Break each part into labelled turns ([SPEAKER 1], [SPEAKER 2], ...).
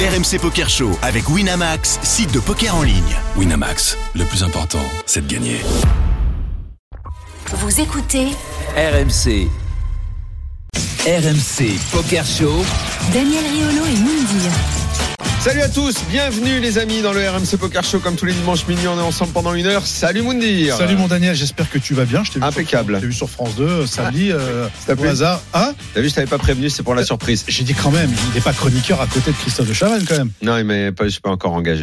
[SPEAKER 1] RMC Poker Show avec Winamax, site de poker en ligne.
[SPEAKER 2] Winamax, le plus important, c'est de gagner.
[SPEAKER 3] Vous écoutez
[SPEAKER 4] RMC. RMC Poker Show.
[SPEAKER 3] Daniel Riolo et Moundir.
[SPEAKER 5] Salut à tous, bienvenue les amis dans le RMC Poker Show comme tous les dimanches minuit on est ensemble pendant une heure. Salut Moundir
[SPEAKER 6] Salut mon Daniel, j'espère que tu vas bien. Je t'ai vu
[SPEAKER 5] Impeccable. Ah,
[SPEAKER 6] Sur, je t'ai vu sur France 2 euh, samedi euh,
[SPEAKER 5] Ça
[SPEAKER 6] au
[SPEAKER 5] plaît
[SPEAKER 6] hasard. Hein
[SPEAKER 5] T'as vu je t'avais pas prévenu, c'est pour la surprise.
[SPEAKER 6] J'ai dit quand même, il n'est pas chroniqueur à côté de Christophe de Chavannes quand même.
[SPEAKER 5] Non mais pas, je suis pas encore engagé.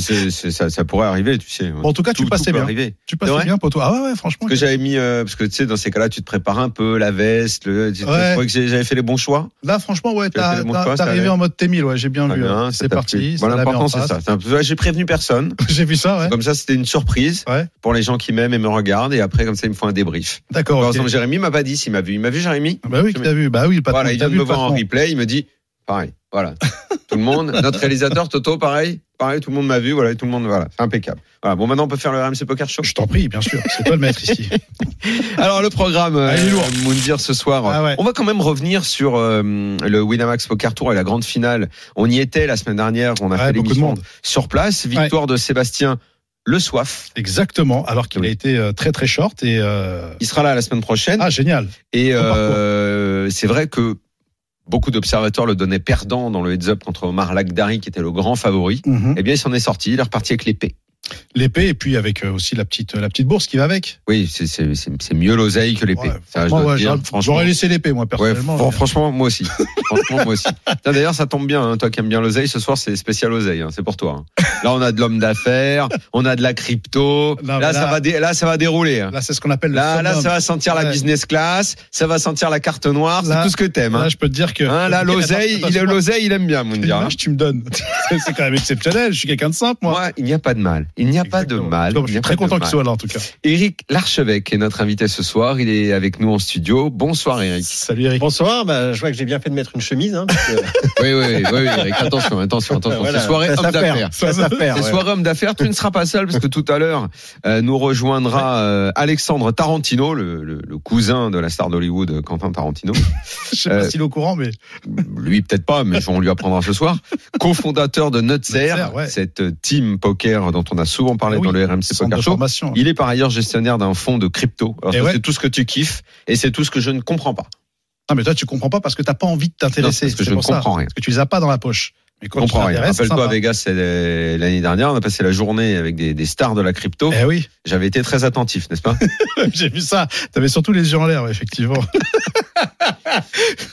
[SPEAKER 5] C'est- c'est- ça, ça pourrait arriver, tu sais.
[SPEAKER 6] Bon, en tout cas, tu
[SPEAKER 5] Tout-
[SPEAKER 6] passais
[SPEAKER 5] tout peut
[SPEAKER 6] bien.
[SPEAKER 5] arriver.
[SPEAKER 6] Tu passes
[SPEAKER 5] C'est vrai
[SPEAKER 6] bien pour toi. Ah ouais, ouais franchement.
[SPEAKER 5] Parce que j'avais mis euh, parce que tu sais dans ces cas-là tu te prépares un peu la veste, le, tu- tu-
[SPEAKER 6] Ouais.
[SPEAKER 5] je crois que j'ai- j'avais fait les bons choix.
[SPEAKER 6] Là, franchement, ouais,
[SPEAKER 5] Tu as fait
[SPEAKER 6] t'as-
[SPEAKER 5] les bons
[SPEAKER 6] t'as-
[SPEAKER 5] choix,
[SPEAKER 6] t'es
[SPEAKER 5] ça
[SPEAKER 6] arrivé
[SPEAKER 5] allait.
[SPEAKER 6] en mode Témil, ouais, j'ai bien
[SPEAKER 5] Très
[SPEAKER 6] lu.
[SPEAKER 5] bien,
[SPEAKER 6] hein.
[SPEAKER 5] ça
[SPEAKER 6] C'est
[SPEAKER 5] t'a plu.
[SPEAKER 6] parti. ça
[SPEAKER 5] Voilà,
[SPEAKER 6] l'a mis en
[SPEAKER 5] l'important c'est
[SPEAKER 6] face.
[SPEAKER 5] ça. C'est un peu- J'ai prévenu personne.
[SPEAKER 6] J'ai vu ça, ouais.
[SPEAKER 5] Comme ça c'était une surprise
[SPEAKER 6] Ouais.
[SPEAKER 5] pour les gens qui m'aiment et me regardent et après comme ça ils me font un débrief.
[SPEAKER 6] D'accord.
[SPEAKER 5] Par
[SPEAKER 6] ok.
[SPEAKER 5] exemple Jérémy m'a pas dit s'il m'a vu, il m'a vu Jérémy.
[SPEAKER 6] Bah oui, que t'as vu. Bah oui, le patron.
[SPEAKER 5] Voilà, il
[SPEAKER 6] t'as
[SPEAKER 5] vient de
[SPEAKER 6] vu
[SPEAKER 5] me
[SPEAKER 6] le
[SPEAKER 5] voir en
[SPEAKER 6] patron.
[SPEAKER 5] replay, il me dit pareil. Voilà. tout le monde, notre réalisateur Toto, pareil, pareil, tout le monde m'a vu, voilà, tout le monde, voilà, c'est impeccable. Voilà, bon, maintenant on peut faire le RMC Poker Show.
[SPEAKER 6] Je t'en prie, bien sûr. C'est toi le maître ici.
[SPEAKER 5] Alors le programme, euh,
[SPEAKER 6] Ah, il est lourd.
[SPEAKER 5] euh, Moundir ce soir.
[SPEAKER 6] Ah ouais.
[SPEAKER 5] On va quand même revenir sur euh, le Winamax Poker Tour et la grande finale. On y était la semaine dernière, on a
[SPEAKER 6] Ouais,
[SPEAKER 5] fait
[SPEAKER 6] beaucoup de
[SPEAKER 5] l'émission
[SPEAKER 6] monde.
[SPEAKER 5] sur place. Victoire de Sébastien Le Soif.
[SPEAKER 6] Exactement. Alors qu'il
[SPEAKER 5] Oui.
[SPEAKER 6] a été euh, très très short et. euh,
[SPEAKER 5] Il sera là la semaine prochaine.
[SPEAKER 6] Ah génial.
[SPEAKER 5] Et euh, c'est vrai que beaucoup d'observateurs le donnaient perdant dans le heads-up contre Omar Lagdari, qui était le grand favori.
[SPEAKER 6] Mhm.
[SPEAKER 5] Eh bien, il s'en est sorti, il est reparti avec l'épée.
[SPEAKER 6] L'épée et puis avec euh, aussi la petite la petite bourse qui va avec.
[SPEAKER 5] Oui, c'est- c'est c'est- c'est mieux l'oseille que l'épée.
[SPEAKER 6] Ouais,
[SPEAKER 5] Ça, je
[SPEAKER 6] Moi,
[SPEAKER 5] dois
[SPEAKER 6] ouais,
[SPEAKER 5] te dire,
[SPEAKER 6] j'aurais-
[SPEAKER 5] franchement.
[SPEAKER 6] J'aurais laissé l'épée moi
[SPEAKER 5] Ouais,
[SPEAKER 6] personnellement.
[SPEAKER 5] fran- franchement, moi aussi. franchement, moi aussi. Tiens, D'ailleurs, ça tombe bien, hein, toi qui aimes bien l'oseille, ce soir, c'est spécial oseille, hein, c'est pour toi. hein. Là, on a de l'homme d'affaires, on a de la crypto.
[SPEAKER 6] Non,
[SPEAKER 5] là,
[SPEAKER 6] mais
[SPEAKER 5] ça
[SPEAKER 6] là-
[SPEAKER 5] va dé- là, ça va dérouler. hein.
[SPEAKER 6] Là, c'est ce qu'on appelle
[SPEAKER 5] Là,
[SPEAKER 6] le
[SPEAKER 5] là,
[SPEAKER 6] summum.
[SPEAKER 5] ça va sentir la
[SPEAKER 6] Ouais.
[SPEAKER 5] business class, ça va sentir la carte noire, c'est
[SPEAKER 6] Là-
[SPEAKER 5] tout ce que t'aimes. hein.
[SPEAKER 6] Là, je peux te dire que.
[SPEAKER 5] Hein, là, l'oseille, il, l'oseille, il aime bien,
[SPEAKER 6] Quelle
[SPEAKER 5] Moundir. hein.
[SPEAKER 6] image tu me donnes. C'est- c'est quand même exceptionnel. Je suis quelqu'un de simple, moi.
[SPEAKER 5] Moi, il n'y a pas de mal. Il n'y a pas de
[SPEAKER 6] Exactement.
[SPEAKER 5] mal.
[SPEAKER 6] Donc,
[SPEAKER 5] il
[SPEAKER 6] je
[SPEAKER 5] n'y a
[SPEAKER 6] suis très
[SPEAKER 5] pas de
[SPEAKER 6] content
[SPEAKER 5] mal.
[SPEAKER 6] qu'il soit là, en tout cas.
[SPEAKER 5] Éric Larchevêque est notre invité ce soir. Il est avec nous en studio. Bonsoir, Éric.
[SPEAKER 6] Salut, Eric.
[SPEAKER 7] Bonsoir, bah, je vois que j'ai bien fait de mettre une chemise. Hein, parce que-
[SPEAKER 5] Oui, oui, oui, oui, Éric. Attention, attention, attention.
[SPEAKER 7] Voilà,
[SPEAKER 5] C'est soirée
[SPEAKER 7] ça
[SPEAKER 5] homme
[SPEAKER 7] s'affaire,
[SPEAKER 5] d'affaires.
[SPEAKER 7] ça s'affaire,
[SPEAKER 5] C'est
[SPEAKER 7] ouais.
[SPEAKER 5] soirée homme d'affaires. Tu ne seras pas seul parce que tout à l'heure euh, nous rejoindra euh, Alexandre Tarantino, le, le- le cousin de la star d'Hollywood, euh, Quentin Tarantino.
[SPEAKER 6] Je sais pas
[SPEAKER 5] Euh,
[SPEAKER 6] s'il est au courant, mais
[SPEAKER 5] Lui, peut-être pas, mais on lui apprendra ce soir. Cofondateur de Nutzer,
[SPEAKER 6] Nutzer, ouais.
[SPEAKER 5] cette team poker dont on a souvent parlé
[SPEAKER 6] Ah oui,
[SPEAKER 5] dans le RMC
[SPEAKER 6] centre
[SPEAKER 5] Poker
[SPEAKER 6] de
[SPEAKER 5] Show.
[SPEAKER 6] formation.
[SPEAKER 5] Il est par ailleurs gestionnaire d'un fonds de crypto. Alors,
[SPEAKER 6] Eh
[SPEAKER 5] ça,
[SPEAKER 6] ouais.
[SPEAKER 5] c'est tout ce que tu kiffes et c'est tout ce que je ne comprends pas.
[SPEAKER 6] Non, mais toi, tu comprends pas parce que t'as pas envie de
[SPEAKER 5] Non,
[SPEAKER 6] t'intéresser.
[SPEAKER 5] parce que
[SPEAKER 6] C'est
[SPEAKER 5] je ne
[SPEAKER 6] pour ça.
[SPEAKER 5] comprends rien.
[SPEAKER 6] Parce que tu les as pas dans la poche. Mais
[SPEAKER 5] Je
[SPEAKER 6] quand tu
[SPEAKER 5] comprends rien.
[SPEAKER 6] t'intéresses, c'est
[SPEAKER 5] Rappelle-toi, à
[SPEAKER 6] sympa.
[SPEAKER 5] Vegas, c'est le- l'année dernière, on a passé la journée avec des, des stars de la crypto.
[SPEAKER 6] Eh oui,
[SPEAKER 5] J'avais été très attentif, n'est-ce pas
[SPEAKER 6] j'ai vu ça. T'avais surtout les yeux en l'air, ouais, effectivement.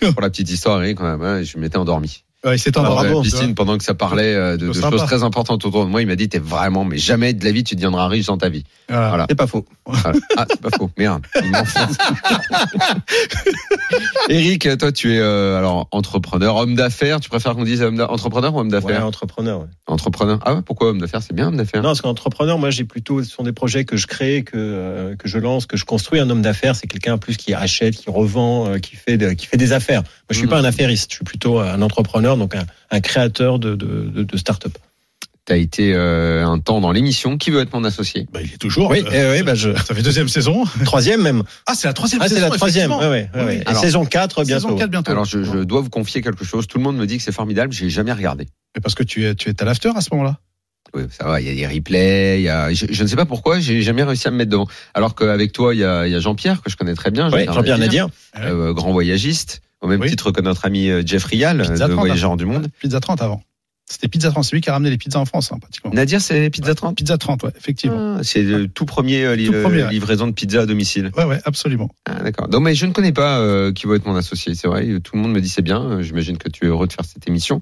[SPEAKER 5] Pour la petite histoire, Eric, quand même, hein, je m'étais endormi.
[SPEAKER 6] Ouais, il s'est
[SPEAKER 5] Dans
[SPEAKER 6] endormi.
[SPEAKER 5] la
[SPEAKER 6] tu vois.
[SPEAKER 5] piscine, pendant que ça parlait euh, de,
[SPEAKER 6] C'est
[SPEAKER 5] de
[SPEAKER 6] sympa.
[SPEAKER 5] choses très importantes autour de moi, il m'a dit, t'es vraiment, mais jamais de la vie, tu deviendras riche dans ta vie.
[SPEAKER 6] Voilà.
[SPEAKER 5] Voilà.
[SPEAKER 7] C'est pas faux.
[SPEAKER 5] Voilà. Ah, c'est pas faux. Merde. Il m'enfonce. Eric, toi, tu es euh, alors entrepreneur, homme d'affaires. Tu préfères qu'on dise homme d'a- entrepreneur ou homme
[SPEAKER 7] Ouais,
[SPEAKER 5] d'affaires
[SPEAKER 7] entrepreneur. ouais.
[SPEAKER 5] Entrepreneur. Ah ouais, pourquoi homme d'affaires C'est bien homme d'affaires.
[SPEAKER 7] Non, parce qu'entrepreneur, moi, j'ai plutôt, ce sont des projets que je crée, que, euh, que je lance, que je construis. Un homme d'affaires, c'est quelqu'un en plus qui achète, qui revend, euh, qui fait, de- qui fait des affaires. Moi, je suis
[SPEAKER 5] Mhm.
[SPEAKER 7] pas un affairiste, je suis plutôt un entrepreneur, donc un, un créateur de, de, de, de start-up.
[SPEAKER 5] T'as été euh, un temps dans l'émission. Qui veut être mon associé
[SPEAKER 6] Bah, il est toujours.
[SPEAKER 7] Oui,
[SPEAKER 6] euh,
[SPEAKER 7] eh oui, bah, je...
[SPEAKER 6] Ça fait deuxième saison.
[SPEAKER 7] troisième même.
[SPEAKER 6] Ah, c'est la troisième
[SPEAKER 7] Ah,
[SPEAKER 6] saison.
[SPEAKER 7] c'est la troisième. Ouais,
[SPEAKER 6] effectivement.
[SPEAKER 7] ouais, ouais,
[SPEAKER 6] Oui,
[SPEAKER 7] ouais.
[SPEAKER 6] oui.
[SPEAKER 7] Et
[SPEAKER 5] Alors,
[SPEAKER 7] saison 4, bientôt.
[SPEAKER 6] Saison 4 bientôt.
[SPEAKER 5] Alors, je, je dois vous confier quelque chose. Tout le monde me dit que c'est formidable. J'ai jamais regardé.
[SPEAKER 6] Mais parce que tu es, tu es à l'after à ce moment-là.
[SPEAKER 5] Oui, ça va. Il y a des replays. il y a- Je, je ne sais pas pourquoi. J'ai jamais réussi à me mettre devant. Alors qu'avec toi, il y a, il y a Jean-Pierre que je connais très bien.
[SPEAKER 7] Ouais, Jean-Pierre Nadir.
[SPEAKER 5] euh, grand voyagiste. Au même
[SPEAKER 6] Oui.
[SPEAKER 5] titre que notre ami euh, Jeff Rial,
[SPEAKER 6] Pizza
[SPEAKER 5] de
[SPEAKER 6] 30,
[SPEAKER 5] Voyageurs du Monde.
[SPEAKER 6] Pizza 30 avant. C'était Pizza 30. C'est lui qui a ramené les pizzas en France, hein, pratiquement.
[SPEAKER 5] Nadir, c'est Pizza 30
[SPEAKER 6] Pizza 30, ouais, effectivement.
[SPEAKER 5] Ah, c'est le tout premier, euh, li-
[SPEAKER 6] Tout premier,
[SPEAKER 5] euh,
[SPEAKER 6] ouais.
[SPEAKER 5] livraison de pizza à domicile.
[SPEAKER 6] Ouais, ouais, absolument.
[SPEAKER 5] Ah, d'accord. Non, mais je ne connais pas euh, qui va être mon associé. C'est vrai, tout le monde me dit c'est bien. Euh, J'imagine que tu es heureux de faire cette émission,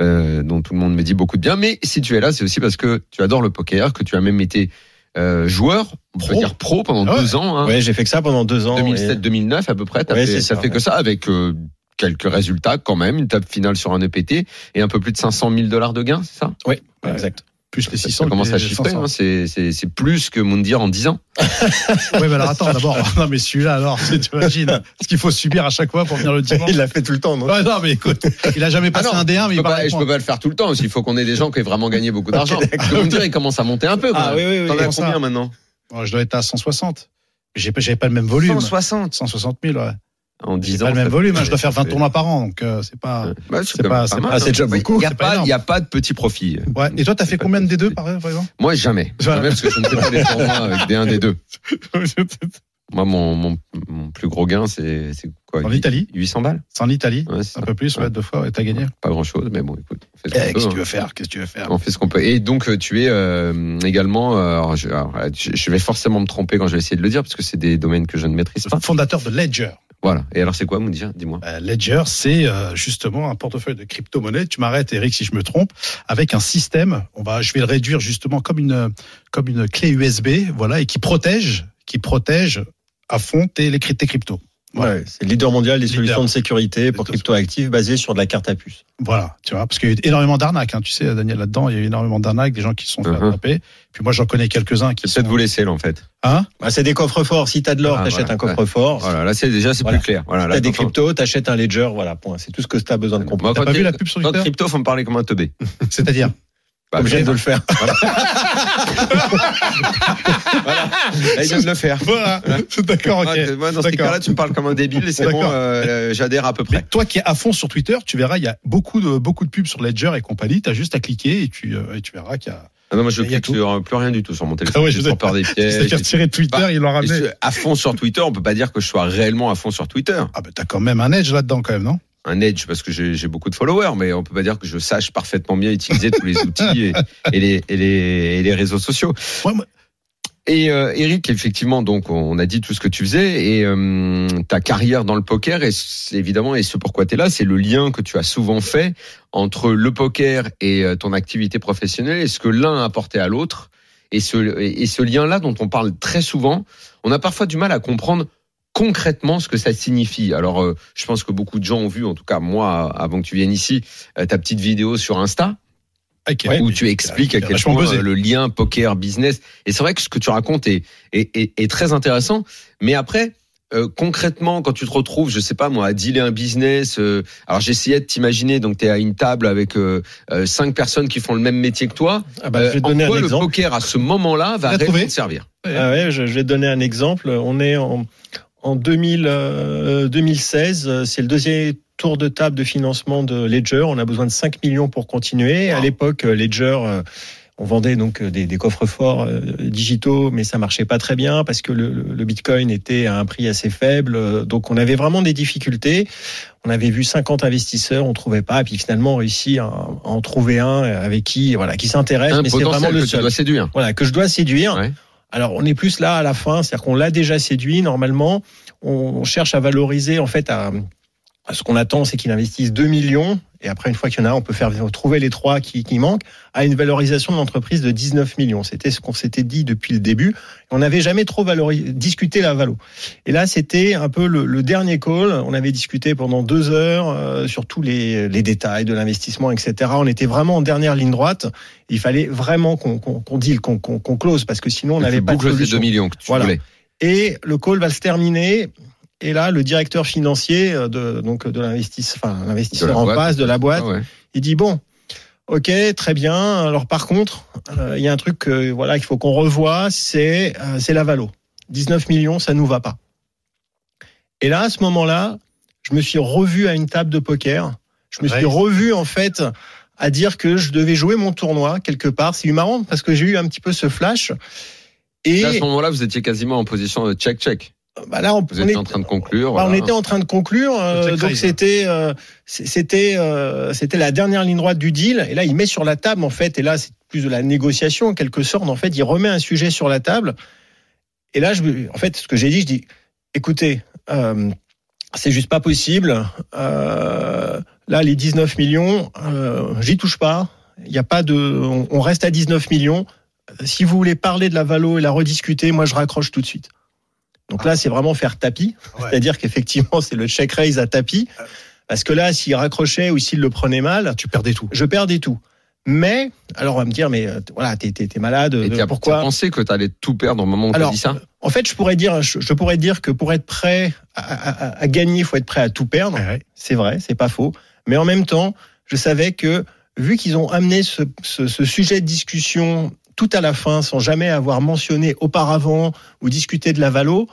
[SPEAKER 5] euh, dont tout le monde me dit beaucoup de bien. Mais si tu es là, c'est aussi parce que tu adores le poker, que tu as même été euh, joueur, on peut
[SPEAKER 6] Pro.
[SPEAKER 5] dire pro pendant
[SPEAKER 6] Ah ouais.
[SPEAKER 5] deux ans, hein,
[SPEAKER 7] Ouais, j'ai fait que ça pendant deux ans. et-
[SPEAKER 5] 2007-2009 à peu près. T'as
[SPEAKER 7] Ouais,
[SPEAKER 5] fait,
[SPEAKER 7] c'est
[SPEAKER 5] ça
[SPEAKER 7] ça,
[SPEAKER 5] fait que
[SPEAKER 7] ouais.
[SPEAKER 5] ça avec. euh, Quelques résultats quand même, une table finale sur un EPT et un peu plus de 500 000 dollars de gains, c'est ça
[SPEAKER 7] Oui, exact.
[SPEAKER 6] Plus les
[SPEAKER 5] Ça
[SPEAKER 6] 600.
[SPEAKER 5] commence
[SPEAKER 6] les-
[SPEAKER 5] à
[SPEAKER 6] les
[SPEAKER 5] chiffrer,
[SPEAKER 6] 500.
[SPEAKER 5] hein, c'est- c'est c'est plus que Moundir en 10 ans. hein.
[SPEAKER 6] Ouais, mais alors attends, d'abord. Non, mais celui-là, alors, c'est- tu imagines ce qu'il faut subir à chaque fois pour venir le dimanche.
[SPEAKER 7] Il l'a fait tout le temps, non
[SPEAKER 6] Ouais, non, mais écoute, il a jamais
[SPEAKER 5] Ah
[SPEAKER 6] passé
[SPEAKER 5] non,
[SPEAKER 6] un D1, mais
[SPEAKER 5] je
[SPEAKER 6] il
[SPEAKER 5] peux
[SPEAKER 6] va
[SPEAKER 5] pas, je peux
[SPEAKER 6] répondre.
[SPEAKER 5] pas le faire tout le temps. Il faut qu'on ait des gens qui aient vraiment gagné beaucoup d'argent. Parce que vous me direz, il commence à monter un peu. quand
[SPEAKER 7] Ah
[SPEAKER 5] même.
[SPEAKER 7] oui, oui, oui.
[SPEAKER 5] T'en as
[SPEAKER 6] Comment ça
[SPEAKER 5] combien maintenant
[SPEAKER 6] Oh, Bon, Je dois être à 160. J'ai pas, j'avais pas le même volume.
[SPEAKER 5] 160.
[SPEAKER 6] 160 000, ouais.
[SPEAKER 5] en 10 ans.
[SPEAKER 6] pas le même
[SPEAKER 5] ça-
[SPEAKER 6] volume, hein, je dois faire 20
[SPEAKER 5] ça-
[SPEAKER 6] tournois par an, donc euh, c'est pas.
[SPEAKER 5] Bah,
[SPEAKER 6] C'est
[SPEAKER 5] quand
[SPEAKER 6] pas-
[SPEAKER 5] même
[SPEAKER 6] c'est
[SPEAKER 5] mal,
[SPEAKER 6] pas-
[SPEAKER 5] hein.
[SPEAKER 6] c'est déjà beaucoup,
[SPEAKER 5] Il n'y a,
[SPEAKER 6] c'est pas
[SPEAKER 5] pas-
[SPEAKER 6] énorme.
[SPEAKER 5] il y a pas de petit profit.
[SPEAKER 6] Ouais. Et toi, t'as
[SPEAKER 5] C'est
[SPEAKER 6] fait
[SPEAKER 5] pas
[SPEAKER 6] combien de D2
[SPEAKER 5] possible.
[SPEAKER 6] par par exemple
[SPEAKER 5] Moi, jamais.
[SPEAKER 6] Voilà.
[SPEAKER 5] Jamais, parce que je ne fais pas des tournois avec des 1 des 2. Moi, mon, mon, mon plus gros gain, c'est c'est quoi
[SPEAKER 6] En
[SPEAKER 5] huit-
[SPEAKER 6] Italie Ah,
[SPEAKER 5] 800 balles
[SPEAKER 6] C'est en Italie
[SPEAKER 5] Ouais, c'est
[SPEAKER 6] Un
[SPEAKER 5] ça.
[SPEAKER 6] peu plus, ouais,
[SPEAKER 5] Ouais.
[SPEAKER 6] deux fois, et t'as gagné.
[SPEAKER 5] Pas grand chose, mais bon, écoute. on fait ce qu'on peut,
[SPEAKER 6] Eh, Qu'est-ce que
[SPEAKER 5] hein.
[SPEAKER 6] tu veux faire Qu'est-ce que tu veux faire
[SPEAKER 5] On fait ce qu'on peut. Et donc, euh, tu es euh, également. euh, alors, je, alors, voilà, je- je vais forcément me tromper quand je vais essayer de le dire, parce que c'est des domaines que je ne maîtrise pas.
[SPEAKER 6] Fondateur de Ledger.
[SPEAKER 5] Voilà. Et alors, c'est quoi, Moudia Dis-moi.
[SPEAKER 6] Euh, Ledger, c'est euh, justement un portefeuille de crypto-monnaie. Tu m'arrêtes, Eric, si je me trompe, avec un système. On va, je vais le réduire justement comme une comme une clé USB, voilà, et qui protège, qui protège à fond tes les crypt- tes cryptos. Voilà.
[SPEAKER 7] Ouais, c'est le leader mondial des
[SPEAKER 6] Leader.
[SPEAKER 7] solutions de sécurité pour
[SPEAKER 6] De toute
[SPEAKER 7] cryptoactifs basées sur de la carte à puce.
[SPEAKER 6] Voilà, tu vois, parce qu'il y a eu énormément d'arnaques, hein, tu sais, Daniel, là-dedans, il y a eu énormément d'arnaques, des gens qui se sont fait
[SPEAKER 5] Mhm.
[SPEAKER 6] attraper. Puis moi, j'en connais quelques-uns
[SPEAKER 5] C'est
[SPEAKER 6] qui sont.
[SPEAKER 5] peut-être vous laisser, là, en fait.
[SPEAKER 6] Hein
[SPEAKER 7] Bah, c'est des coffres forts. Si t'as de l'or,
[SPEAKER 5] Ah,
[SPEAKER 7] t'achètes
[SPEAKER 5] voilà,
[SPEAKER 7] un coffre fort.
[SPEAKER 5] Voilà, là, c'est déjà, c'est
[SPEAKER 7] Voilà.
[SPEAKER 5] plus clair. Voilà,
[SPEAKER 7] T'as
[SPEAKER 5] là,
[SPEAKER 7] des
[SPEAKER 5] t'entends.
[SPEAKER 7] cryptos, t'achètes un ledger. Voilà, point. C'est tout ce que t'as besoin de comprendre.
[SPEAKER 5] Moi,
[SPEAKER 6] T'as
[SPEAKER 5] quand
[SPEAKER 6] pas
[SPEAKER 5] t'es-
[SPEAKER 6] vu la pub sur
[SPEAKER 5] Dans le
[SPEAKER 6] Twitter
[SPEAKER 5] crypto, faut me parler comme un teubé.
[SPEAKER 6] C'est-à-dire
[SPEAKER 5] Bah,
[SPEAKER 7] Comme je viens de le faire.
[SPEAKER 5] Là, il vient de le faire.
[SPEAKER 6] Voilà, d'accord, ok.
[SPEAKER 5] Ah, t'es- moi, dans ce
[SPEAKER 6] D'accord.
[SPEAKER 5] cas-là, tu me parles comme un débile et c'est bon,
[SPEAKER 6] D'accord.
[SPEAKER 5] euh, j'adhère à peu
[SPEAKER 6] Mais
[SPEAKER 5] près.
[SPEAKER 6] toi qui es à fond sur Twitter, tu verras, il y a beaucoup de, beaucoup de pubs sur Ledger et compagnie. Tu as juste à cliquer et tu, euh, et tu verras qu'il y a.
[SPEAKER 5] Ah non, moi, je
[SPEAKER 6] Il y a
[SPEAKER 5] clique
[SPEAKER 6] tout.
[SPEAKER 5] sur euh, plus rien du tout sur mon téléphone.
[SPEAKER 6] Ah ouais,
[SPEAKER 5] J'ai
[SPEAKER 6] je
[SPEAKER 5] toujours
[SPEAKER 6] sais.
[SPEAKER 5] peur des
[SPEAKER 6] C'est
[SPEAKER 5] pièges.
[SPEAKER 6] qu'il a retiré Twitter,
[SPEAKER 5] Bah,
[SPEAKER 6] il l'a
[SPEAKER 5] Et
[SPEAKER 6] ramené.
[SPEAKER 5] ce- à fond sur Twitter, on peut pas dire que je sois réellement à fond sur Twitter.
[SPEAKER 6] Ah, ben t'as quand même un edge là-dedans, quand même, non
[SPEAKER 5] Un edge parce que j'ai j'ai beaucoup de followers, mais on peut pas dire que je sache parfaitement bien utiliser tous les outils et, et les, et les, et les réseaux sociaux.
[SPEAKER 6] Ouais, moi-
[SPEAKER 5] Et euh, Eric, effectivement, donc on a dit tout ce que tu faisais et euh, ta carrière dans le poker et c'est évidemment et ce pourquoi tu es là, c'est le lien que tu as souvent fait entre le poker et euh, ton activité professionnelle et ce que l'un a apporté à l'autre et ce et ce lien-là dont on parle très souvent, on a parfois du mal à comprendre concrètement ce que ça signifie. Alors euh, je pense que beaucoup de gens ont vu en tout cas moi avant que tu viennes ici euh, ta petite vidéo sur Insta
[SPEAKER 6] Ok.
[SPEAKER 5] où tu expliques à
[SPEAKER 6] il a
[SPEAKER 5] quel
[SPEAKER 6] vachement
[SPEAKER 5] point
[SPEAKER 6] buzzé.
[SPEAKER 5] euh, le lien poker business. Et c'est vrai que ce que tu racontes est, est, est- est très intéressant. Mais après, euh, concrètement, quand tu te retrouves, je sais pas moi, à dealer un business. euh, alors j'essayais de t'imaginer. Donc tu es à une table avec euh, euh, cinq personnes qui font le même métier que toi.
[SPEAKER 7] Ah bah,
[SPEAKER 5] Euh,
[SPEAKER 7] je vais te
[SPEAKER 5] en
[SPEAKER 7] donner un
[SPEAKER 5] quoi le
[SPEAKER 7] exemple.
[SPEAKER 5] poker à ce moment-là va
[SPEAKER 6] T'as
[SPEAKER 5] réellement
[SPEAKER 6] trouvé
[SPEAKER 5] te servir
[SPEAKER 7] Ah ouais, je, je vais te donner un exemple. On est en, en 2000, euh, 2016. euh, C'est le deuxième tour de table de financement de Ledger. On a besoin de 5 millions pour continuer. À l'époque, euh, Ledger, euh, on vendait donc euh, des, des coffres forts euh, digitaux, mais ça marchait pas très bien parce que le, le- le Bitcoin était à un prix assez faible. Euh, Donc, on avait vraiment des difficultés. On avait vu 50 investisseurs, on trouvait pas. Et puis finalement, on réussit à, à en trouver un avec qui, voilà, qui s'intéresse.
[SPEAKER 5] Un
[SPEAKER 7] Mais c'est vraiment
[SPEAKER 5] potentiel
[SPEAKER 7] le
[SPEAKER 5] que tu
[SPEAKER 7] seul
[SPEAKER 5] dois séduire.
[SPEAKER 7] voilà, que je dois séduire.
[SPEAKER 5] Ouais.
[SPEAKER 7] Alors, on est plus là à la fin, c'est-à-dire qu'on l'a déjà séduit. Normalement, on, on cherche à valoriser, en fait, à, à ce qu'on attend, c'est qu'il investisse 2 millions. Et après, une fois qu'il y en a, on peut faire trouver les trois qui, qui manquent à une valorisation de l'entreprise de 19 millions. C'était ce qu'on s'était dit depuis le début. On n'avait jamais trop valoris- discuté la valo. Et là, c'était un peu le, le dernier call. On avait discuté pendant deux heures euh, sur tous les, les détails de l'investissement, etc. On était vraiment en dernière ligne droite. Il fallait vraiment qu'on qu'on qu'on deal, qu'on qu'on qu'on close, parce que sinon, on
[SPEAKER 5] Tu
[SPEAKER 7] n'avait pas de
[SPEAKER 5] boucles tes
[SPEAKER 7] solution.
[SPEAKER 5] 2 millions que tu
[SPEAKER 7] Voilà.
[SPEAKER 5] voulais.
[SPEAKER 7] Et le call va se terminer. Et là, le directeur financier euh, de, donc de l'investisseur, enfin, l'investisseur
[SPEAKER 5] De la
[SPEAKER 7] en
[SPEAKER 5] boîte.
[SPEAKER 7] face de la boîte,
[SPEAKER 5] Ah ouais.
[SPEAKER 7] il dit bon, ok, très bien. Alors par contre, euh, il y a un truc que, voilà qu'il faut qu'on revoie, c'est euh, c'est la valo. 19 millions, ça nous va pas. Et là, à ce moment-là, je me suis revu à une table de poker. Je me
[SPEAKER 6] Ouais.
[SPEAKER 7] suis revu en fait à dire que je devais jouer mon tournoi quelque part. C'est marrant parce que j'ai eu un petit peu ce flash. Et
[SPEAKER 5] Là, à ce moment-là, vous étiez quasiment en position de check-check.
[SPEAKER 7] bah là, on,
[SPEAKER 5] Vous
[SPEAKER 7] on
[SPEAKER 5] étiez
[SPEAKER 7] est-
[SPEAKER 5] en train de conclure.
[SPEAKER 7] bah,
[SPEAKER 5] voilà.
[SPEAKER 7] On était en train de conclure, euh,
[SPEAKER 6] check
[SPEAKER 7] donc
[SPEAKER 6] raise.
[SPEAKER 5] hein.
[SPEAKER 7] c'était euh, c- c'était euh, c'était la dernière ligne droite du deal. Et là, il met sur la table en fait, et là c'est plus de la négociation en quelque sorte. En fait, il remet un sujet sur la table. Et là, je, me- en fait, ce que j'ai dit, je dis, écoutez, euh, c'est juste pas possible. Euh, là, les 19 millions, euh, j'y touche pas. Il y a pas de, on, on reste à 19 millions. Euh, Si vous voulez parler de la valo et la rediscuter, moi je raccroche tout de suite. Donc là, c'est vraiment faire tapis. C'est-à-dire qu'effectivement, c'est le check raise à tapis. Parce que là, s'il raccrochait ou s'il le prenait mal,
[SPEAKER 6] Euh. Ah, Tu perdais tout.
[SPEAKER 7] je perdais tout. Mais, alors on va me dire, mais euh, voilà, t'es, t'es- t'es malade,
[SPEAKER 5] Et
[SPEAKER 7] euh,
[SPEAKER 5] tu as
[SPEAKER 7] pourquoi
[SPEAKER 5] pensé que tu allais tout perdre au moment où tu as
[SPEAKER 7] Alors,
[SPEAKER 5] dit ça
[SPEAKER 7] En fait, je pourrais dire, je, je pourrais dire que pour être prêt à, à- à- à gagner, il faut être prêt à tout perdre. C'est vrai, c'est pas faux. Mais en même temps, je savais que, vu qu'ils ont amené ce, ce- ce sujet de discussion tout à la fin, sans jamais avoir mentionné auparavant ou discuté de la valo,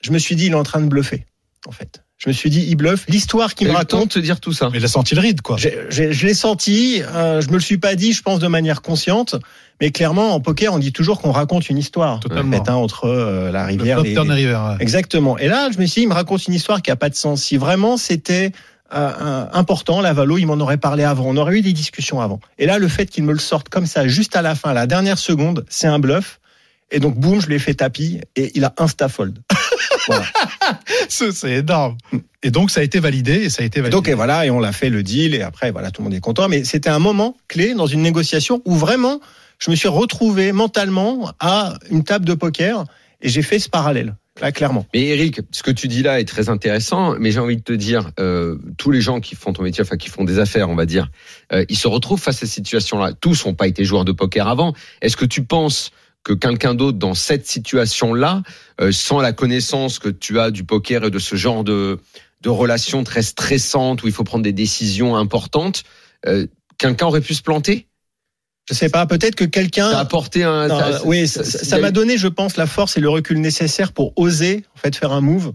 [SPEAKER 7] je me suis dit, il est en train de bluffer, en fait. Je me suis dit, il bluffe. L'histoire qu'il
[SPEAKER 5] Il
[SPEAKER 7] me
[SPEAKER 5] me temps de
[SPEAKER 7] raconte,
[SPEAKER 5] te dire tout ça.
[SPEAKER 6] Mais il a senti le ride, quoi.
[SPEAKER 7] j'ai- j'ai- je l'ai senti. euh, je me le suis pas dit, je pense, de manière consciente. Mais clairement, en poker, on dit toujours qu'on raconte une histoire.
[SPEAKER 6] Totalement.
[SPEAKER 7] En fait, hein, entre euh, la
[SPEAKER 6] Le
[SPEAKER 7] rivière,
[SPEAKER 6] flop
[SPEAKER 7] les-
[SPEAKER 6] turn river, hein. ouais.
[SPEAKER 7] Exactement. Et là, je me suis dit, il me raconte une histoire qui a pas de sens. Si vraiment c'était euh, un- important, la Valo, il m'en aurait parlé avant. On aurait eu des discussions avant. Et là, le fait qu'il me le sorte comme ça, juste à la fin, à la dernière seconde, c'est un bluff. Et donc, boum, je l'ai fait tapis et il a insta-fold.
[SPEAKER 6] Ce- C'est énorme. Et donc, ça a été validé, et ça a été
[SPEAKER 7] Et
[SPEAKER 6] validé.
[SPEAKER 7] donc, et voilà, et on l'a fait le deal et après, voilà, tout le monde est content. Mais c'était un moment clé dans une négociation où vraiment, je me suis retrouvé mentalement à une table de poker et j'ai fait ce parallèle. Là, clairement.
[SPEAKER 5] Mais Eric, ce que tu dis là est très intéressant, mais j'ai envie de te dire, euh, tous les gens qui font ton métier, enfin qui font des affaires, on va dire, euh, ils se retrouvent face à cette situation-là. Tous n'ont pas été joueurs de poker avant. Est-ce que tu penses que quelqu'un d'autre dans cette situation-là, euh, sans la connaissance que tu as du poker et de ce genre de, de relation très stressante où il faut prendre des décisions importantes, euh, quelqu'un aurait pu se planter
[SPEAKER 7] Je sais pas, peut-être que quelqu'un.
[SPEAKER 5] T'as apporté un...
[SPEAKER 7] Euh, Non,
[SPEAKER 5] t'as-
[SPEAKER 7] oui, ça- ça ça m'a donné, je pense, la force et le recul nécessaire pour oser en fait faire un move,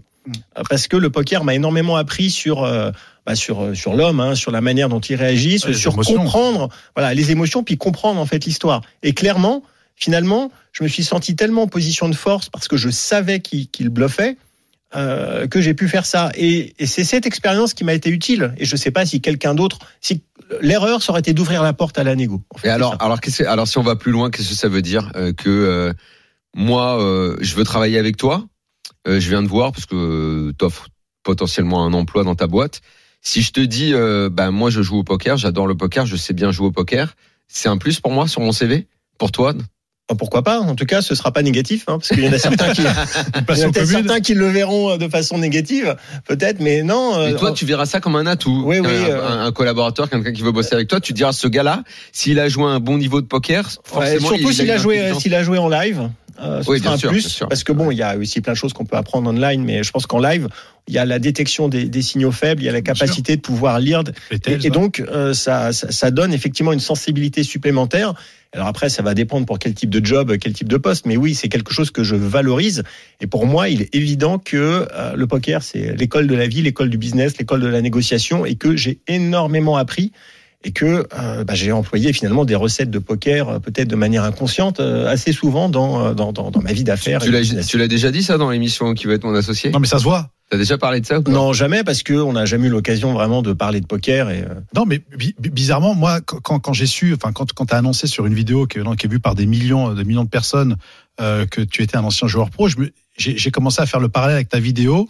[SPEAKER 7] Euh, parce que le poker m'a énormément appris sur euh, bah, sur euh, sur l'homme, hein, sur la manière dont il réagit,
[SPEAKER 6] Ouais, les
[SPEAKER 7] sur
[SPEAKER 6] émotions.
[SPEAKER 7] comprendre, voilà, les émotions, puis comprendre en fait l'histoire. Et clairement, finalement, je me suis senti tellement en position de force parce que je savais qu'il qu'il bluffait. euh, que j'ai pu faire ça et, et c'est cette expérience qui m'a été utile et je sais pas si quelqu'un d'autre si l'erreur ça aurait été d'ouvrir la porte à la négo En fait,
[SPEAKER 5] Et
[SPEAKER 7] c'est
[SPEAKER 5] alors,
[SPEAKER 7] ça.
[SPEAKER 5] alors, qu'est-ce que- alors si on va plus loin, qu'est-ce que ça veut dire euh, que euh, moi, euh, je veux travailler avec toi, euh, je viens de voir parce que tu t'offres potentiellement un emploi dans ta boîte. Si je te dis, euh, bah, moi, je joue au poker, j'adore le poker, je sais bien jouer au poker, c'est un plus pour moi sur mon CV, pour toi.
[SPEAKER 7] Bah, Pourquoi pas En tout cas, ce sera pas négatif, hein, parce qu'il y en a certains qui, il y en a
[SPEAKER 6] Il passe au
[SPEAKER 7] peut-être
[SPEAKER 6] communes.
[SPEAKER 7] certains qui le verront euh, de façon négative, peut-être, mais non. euh,
[SPEAKER 5] Et toi,
[SPEAKER 7] on-
[SPEAKER 5] tu verras ça comme un atout.
[SPEAKER 7] Oui, oui,
[SPEAKER 5] un,
[SPEAKER 7] euh,
[SPEAKER 5] un- un collaborateur, quelqu'un qui veut bosser avec toi, tu diras ce gars-là, s'il a joué un bon niveau de poker,
[SPEAKER 7] Ouais,
[SPEAKER 5] forcément,
[SPEAKER 7] surtout
[SPEAKER 5] il
[SPEAKER 7] s'il
[SPEAKER 5] une
[SPEAKER 7] a joué, euh,
[SPEAKER 5] intelligence.
[SPEAKER 7] s'il a joué en live, euh, ce
[SPEAKER 5] Oui,
[SPEAKER 7] sera
[SPEAKER 5] bien
[SPEAKER 7] un
[SPEAKER 5] sûr,
[SPEAKER 7] plus,
[SPEAKER 5] bien sûr.
[SPEAKER 7] parce que bon, il y a aussi plein de choses qu'on peut apprendre online, mais je pense qu'en live, il y a la détection des, des signaux faibles, il y a la
[SPEAKER 6] Bien sûr.
[SPEAKER 7] capacité de pouvoir lire
[SPEAKER 6] Les
[SPEAKER 7] Et,
[SPEAKER 6] tels, hein.
[SPEAKER 7] et donc, euh, ça, ça, ça donne effectivement une sensibilité supplémentaire. Alors après, ça va dépendre pour quel type de job, quel type de poste, mais oui, c'est quelque chose que je valorise. Et pour moi, il est évident que euh, le poker, c'est l'école de la vie, l'école du business, l'école de la négociation, et que j'ai énormément appris. Et que euh, bah, j'ai employé finalement des recettes de poker, euh, peut-être de manière inconsciente, euh, assez souvent dans, euh, dans, dans, dans ma vie d'affaires.
[SPEAKER 5] Tu
[SPEAKER 7] et de
[SPEAKER 5] l'as,
[SPEAKER 7] business.
[SPEAKER 5] tu l'as déjà dit ça dans l'émission qui va être mon associé
[SPEAKER 6] Non, mais ça se voit.
[SPEAKER 5] T'as déjà parlé de ça ou pas
[SPEAKER 7] Non, jamais, parce qu'on n'a jamais eu l'occasion vraiment de parler de poker. Et, euh,
[SPEAKER 6] Non, mais bi- bi- bizarrement, moi, quand- quand, quand j'ai su, enfin, quand, quand t'as annoncé sur une vidéo qui, est- qui est vue par des millions, des millions de personnes euh, que tu étais un ancien joueur pro, je me- j'ai j'ai commencé à faire le parallèle avec ta vidéo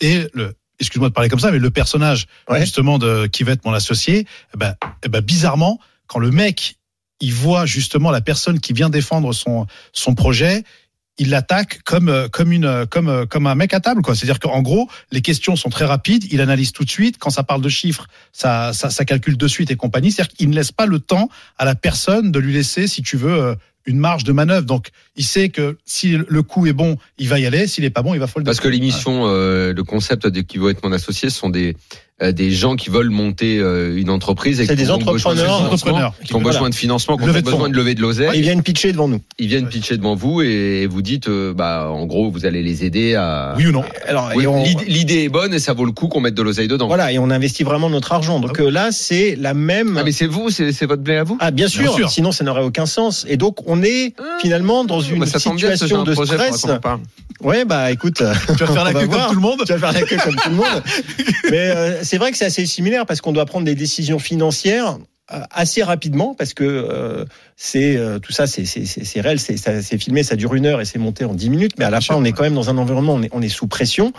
[SPEAKER 6] et le. Excuse-moi de parler comme ça, mais le personnage
[SPEAKER 7] Ouais.
[SPEAKER 6] justement de qui va être mon associé, eh ben, eh ben, bizarrement, quand le mec il voit justement la personne qui vient défendre son son projet, il l'attaque comme euh, comme une euh, comme euh, comme un mec à table quoi. C'est-à-dire qu'en gros, les questions sont très rapides, il analyse tout de suite. Quand ça parle de chiffres, ça ça, ça calcule de suite et compagnie. C'est-à-dire qu'il ne laisse pas le temps à la personne de lui laisser, si tu veux, euh, une marge de manœuvre. Donc, il sait que si le coup est bon, il va y aller. S'il est pas bon, il va folder.
[SPEAKER 5] Parce que l'émission, euh, le concept de qui veut être mon associé, ce sont des euh, des gens qui veulent monter euh, une entreprise et
[SPEAKER 7] C'est
[SPEAKER 5] qui
[SPEAKER 7] des
[SPEAKER 5] ont besoin de
[SPEAKER 7] entrepreneurs,
[SPEAKER 5] financement,
[SPEAKER 6] entrepreneurs.
[SPEAKER 5] qui ont
[SPEAKER 6] Voilà.
[SPEAKER 5] besoin de financement, qui ont
[SPEAKER 6] Levée de
[SPEAKER 5] besoin
[SPEAKER 6] fonds.
[SPEAKER 5] de lever de l'oseille.
[SPEAKER 7] ils viennent pitcher devant nous.
[SPEAKER 5] Ils viennent
[SPEAKER 6] Ouais.
[SPEAKER 5] pitcher devant vous et vous dites, euh, bah, en gros, vous allez les aider à.
[SPEAKER 6] Ah. Oui ou non
[SPEAKER 7] Alors,
[SPEAKER 5] Oui,
[SPEAKER 7] et on-
[SPEAKER 5] l'idée- L'idée est bonne et ça vaut le coup qu'on mette de l'oseille dedans.
[SPEAKER 7] voilà, et on investit vraiment notre argent. Donc euh, là, c'est la même.
[SPEAKER 5] Ah,
[SPEAKER 7] Ah,
[SPEAKER 5] mais c'est vous, c'est c'est votre blé à vous. Ah,
[SPEAKER 7] bien, sûr,
[SPEAKER 6] Bien sûr.
[SPEAKER 7] sinon ça n'aurait aucun sens. Et donc on est finalement dans une
[SPEAKER 5] Mmh. Bah, ça tombe bien, parce que j'ai
[SPEAKER 7] situation
[SPEAKER 5] un
[SPEAKER 7] de
[SPEAKER 5] projet, faudra
[SPEAKER 7] stress.
[SPEAKER 5] qu'on en parle.
[SPEAKER 7] Ouais, bah écoute, euh,
[SPEAKER 6] Tu vas faire
[SPEAKER 7] On
[SPEAKER 6] la
[SPEAKER 7] va
[SPEAKER 6] queue comme
[SPEAKER 7] voir.
[SPEAKER 6] tout le monde.
[SPEAKER 7] tu vas faire la queue comme tout le monde. Mais euh, c'est vrai que c'est assez similaire parce qu'on doit prendre des décisions financières euh, assez rapidement parce que euh, c'est euh, tout ça, c'est c'est- c'est- c'est réel, c'est ça- c'est filmé, ça dure une heure et c'est monté en dix minutes. Mais à la fin, on est quand même dans un environnement, on est, on est sous pression.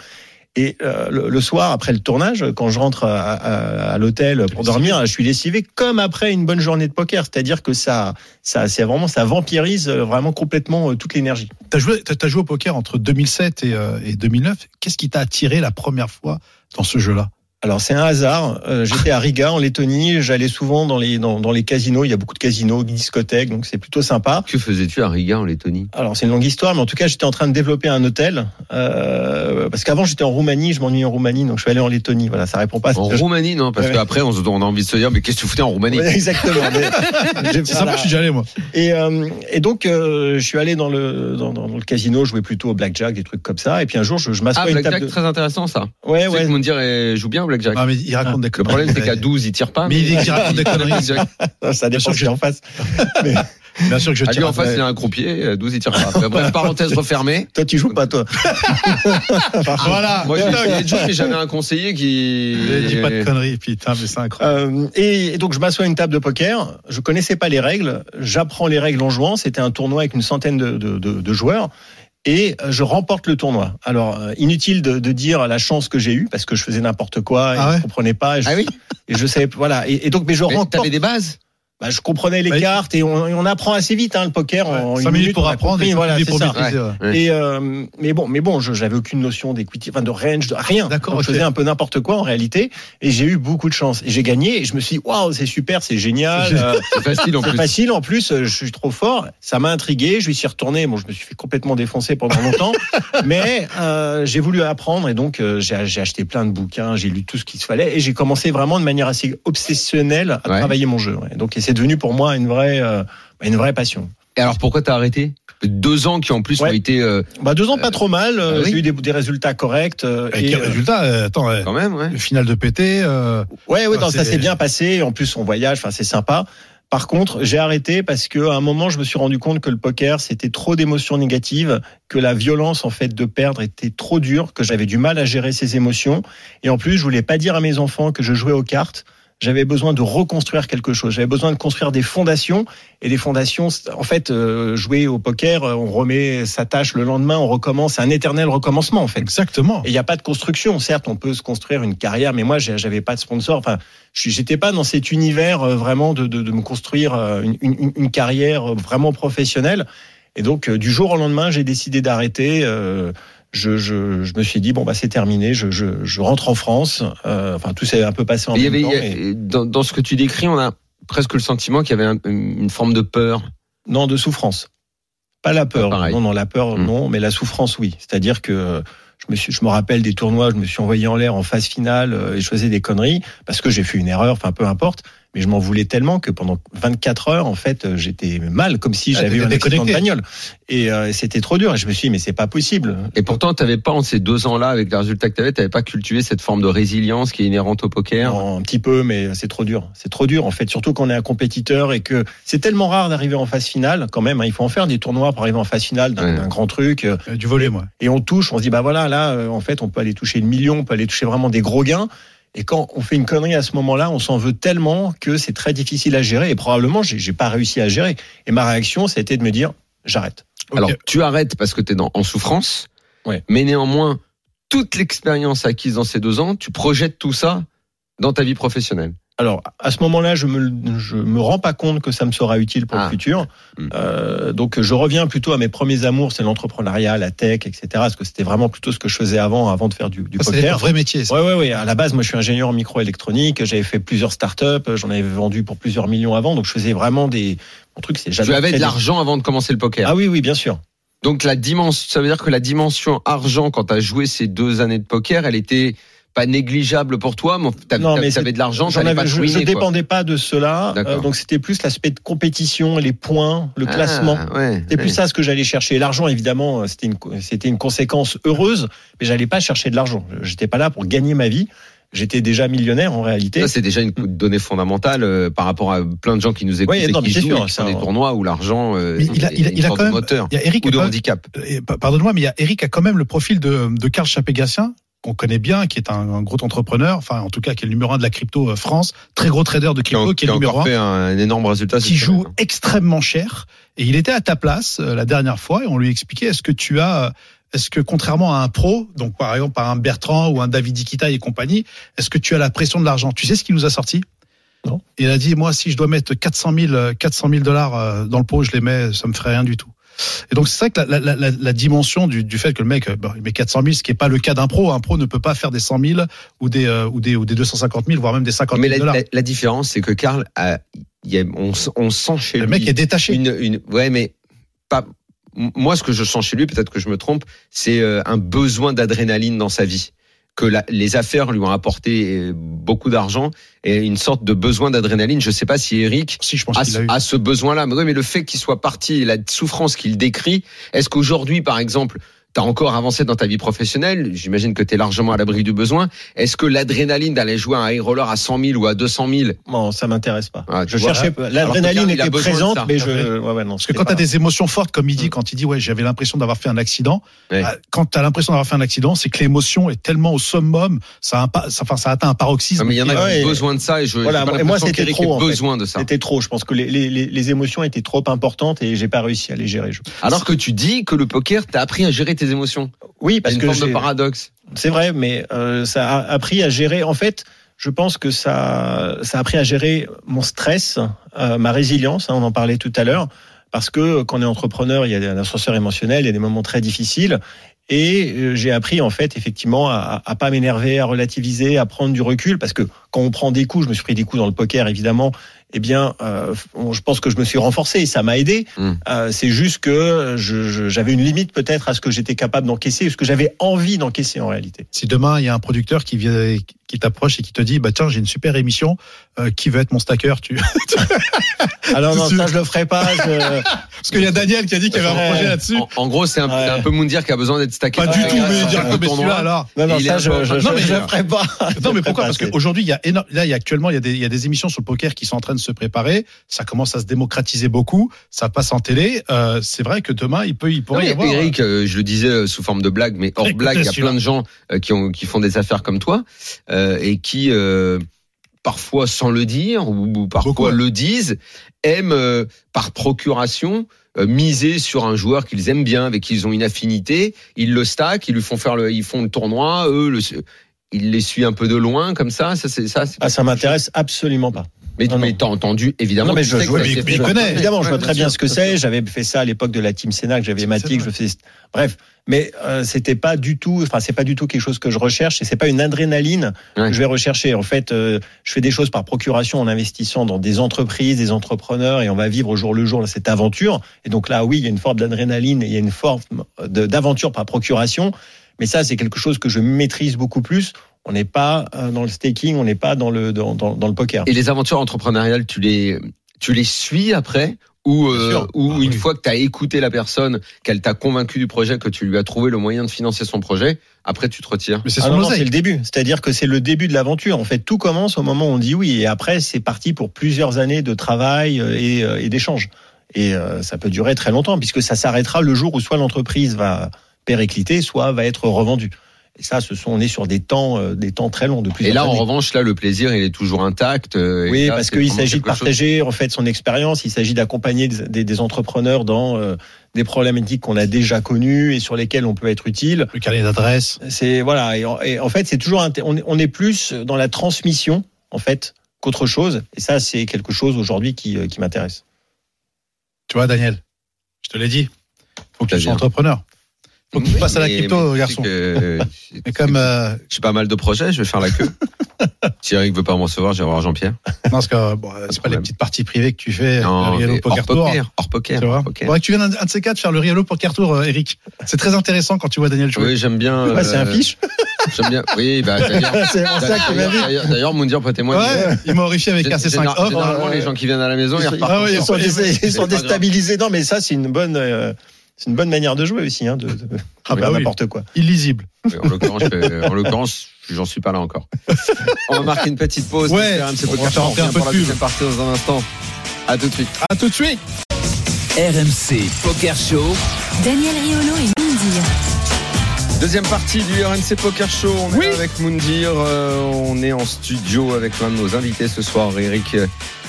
[SPEAKER 7] Et euh, le, le soir, après le tournage, quand je rentre à, à- à l'hôtel pour dormir, je suis lessivé comme après une bonne journée de poker. C'est-à-dire que ça, ça, c'est vraiment, ça vampirise euh, vraiment complètement euh, toute l'énergie.
[SPEAKER 6] T'as joué, t'as- t'as joué au poker entre 2007 et, euh, et 2009. Qu'est-ce qui t'a attiré la première fois dans ce jeu-là
[SPEAKER 7] Alors c'est un hasard. Euh, J'étais à Riga en Lettonie. J'allais souvent dans les dans, dans les casinos. Il y a beaucoup de casinos, discothèques, donc c'est plutôt sympa.
[SPEAKER 5] Que faisais-tu à Riga en Lettonie
[SPEAKER 7] Alors c'est une longue histoire, mais en tout cas j'étais en train de développer un hôtel euh, parce qu'avant j'étais en Roumanie, je m'ennuyais en Roumanie, donc je suis allé en Lettonie. Voilà, ça répond pas. à ce
[SPEAKER 5] En
[SPEAKER 7] que je-
[SPEAKER 5] Roumanie, non, parce
[SPEAKER 7] Ouais.
[SPEAKER 5] qu'après, on, se- on a envie de se dire, mais qu'est-ce que tu foutais en Roumanie
[SPEAKER 7] Ouais, exactement. Mais- j'ai-
[SPEAKER 6] C'est sympa,
[SPEAKER 7] voilà.
[SPEAKER 6] je suis déjà allé, moi.
[SPEAKER 7] Et, euh, et donc, euh, je suis allé dans le, dans, dans- dans le casino, jouer plutôt au blackjack, des trucs comme ça. Et puis un jour, je, je m'assois
[SPEAKER 5] Ah,
[SPEAKER 7] à une
[SPEAKER 5] Blackjack,
[SPEAKER 7] table de...
[SPEAKER 5] très intéressant ça.
[SPEAKER 7] Ouais,
[SPEAKER 5] Tu sais
[SPEAKER 7] ouais.
[SPEAKER 5] que Moundir eh, joue bien au Blackjack.
[SPEAKER 6] Ah, mais il raconte des
[SPEAKER 5] Le
[SPEAKER 6] conneries.
[SPEAKER 5] problème, c'est qu'à 12, il tire pas.
[SPEAKER 6] Mais il, il raconte des conneries.
[SPEAKER 5] Blackjack.
[SPEAKER 7] Ça
[SPEAKER 6] Bien sûr
[SPEAKER 7] dépend
[SPEAKER 6] que
[SPEAKER 7] qui est en face.
[SPEAKER 6] Bien sûr que je
[SPEAKER 5] Ah, lui,
[SPEAKER 6] tire.
[SPEAKER 5] en face, il a un croupier, euh, 12, il tire pas. Après, bref, parenthèse refermée.
[SPEAKER 7] Toi, tu joues pas, toi.
[SPEAKER 6] Voilà.
[SPEAKER 5] Moi, j'ai essayé de jouer, mais j'avais un conseiller qui.
[SPEAKER 6] Ne dis pas de conneries, putain, mais c'est incroyable.
[SPEAKER 7] Euh, et, et donc, je m'assois à une table de poker. Je connaissais pas les règles. J'apprends les règles en jouant. C'était un tournoi avec une centaine de, de- de- de joueurs. Et euh, je remporte le tournoi. Alors, euh, inutile de, de dire la chance que j'ai eue, parce que je faisais n'importe quoi et
[SPEAKER 6] Ah ouais
[SPEAKER 7] je comprenais pas. Et je,
[SPEAKER 5] Ah oui
[SPEAKER 7] et je savais, voilà. Et, et donc, mais je
[SPEAKER 5] Mais
[SPEAKER 7] remporte.
[SPEAKER 5] T'avais des bases
[SPEAKER 7] Bah, je comprenais les
[SPEAKER 6] Bah,
[SPEAKER 7] cartes et on, et on apprend assez vite hein, le poker. en
[SPEAKER 6] 5
[SPEAKER 7] une
[SPEAKER 6] minutes
[SPEAKER 7] minute, on
[SPEAKER 6] pour
[SPEAKER 7] a
[SPEAKER 6] apprendre
[SPEAKER 7] compris,
[SPEAKER 6] et
[SPEAKER 7] voilà,
[SPEAKER 6] voilà,
[SPEAKER 7] c'est
[SPEAKER 6] pour
[SPEAKER 7] ça.
[SPEAKER 6] maîtriser. ouais.
[SPEAKER 5] Ouais.
[SPEAKER 7] Et euh, mais bon, mais bon, je- j'avais aucune notion d'equity, enfin de range, de rien.
[SPEAKER 6] D'accord,
[SPEAKER 7] Donc, Je
[SPEAKER 6] ok.
[SPEAKER 7] faisais un peu n'importe quoi en réalité, et j'ai eu beaucoup de chance. Et j'ai gagné. Et je me suis, dit, waouh, c'est super, c'est génial. euh,
[SPEAKER 5] C'est facile en
[SPEAKER 7] C'est
[SPEAKER 5] plus.
[SPEAKER 7] facile en plus, euh, je suis trop fort. Ça m'a intrigué, je suis retourné. Bon, je me suis fait complètement défoncer pendant longtemps, mais euh, j'ai voulu apprendre et donc euh, j'ai j'ai acheté plein de bouquins, j'ai lu tout ce qu'il se fallait et j'ai commencé vraiment de manière assez obsessionnelle à
[SPEAKER 5] Ouais.
[SPEAKER 7] travailler mon jeu. ouais. Donc et c'est devenu pour moi une vraie euh, une vraie passion.
[SPEAKER 5] Et alors, pourquoi t'as arrêté Deux ans qui en plus
[SPEAKER 7] Ouais.
[SPEAKER 5] ont été euh,
[SPEAKER 7] Bah deux ans pas trop mal, euh,
[SPEAKER 5] bah oui.
[SPEAKER 7] j'ai eu des, des résultats corrects. euh,
[SPEAKER 6] ah Et
[SPEAKER 7] et,
[SPEAKER 6] quel
[SPEAKER 7] euh,
[SPEAKER 6] résultat euh, Attends, euh,
[SPEAKER 5] quand même, ouais.
[SPEAKER 6] le final de PT. euh,
[SPEAKER 7] Ouais, ouais,
[SPEAKER 6] Enfin,
[SPEAKER 7] non, ça
[SPEAKER 6] c'est-
[SPEAKER 7] s'est bien passé. En plus, on voyage, enfin, c'est sympa. Par contre, j'ai arrêté parce que à un moment, je me suis rendu compte que le poker, c'était trop d'émotions négatives, que la violence, en fait, de perdre était trop dure, que j'avais du mal à gérer ces émotions. Et en plus, je voulais pas dire à mes enfants que je jouais aux cartes. J'avais besoin de reconstruire quelque chose. J'avais besoin de construire des fondations. Et des fondations, c'est- en fait, euh, jouer au poker, euh, on remet sa tâche le lendemain, on recommence. C'est un éternel recommencement, en fait.
[SPEAKER 6] Exactement.
[SPEAKER 7] Et il n'y a pas de construction. Certes, on peut se construire une carrière, mais moi, j'ai- j'avais pas de sponsor. Enfin, je suis- j'étais pas dans cet univers euh, vraiment de, de, de me construire euh, une, une- une carrière euh, vraiment professionnelle. Et donc, euh, du jour au lendemain, j'ai décidé d'arrêter. euh, je, je, je me suis dit bon bah c'est terminé, je, je, je rentre en France. Euh, enfin tout s'est un peu passé en
[SPEAKER 5] Mais il y
[SPEAKER 7] même
[SPEAKER 5] avait,
[SPEAKER 7] temps.
[SPEAKER 5] il y a-
[SPEAKER 7] mais-
[SPEAKER 5] dans, dans ce que tu décris, on a presque le sentiment qu'il y avait un- une forme de peur.
[SPEAKER 7] Non de souffrance, pas la peur.
[SPEAKER 5] pareil.
[SPEAKER 7] non non la peur
[SPEAKER 5] Hmm.
[SPEAKER 7] non, mais la souffrance oui. C'est-à-dire que euh, je me suis, je me rappelle des tournois, je me suis envoyé en l'air en phase finale euh, et je faisais des conneries parce que j'ai fait une erreur, enfin peu importe, mais je m'en voulais tellement que pendant 24 heures en fait euh, j'étais mal comme si
[SPEAKER 6] Ah,
[SPEAKER 7] j'avais eu
[SPEAKER 6] t'étais
[SPEAKER 7] un accident de
[SPEAKER 6] déconnecté.
[SPEAKER 7] bagnole et euh, c'était trop dur et je me suis dit mais c'est pas possible.
[SPEAKER 5] Et pourtant, t'avais pas, en ces deux ans-là, avec les résultats que t'avais, t'avais pas cultivé cette forme de résilience qui est inhérente au poker.
[SPEAKER 7] Non, un petit peu, mais c'est trop dur. C'est trop dur, en fait, surtout quand on est un compétiteur et que c'est tellement rare d'arriver en phase finale, quand même. hein. il faut en faire des tournois pour arriver en phase finale d'un
[SPEAKER 5] Ouais.
[SPEAKER 7] d'un grand truc. euh,
[SPEAKER 6] Euh, Du volet, moi.
[SPEAKER 7] et on touche, on se dit bah voilà là euh, en fait on peut aller toucher le million, on peut aller toucher vraiment des gros gains. Et quand on fait une connerie à ce moment-là, on s'en veut tellement que c'est très difficile à gérer. Et probablement j'ai j'ai pas réussi à gérer. Et ma réaction ça a été de me dire j'arrête.
[SPEAKER 5] Alors, tu arrêtes parce que t'es dans, en souffrance.
[SPEAKER 7] Ouais.
[SPEAKER 5] Mais néanmoins, toute l'expérience acquise dans ces deux ans, tu projettes tout ça dans ta vie professionnelle.
[SPEAKER 7] Alors à ce moment-là, je me je me rends pas compte que ça me sera utile pour
[SPEAKER 5] Ah.
[SPEAKER 7] le futur.
[SPEAKER 5] Hmm.
[SPEAKER 7] Euh, donc je reviens plutôt à mes premiers amours, c'est l'entrepreneuriat, la tech, etc. Parce que c'était vraiment plutôt ce que je faisais avant, avant de faire du, du
[SPEAKER 6] Ça, c'est
[SPEAKER 7] poker.
[SPEAKER 6] un vrai métier. ça.
[SPEAKER 7] Ouais, ouais, ouais. À la base, moi, je suis ingénieur en microélectronique. J'avais fait plusieurs startups. J'en avais vendu pour plusieurs millions avant. Donc, je faisais vraiment des. Mon truc, c'est
[SPEAKER 5] Tu
[SPEAKER 7] j'adore
[SPEAKER 5] avais de
[SPEAKER 7] faire
[SPEAKER 5] l'argent avant de commencer le poker.
[SPEAKER 7] Ah oui, oui, bien sûr.
[SPEAKER 5] Donc la dimension, ça veut dire que la dimension argent quand t'as joué ces deux années de poker, elle était pas négligeable pour toi, mais t'avais,
[SPEAKER 7] Non, mais
[SPEAKER 5] t'avais de l'argent,
[SPEAKER 7] J'en
[SPEAKER 5] t'allais pas
[SPEAKER 7] avais,
[SPEAKER 5] te
[SPEAKER 7] je, je
[SPEAKER 5] ruiner, quoi.
[SPEAKER 7] dépendais pas de cela.
[SPEAKER 5] D'accord.
[SPEAKER 7] Euh, donc, c'était plus l'aspect de compétition, les points, le
[SPEAKER 5] Ah,
[SPEAKER 7] classement.
[SPEAKER 5] ouais,
[SPEAKER 7] C'était plus
[SPEAKER 5] ouais.
[SPEAKER 7] ça ce que j'allais chercher. L'argent, évidemment, euh, c'était une, co- c'était une conséquence heureuse, mais j'allais pas chercher de l'argent. J'étais pas là pour gagner ma vie. J'étais déjà millionnaire en réalité.
[SPEAKER 5] Ça, c'est déjà une donnée fondamentale euh, par rapport à plein de gens qui nous écoutent
[SPEAKER 7] Ouais,
[SPEAKER 5] et
[SPEAKER 7] non, mais
[SPEAKER 5] qui
[SPEAKER 7] c'est
[SPEAKER 5] jouent
[SPEAKER 7] sûr,
[SPEAKER 5] et qui
[SPEAKER 7] ça, hein.
[SPEAKER 5] font des
[SPEAKER 7] on-
[SPEAKER 5] tournois où l'argent euh,
[SPEAKER 6] Mais il a-
[SPEAKER 5] est
[SPEAKER 6] il a-
[SPEAKER 5] une
[SPEAKER 6] il a
[SPEAKER 5] sorte
[SPEAKER 6] quand
[SPEAKER 5] de
[SPEAKER 6] même-
[SPEAKER 5] moteur
[SPEAKER 6] Il y a Eric
[SPEAKER 5] ou
[SPEAKER 6] qui
[SPEAKER 5] de
[SPEAKER 6] a pas-
[SPEAKER 5] handicap.
[SPEAKER 6] et pa- Pardonne-moi, mais il y a Eric a quand même le profil de, de Karl Chapégassien, qu'on connaît bien, qui est un, un gros entrepreneur, enfin, en tout cas, qui est le numéro un de la crypto euh, France, très gros trader de
[SPEAKER 5] Qui a,
[SPEAKER 6] crypto,
[SPEAKER 5] qui
[SPEAKER 6] qui est
[SPEAKER 5] a
[SPEAKER 6] le numéro
[SPEAKER 5] encore
[SPEAKER 6] un.
[SPEAKER 5] fait un, un énorme résultat.
[SPEAKER 6] qui
[SPEAKER 5] cette
[SPEAKER 6] joue
[SPEAKER 5] semaine, hein.
[SPEAKER 6] extrêmement cher. Et il était à ta place euh, la dernière fois et on lui expliquait est-ce que tu as, euh, est-ce que contrairement à un pro, donc par exemple par un Bertrand ou un David Iquita et compagnie, est-ce que tu as la pression de l'argent Tu sais ce qu'il nous a sorti
[SPEAKER 7] Non.
[SPEAKER 6] Il a dit moi si je dois mettre 400 000 euh, 400 000 dollars euh, dans le pot, je les mets, ça me ferait rien du tout. Et donc c'est ça que la, la- la- la dimension du, du fait que le mec euh, bon, il met 400 000, ce qui n'est pas le cas d'un pro. Un pro ne peut pas faire des 100 000 ou des euh, ou des ou des 250 000, voire même des 50
[SPEAKER 5] Mais
[SPEAKER 6] 000
[SPEAKER 5] la,
[SPEAKER 6] dollars.
[SPEAKER 5] la- la différence, c'est que Karl, a- il y a- on, s- on sent chez
[SPEAKER 6] le
[SPEAKER 5] lui
[SPEAKER 6] mec est détaché.
[SPEAKER 5] une, une- ouais, mais pas. m- Moi, ce que je sens chez lui, peut-être que je me trompe, c'est euh, un besoin d'adrénaline dans sa vie. Que la- les affaires lui ont apporté euh, beaucoup d'argent et une sorte de besoin d'adrénaline. Je sais pas si Eric
[SPEAKER 6] Si je pense
[SPEAKER 5] à,
[SPEAKER 6] qu'il l'a eu.
[SPEAKER 5] à ce besoin-là. Mais, oui, mais le fait qu'il soit parti et la souffrance qu'il décrit, est-ce qu'aujourd'hui, par exemple, tu as encore avancé dans ta vie professionnelle J'imagine que tu es largement à l'abri du besoin. Est-ce que l'adrénaline d'aller jouer à un high roller à 100 000 ou à 200 000
[SPEAKER 7] Non, ça m'intéresse pas.
[SPEAKER 5] Ah, tu
[SPEAKER 7] je
[SPEAKER 5] vois.
[SPEAKER 7] cherchais
[SPEAKER 5] Alors
[SPEAKER 7] l'adrénaline
[SPEAKER 5] que Karl, il a
[SPEAKER 7] était
[SPEAKER 5] besoin de
[SPEAKER 7] présente,
[SPEAKER 5] ça.
[SPEAKER 7] mais je ouais, ouais, non,
[SPEAKER 6] Parce que quand tu as des émotions fortes, comme il dit, quand il dit, ouais, j'avais l'impression d'avoir fait un accident,
[SPEAKER 5] Mm. Ouais.
[SPEAKER 6] bah, quand tu as l'impression d'avoir fait un accident, c'est que l'émotion est tellement au summum, ça, a un pa- ça, enfin, ça atteint un paroxysme.
[SPEAKER 5] Non, Ah, mais il y en a qui
[SPEAKER 7] Ouais.
[SPEAKER 5] ont besoin de ça et je
[SPEAKER 7] Voilà,
[SPEAKER 5] j'ai pas
[SPEAKER 7] moi- moi,
[SPEAKER 5] l'impression
[SPEAKER 7] c'était
[SPEAKER 5] qu'Eric
[SPEAKER 7] trop, en
[SPEAKER 5] ait
[SPEAKER 7] fait.
[SPEAKER 5] besoin de ça.
[SPEAKER 7] C'était trop. Je pense que les, les- les- les émotions étaient trop importantes et j'ai pas réussi à les gérer. je pense.
[SPEAKER 5] Alors que tu dis que le poker t'a appris à gérer tes émotions.
[SPEAKER 7] Oui,
[SPEAKER 5] C'est
[SPEAKER 7] parce
[SPEAKER 5] une
[SPEAKER 7] que
[SPEAKER 5] forme de
[SPEAKER 7] j'ai-
[SPEAKER 5] paradoxe.
[SPEAKER 7] c'est vrai, mais euh, ça a appris à gérer. En fait, je pense que ça, ça a appris à gérer mon stress, euh, ma résilience. hein, on en parlait tout à l'heure, parce que euh, quand on est entrepreneur, il y a un ascenseur émotionnel, il y a des moments très difficiles. Et euh, j'ai appris en fait effectivement à, à pas m'énerver, à relativiser, à prendre du recul, parce que quand on prend des coups, je me suis pris des coups dans le poker évidemment. Eh bien, euh, on- je pense que je me suis renforcé et ça m'a aidé.
[SPEAKER 5] Mm.
[SPEAKER 7] Euh, c'est juste que je- je- j'avais une limite peut-être à ce que j'étais capable d'encaisser, ou ce que j'avais envie d'encaisser en réalité.
[SPEAKER 6] euh, Si demain, il y a un producteur qui vient, qui t'approche et qui te dit, bah, tiens, j'ai une super émission, euh, qui veut être mon stacker, tu,
[SPEAKER 7] Alors non,
[SPEAKER 6] Tu-
[SPEAKER 7] ça je le ferai pas. je-
[SPEAKER 6] parce qu'il y a Daniel qui a dit qu'il y avait un
[SPEAKER 7] Ouais.
[SPEAKER 6] projet là-dessus.
[SPEAKER 5] En, en gros, c'est un,
[SPEAKER 7] Ouais.
[SPEAKER 5] c'est un peu Moundir qui a besoin d'être stacké.
[SPEAKER 6] Pas
[SPEAKER 5] dans
[SPEAKER 6] du
[SPEAKER 5] la
[SPEAKER 6] tout,
[SPEAKER 5] glace,
[SPEAKER 6] mais
[SPEAKER 5] dans
[SPEAKER 6] dire
[SPEAKER 5] un
[SPEAKER 6] que, mais
[SPEAKER 5] tournoi.
[SPEAKER 6] celui-là, alors.
[SPEAKER 7] Non, non,
[SPEAKER 5] Il est
[SPEAKER 7] ça
[SPEAKER 5] un
[SPEAKER 7] je,
[SPEAKER 5] peu-
[SPEAKER 7] je,
[SPEAKER 6] Non,
[SPEAKER 7] je-
[SPEAKER 6] mais-
[SPEAKER 7] je le ferai pas.
[SPEAKER 6] Non,
[SPEAKER 7] Je
[SPEAKER 6] mais
[SPEAKER 7] le
[SPEAKER 6] pourquoi
[SPEAKER 7] ferai
[SPEAKER 6] Parce
[SPEAKER 7] pas, c'est-
[SPEAKER 6] qu'aujourd'hui, il y a éno- là, il y a actuellement, il y a, des, il y a des émissions sur le poker qui sont en train de se préparer. Ça commence à se démocratiser beaucoup. Ça passe en télé. Euh, c'est vrai que demain, il peut, il
[SPEAKER 5] Non,
[SPEAKER 6] pourrait y
[SPEAKER 5] mais
[SPEAKER 6] avoir.
[SPEAKER 7] hein.
[SPEAKER 5] Eric, euh, je le disais euh, sous forme de blague, mais hors
[SPEAKER 6] Écoutez,
[SPEAKER 5] blague, il y a
[SPEAKER 6] celui-là.
[SPEAKER 5] plein de gens euh, qui, ont, qui font des affaires comme toi euh, et qui, euh, parfois sans le dire ou, ou parfois
[SPEAKER 6] Beaucoup, ouais.
[SPEAKER 5] le disent, aiment euh, par procuration euh, miser sur un joueur qu'ils aiment bien, avec qui ils ont une affinité. Ils le stackent, ils lui font faire le, ils font le tournoi. Eux, le, ils les suivent un peu de loin comme ça. Ça, c'est ça. c'est-
[SPEAKER 7] Ah, ça m'intéresse absolument pas.
[SPEAKER 5] Mais,
[SPEAKER 7] non,
[SPEAKER 5] mais
[SPEAKER 7] non.
[SPEAKER 5] t'as entendu évidemment.
[SPEAKER 7] Non, mais
[SPEAKER 5] tu
[SPEAKER 7] je-
[SPEAKER 5] sais que
[SPEAKER 7] je-
[SPEAKER 5] ça
[SPEAKER 6] mais-
[SPEAKER 5] s'est
[SPEAKER 6] mais il
[SPEAKER 5] fait.
[SPEAKER 6] connaît.
[SPEAKER 7] Évidemment, je
[SPEAKER 6] Ouais,
[SPEAKER 7] vois très
[SPEAKER 6] bien
[SPEAKER 7] bien
[SPEAKER 6] sûr,
[SPEAKER 7] ce que
[SPEAKER 6] bien
[SPEAKER 7] c'est. J'avais fait ça à l'époque de la Team Sénat, que j'avais
[SPEAKER 6] Team
[SPEAKER 7] Matic,
[SPEAKER 6] Sénac.
[SPEAKER 7] je faisais. Bref, mais euh, c'était pas du tout. Enfin, c'est pas du tout quelque chose que je recherche. Et c'est pas une adrénaline
[SPEAKER 5] Ouais.
[SPEAKER 7] que je vais rechercher. En fait, euh, je fais des choses par procuration en investissant dans des entreprises, des entrepreneurs, et on va vivre au jour le jour cette aventure. Et donc là, oui, il y a une forme d'adrénaline, et il y a une forme de- d'aventure par procuration. Mais ça, c'est quelque chose que je maîtrise beaucoup plus. On n'est pas euh, dans le staking, on n'est pas dans le dans, dans- dans le poker.
[SPEAKER 5] Et les aventures entrepreneuriales, tu les, tu les suis après ou, euh,
[SPEAKER 6] sûr.
[SPEAKER 5] ou
[SPEAKER 6] Ah,
[SPEAKER 5] une
[SPEAKER 6] oui.
[SPEAKER 5] fois que tu as écouté la personne, qu'elle t'a convaincu du projet, que tu lui as trouvé le moyen de financer son projet, après tu te retires.
[SPEAKER 6] Mais c'est
[SPEAKER 7] Ah
[SPEAKER 6] son
[SPEAKER 7] non, non,
[SPEAKER 6] oseille.
[SPEAKER 7] c'est le début. C'est-à-dire que c'est le début de l'aventure. En fait, tout commence au moment où on dit oui. Et après, c'est parti pour plusieurs années de travail euh, et, euh, et d'échanges. Et euh, ça peut durer très longtemps, puisque ça s'arrêtera le jour où soit l'entreprise va péricliter, soit va être revendue. Et ça, ce sont, on est sur des temps, euh, des temps très longs de
[SPEAKER 5] Et
[SPEAKER 7] plusieurs
[SPEAKER 5] là, en
[SPEAKER 7] années.
[SPEAKER 5] revanche, là, le plaisir, il est toujours intact. euh, et
[SPEAKER 7] Oui,
[SPEAKER 5] là,
[SPEAKER 7] parce
[SPEAKER 5] c'est
[SPEAKER 7] qu'il
[SPEAKER 5] vraiment
[SPEAKER 7] s'agit de
[SPEAKER 5] quelque chose-
[SPEAKER 7] partager en fait son expérience. Il s'agit d'accompagner des, des- des entrepreneurs dans euh, des problématiques qu'on a déjà connues et sur lesquelles on peut être utile.
[SPEAKER 6] Le carnet d'adresse.
[SPEAKER 7] C'est voilà. Et en, et en fait, c'est toujours inté- on, est- on est plus dans la transmission en fait qu'autre chose. Et ça, c'est quelque chose aujourd'hui qui, euh, qui m'intéresse.
[SPEAKER 6] Tu vois, Daniel, je te l'ai dit. Faut que tu sois
[SPEAKER 5] C'est-à-dire
[SPEAKER 6] entrepreneur. Faut que tu
[SPEAKER 5] Oui,
[SPEAKER 6] passes à la
[SPEAKER 5] mais-
[SPEAKER 6] crypto,
[SPEAKER 5] mais tu sais
[SPEAKER 6] garçon.
[SPEAKER 5] que-
[SPEAKER 6] Mais comme, euh,
[SPEAKER 5] J'ai pas mal de projets, je vais faire la queue. si Eric veut pas me recevoir, je vais voir Jean-Pierre.
[SPEAKER 6] non, parce que bon, c'est pas les
[SPEAKER 5] problème.
[SPEAKER 6] petites parties privées que tu fais,
[SPEAKER 5] Non,
[SPEAKER 6] le Riello
[SPEAKER 5] mais
[SPEAKER 6] Poker
[SPEAKER 5] hors
[SPEAKER 6] Tour.
[SPEAKER 5] poker, hors poker,
[SPEAKER 6] Tu vois
[SPEAKER 5] hors poker.
[SPEAKER 6] Faudrait que tu viennes un, un de ces quatre faire le Riello Poker Tour, euh, Eric. C'est très intéressant quand tu vois Daniel jouer.
[SPEAKER 5] Oui, j'aime bien.
[SPEAKER 7] Ah, c'est un
[SPEAKER 5] euh,
[SPEAKER 7] fiche.
[SPEAKER 5] J'aime bien. Oui, bah, d'ailleurs,
[SPEAKER 7] c'est
[SPEAKER 6] Ah,
[SPEAKER 7] pour ça qu'on m'a
[SPEAKER 5] d'ailleurs,
[SPEAKER 7] vu.
[SPEAKER 5] d'ailleurs, d'ailleurs, Moundir prête-moi une-
[SPEAKER 6] ouais, il m'a horrifié avec
[SPEAKER 5] Gén-
[SPEAKER 6] RC5
[SPEAKER 5] général-
[SPEAKER 6] off.
[SPEAKER 5] Généralement,
[SPEAKER 7] euh,
[SPEAKER 5] les gens qui viennent à la maison, ils
[SPEAKER 7] Ils sont-
[SPEAKER 5] repartent.
[SPEAKER 6] Ah ouais,
[SPEAKER 7] ils sont,
[SPEAKER 6] et-
[SPEAKER 7] dés- ils
[SPEAKER 5] c'est
[SPEAKER 7] sont
[SPEAKER 5] pas grave.
[SPEAKER 7] déstabilisés. Non, mais ça, c'est une bonne. euh, c'est une bonne manière de jouer aussi, hein, de, de
[SPEAKER 6] Ah bah
[SPEAKER 7] faire
[SPEAKER 6] oui.
[SPEAKER 7] n'importe quoi.
[SPEAKER 6] illisible.
[SPEAKER 5] En l'occurrence, je- en l'occurrence, j'en suis pas là encore. On va marquer une petite pause.
[SPEAKER 6] Ouais,
[SPEAKER 5] C'est RMC
[SPEAKER 6] on va
[SPEAKER 5] Poker
[SPEAKER 6] faire
[SPEAKER 5] Show.
[SPEAKER 6] un
[SPEAKER 5] On revient
[SPEAKER 6] peu
[SPEAKER 5] pour
[SPEAKER 6] de
[SPEAKER 5] la
[SPEAKER 6] pub.
[SPEAKER 5] deuxième partie dans un instant. À tout de suite.
[SPEAKER 6] À tout de suite.
[SPEAKER 4] RMC Poker Show.
[SPEAKER 3] Daniel Riolo et Mindir.
[SPEAKER 5] Deuxième partie du RMC Poker Show. On est là avec Moundir. euh, on est en studio avec l'un de nos invités ce soir, Eric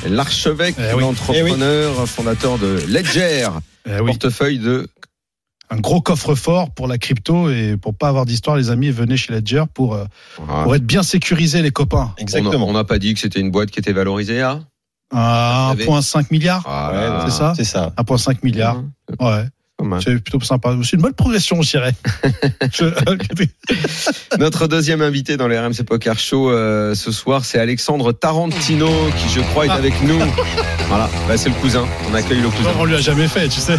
[SPEAKER 5] Larchevêque,
[SPEAKER 6] Eh oui.
[SPEAKER 5] l'entrepreneur, fondateur de Ledger,
[SPEAKER 6] Eh oui.
[SPEAKER 5] portefeuille de.
[SPEAKER 6] Un gros coffre-fort pour la crypto et pour pas avoir d'histoire, les amis, venez chez Ledger pour, euh,
[SPEAKER 5] Ah,
[SPEAKER 6] pour être bien sécurisés, les copains.
[SPEAKER 7] Exactement.
[SPEAKER 5] On n'a pas dit que c'était une boîte qui était valorisée à.
[SPEAKER 6] À
[SPEAKER 5] Vous savez.
[SPEAKER 6] 1,5 milliard.
[SPEAKER 5] Ah,
[SPEAKER 6] c'est ça
[SPEAKER 7] C'est ça.
[SPEAKER 6] 1,5 milliard. Ouais.
[SPEAKER 5] Pas Mhm. ouais.
[SPEAKER 6] C'est plutôt sympa. C'est une bonne progression, je dirais. Je-
[SPEAKER 5] Notre deuxième invité dans le RMC Poker Show euh, ce soir, c'est Alexandre Tarantino, qui je crois est avec nous.
[SPEAKER 6] Ah.
[SPEAKER 5] Voilà, Bah, c'est le cousin. On accueille le cousin.
[SPEAKER 6] Genre, on lui a jamais fait, tu sais.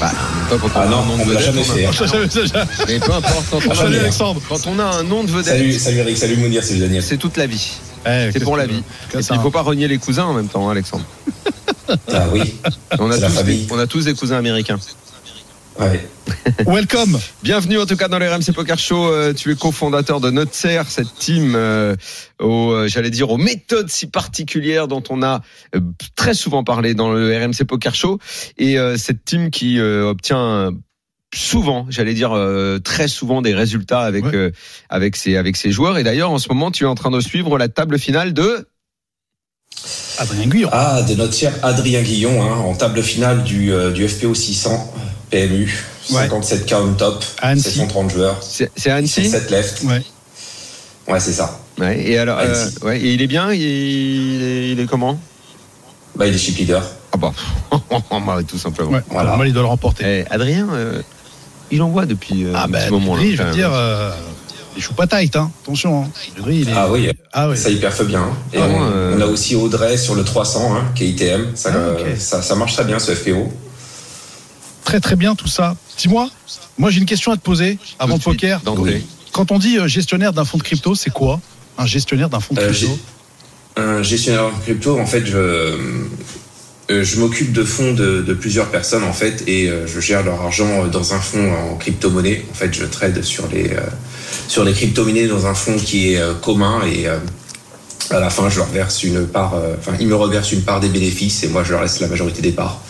[SPEAKER 5] Pas quand on a
[SPEAKER 8] Ah non,
[SPEAKER 5] un nom de
[SPEAKER 8] on ne l'a
[SPEAKER 5] vedette,
[SPEAKER 8] jamais
[SPEAKER 5] on a-
[SPEAKER 8] fait. hein.
[SPEAKER 5] Mais peu importe, quand on,
[SPEAKER 6] Salut
[SPEAKER 5] a,
[SPEAKER 6] Alexandre.
[SPEAKER 5] quand on a un nom de vedette,
[SPEAKER 8] Salut, salut Eric, salut Mounir, salut Daniel.
[SPEAKER 5] c'est toute la vie.
[SPEAKER 6] Eh,
[SPEAKER 5] C'est pour la vie.
[SPEAKER 6] que
[SPEAKER 5] Et
[SPEAKER 6] ça,
[SPEAKER 5] puis, il faut pas renier les cousins en même temps, hein, Alexandre.
[SPEAKER 8] Ah oui,
[SPEAKER 5] On a,
[SPEAKER 8] C'est la
[SPEAKER 5] tous des,
[SPEAKER 8] famille.
[SPEAKER 5] on a tous des cousins américains.
[SPEAKER 8] ouais.
[SPEAKER 6] Welcome.
[SPEAKER 5] Bienvenue en tout cas dans le RMC Poker Show. Euh, tu es cofondateur de Notser, cette team, euh, aux, euh, j'allais dire, aux méthodes si particulières dont on a euh, très souvent parlé dans le RMC Poker Show. Et euh, cette team qui euh, obtient souvent, j'allais dire euh, très souvent, des résultats avec
[SPEAKER 6] Ouais.
[SPEAKER 5] euh, avec ses avec ses joueurs. Et d'ailleurs, en ce moment, tu es en train de suivre la table finale de.
[SPEAKER 6] Adrien Guillon.
[SPEAKER 8] Ah, de notre cher Adrien Guillon, hein, en table finale du, euh, du FPO 600 PMU,
[SPEAKER 6] Ouais.
[SPEAKER 8] 57 count top,
[SPEAKER 6] À Annecy.
[SPEAKER 8] 730 joueurs,
[SPEAKER 5] C'est c'est Annecy.
[SPEAKER 8] 7 left.
[SPEAKER 6] Ouais.
[SPEAKER 8] Ouais, c'est ça.
[SPEAKER 5] Ouais, et alors, euh,
[SPEAKER 8] Annecy.
[SPEAKER 5] ouais, et il est bien. Il il est, il est comment
[SPEAKER 8] Bah, il est chip leader.
[SPEAKER 5] Ah bah, tout simplement.
[SPEAKER 6] Ouais,
[SPEAKER 8] Voilà.
[SPEAKER 6] Normal, il doit le remporter.
[SPEAKER 5] Eh, Adrien, euh, il en voit depuis euh, un
[SPEAKER 6] bah,
[SPEAKER 5] petit moment. là,
[SPEAKER 6] Dudley, je
[SPEAKER 5] quand
[SPEAKER 6] veux
[SPEAKER 5] même.
[SPEAKER 6] dire, euh, il joue pas tight, hein. Attention, hein. Dudley, il est...
[SPEAKER 8] Ah oui,
[SPEAKER 6] Ah oui.
[SPEAKER 8] ça hyper bien. hein. Et
[SPEAKER 5] Ah,
[SPEAKER 8] on,
[SPEAKER 5] euh.
[SPEAKER 8] on a aussi Audrey sur le 300, hein, qui est ITM. Ça,
[SPEAKER 6] Ah,
[SPEAKER 8] euh,
[SPEAKER 6] ok.
[SPEAKER 8] ça, ça marche très bien ce FPO.
[SPEAKER 6] Très très bien tout ça. Dis-moi, moi j'ai une question à te poser avant
[SPEAKER 5] Tout
[SPEAKER 6] le
[SPEAKER 5] de suite,
[SPEAKER 6] poker.
[SPEAKER 5] d'entrée.
[SPEAKER 6] Quand on dit euh, gestionnaire d'un fonds de crypto, c'est quoi un gestionnaire d'un fonds de
[SPEAKER 8] Euh,
[SPEAKER 6] crypto
[SPEAKER 8] j'ai- un gestionnaire de crypto, en fait, je, euh, je m'occupe de fonds de, de plusieurs personnes, en fait, et euh, je gère leur argent euh, dans un fonds en crypto-monnaie. En fait, je trade sur les, euh, sur les crypto-monnaies dans un fonds qui est euh, commun et euh, à la fin, je leur verse une part, euh, enfin, ils me reversent une part des bénéfices et moi, je leur laisse la majorité des parts.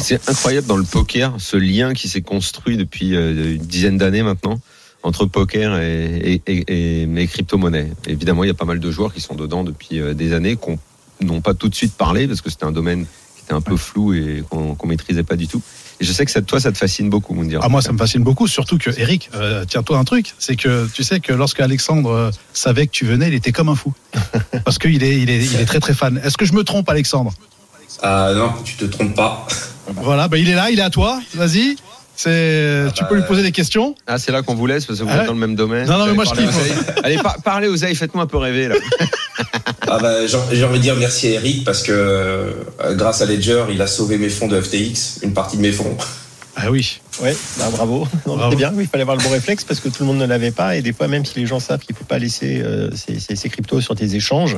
[SPEAKER 5] C'est incroyable dans le poker, ce lien qui s'est construit depuis euh, une dizaine d'années maintenant entre poker et, et, et, et mes crypto-monnaies. Évidemment, il y a pas mal de joueurs qui sont dedans depuis euh, des années, qu'on n'ont pas tout de suite parlé parce que c'était un domaine qui était un peu flou et qu'on qu'on maîtrisait pas du tout. Et je sais que ça, toi, ça te fascine beaucoup, Moundir.
[SPEAKER 6] Ah, moi, ça me fascine beaucoup, surtout que, Eric, euh, tiens-toi un truc, c'est que tu sais que lorsque Alexandre euh, savait que tu venais, il était comme un fou. Parce qu'il est, il est, il est très très fan. Est-ce que je me trompe, Alexandre
[SPEAKER 8] Ah non, tu te trompes pas.
[SPEAKER 6] Voilà, bah, il est là, il est à toi, vas-y. C'est, tu peux lui poser des questions
[SPEAKER 5] Ah, c'est là qu'on vous laisse parce que vous
[SPEAKER 6] Ah
[SPEAKER 5] êtes
[SPEAKER 6] ouais.
[SPEAKER 5] dans le même domaine.
[SPEAKER 6] Non, non, mais
[SPEAKER 5] Vous
[SPEAKER 6] moi,
[SPEAKER 5] allez
[SPEAKER 6] je
[SPEAKER 5] parler
[SPEAKER 6] kiffe.
[SPEAKER 5] aux ailes. Allez, par- parlez aux ailes, faites-moi un peu rêver là.
[SPEAKER 8] Ah bah, j'ai j'ai envie de dire merci à Eric parce que euh, grâce à Ledger, il a sauvé mes fonds de FTX, une partie de mes fonds.
[SPEAKER 6] Ah oui.
[SPEAKER 7] Ouais, bah, bravo. Non,
[SPEAKER 6] Bravo.
[SPEAKER 7] C'est bien, oui, il fallait avoir le bon réflexe parce que tout le monde ne l'avait pas. Et des fois, même si les gens savent qu'il ne faut pas laisser euh, ces, ces- ces cryptos sur tes échanges,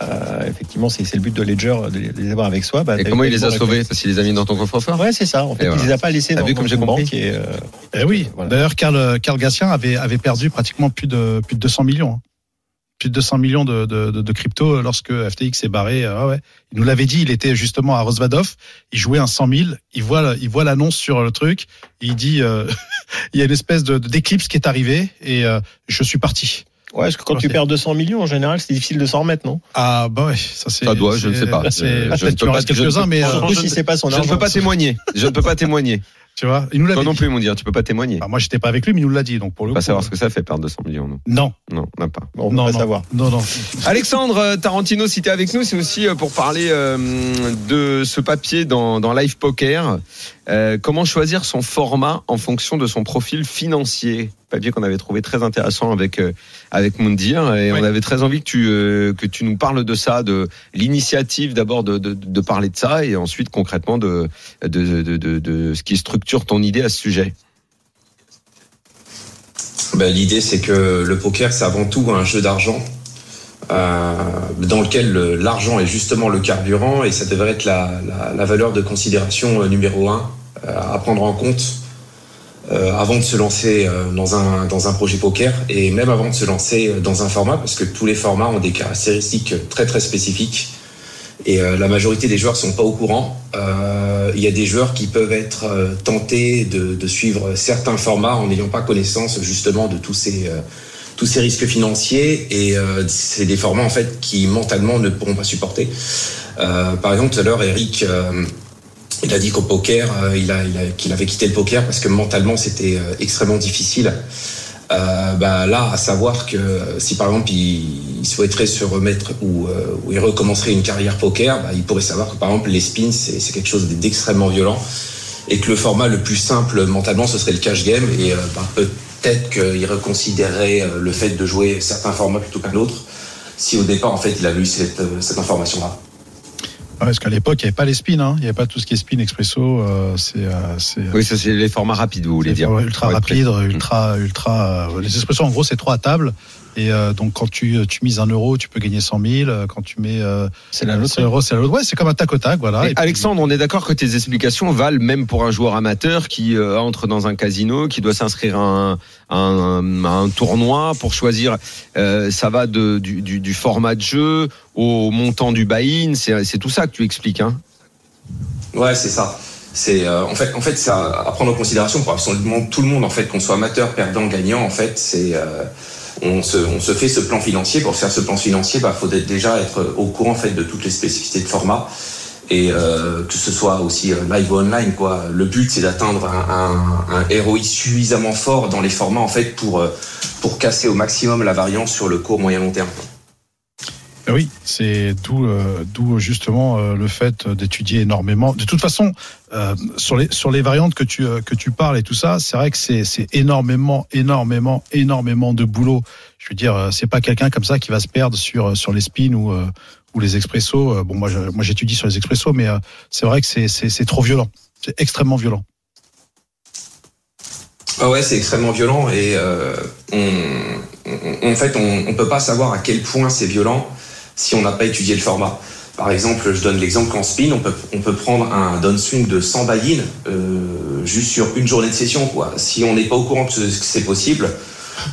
[SPEAKER 7] euh, effectivement, c'est c'est le but de Ledger euh, de les avoir avec soi. Bah,
[SPEAKER 5] Et
[SPEAKER 7] t'as
[SPEAKER 5] comment
[SPEAKER 7] eu
[SPEAKER 5] il les
[SPEAKER 7] le
[SPEAKER 5] a
[SPEAKER 7] bon
[SPEAKER 5] sauvés
[SPEAKER 7] réflexe.
[SPEAKER 5] Parce qu'il les a mis dans ton coffre-fort
[SPEAKER 7] Ouais, c'est ça. En fait,
[SPEAKER 5] Et
[SPEAKER 7] il
[SPEAKER 5] voilà.
[SPEAKER 7] les a pas laissés
[SPEAKER 5] T'as
[SPEAKER 7] dans,
[SPEAKER 5] vu comme
[SPEAKER 7] dans
[SPEAKER 5] j'ai
[SPEAKER 7] une
[SPEAKER 5] compris
[SPEAKER 7] banque et, euh,
[SPEAKER 6] Eh oui.
[SPEAKER 7] Voilà.
[SPEAKER 6] D'ailleurs, Carl, Carl Gatien avait, avait perdu pratiquement plus de, plus de 200 millions. hein. Plus de 200 millions de, de, de, de crypto lorsque FTX s'est barré. Ah ouais. Il nous l'avait dit, il était justement à Rosvadov. Il jouait un 100 000. Il voit, il voit l'annonce sur le truc. Il dit, euh, il y a une espèce de- d'éclipse qui est arrivée et euh, je suis parti.
[SPEAKER 7] Ouais, parce que quand
[SPEAKER 6] Ok.
[SPEAKER 7] tu perds 200 millions, en général, c'est difficile de s'en remettre, non
[SPEAKER 6] Ah bah ouais, ça c'est.
[SPEAKER 5] Ça doit, je ne
[SPEAKER 6] c'est-
[SPEAKER 5] sais pas.
[SPEAKER 6] c'est-
[SPEAKER 5] Euh, je ne
[SPEAKER 6] Peut-être
[SPEAKER 5] peux
[SPEAKER 6] qu'il en
[SPEAKER 5] pas-
[SPEAKER 6] reste
[SPEAKER 5] je ne
[SPEAKER 6] quelques-uns,
[SPEAKER 5] peux-
[SPEAKER 6] mais euh,
[SPEAKER 5] Franchement,
[SPEAKER 7] Surtout
[SPEAKER 5] je
[SPEAKER 7] si
[SPEAKER 5] ne-
[SPEAKER 7] c'est pas son
[SPEAKER 5] Je
[SPEAKER 7] argent.
[SPEAKER 5] ne peux pas témoigner. Je ne peux pas témoigner.
[SPEAKER 6] tu vois, il nous
[SPEAKER 5] Toi
[SPEAKER 6] l'avait
[SPEAKER 5] non
[SPEAKER 6] dit.
[SPEAKER 5] plus, Moundir, tu peux pas témoigner.
[SPEAKER 6] Ah, moi, j'étais pas avec lui, mais il nous l'a dit. Donc pour le
[SPEAKER 5] On va
[SPEAKER 6] coup,
[SPEAKER 5] savoir ce que ça fait perdre 200 millions, nous.
[SPEAKER 6] Non,
[SPEAKER 5] Non, on n'a pas.
[SPEAKER 7] Bon, on
[SPEAKER 6] non,
[SPEAKER 7] va
[SPEAKER 6] non,
[SPEAKER 7] savoir.
[SPEAKER 6] non, non.
[SPEAKER 5] Alexandre euh, Tarantino, si tu es avec nous, c'est aussi euh, pour parler euh, de ce papier dans, dans Live Poker. Euh, comment choisir son format en fonction de son profil financier Papier qu'on avait trouvé très intéressant avec, euh, avec Moundir. Et
[SPEAKER 6] Oui.
[SPEAKER 5] on avait très envie que tu, euh, que tu nous parles de ça, de l'initiative d'abord de, de, de parler de ça et ensuite concrètement de, de, de, de, de ce qui structure ton idée à ce sujet.
[SPEAKER 8] Ben, L'idée, c'est que le poker, c'est avant tout un jeu d'argent euh, dans lequel le- l'argent est justement le carburant et ça devrait être la, la- la valeur de considération euh, numéro un euh, à prendre en compte euh, avant de se lancer euh, dans, un, dans un projet poker et même avant de se lancer euh, dans un format parce que tous les formats ont des caractéristiques très très spécifiques et euh, la majorité des joueurs sont pas au courant. Euh, Il y a des joueurs qui peuvent être euh, tentés de, de suivre certains formats en n'ayant pas connaissance justement de tous ces euh, tous ces risques financiers et euh, c'est des formats en fait qui mentalement ne pourront pas supporter. Euh, par exemple, tout à l'heure, Eric. euh, il a dit qu'au poker, euh, il a, il a- qu'il avait quitté le poker parce que mentalement c'était euh, extrêmement difficile. Euh, bah, là, à savoir que si par exemple il, il souhaiterait se remettre ou, euh, ou il recommencerait une carrière poker, bah, il pourrait savoir que par exemple les spins c'est c'est quelque chose d'extrêmement violent et que le format le plus simple mentalement, ce serait le cash game. Et euh, bah, peut-être qu'il reconsidérait euh, le fait de jouer certains formats plutôt qu'un autre, si au départ, en fait, il a eu cette, euh, cette information-là.
[SPEAKER 6] Ouais, parce qu'à l'époque, il n'y avait pas les spins, hein. il n'y avait pas tout ce qui est spin expresso. euh, c'est euh, c'est-
[SPEAKER 5] Oui, ça, c'est les formats rapides, vous voulez
[SPEAKER 6] c'est
[SPEAKER 5] dire.
[SPEAKER 6] ultra
[SPEAKER 5] Ouais,
[SPEAKER 6] rapide, ultra, ultra. euh, les expressos, en gros, c'est trois à table. Et euh, donc, quand tu, tu mises un euro, tu peux gagner 100 000. euh, Quand tu mets euh,
[SPEAKER 7] C'est la loterie.
[SPEAKER 6] 100 euros, c'est la loterie. Ouais, c'est comme un tac au tac, voilà.
[SPEAKER 5] Mais
[SPEAKER 6] Ah, Et puis-
[SPEAKER 5] Alexandre, on est d'accord que tes explications valent même pour un joueur amateur qui euh, entre dans un casino, qui doit s'inscrire à un, à un- à un tournoi pour choisir. euh, ça va de, du, du- du format de jeu au montant du buy-in. C'est c'est tout ça que tu expliques. Hein.
[SPEAKER 8] Ouais, c'est ça. C'est euh, en fait, en fait, ça à prendre en considération pour absolument tout le monde, en fait, qu'on soit amateur, perdant, gagnant, en fait, c'est euh, on se, on se fait ce plan financier. Pour faire ce plan financier, bah, faut d'être- déjà être au courant en fait de toutes les spécificités de format et euh, que ce soit aussi euh, live ou online quoi. Le but c'est d'atteindre un, un, un ROI suffisamment fort dans les formats en fait pour euh, pour casser au maximum la variance sur le court moyen long terme.
[SPEAKER 6] Eh Oui, c'est d'où euh, d'où justement euh, le fait d'étudier énormément. De toute façon, euh, sur les sur les variantes que tu euh, que tu parles et tout ça, c'est vrai que c'est c'est énormément énormément énormément de boulot. Je veux dire, euh, c'est pas quelqu'un comme ça qui va se perdre sur sur les spins ou euh, ou les expressos. Euh, Bon, moi je- moi j'étudie sur les expressos, mais euh, c'est vrai que c'est c'est c'est trop violent. C'est extrêmement violent.
[SPEAKER 8] Ah ouais, c'est extrêmement violent et euh, on, on- en fait, on ne peut pas savoir à quel point c'est violent si on n'a pas étudié le format. Par exemple, je donne l'exemple qu'en spin, on peut, on peut prendre un downswing de 100 buy juste sur une journée de session. Quoi. Si on n'est pas au courant que ce- que c'est possible,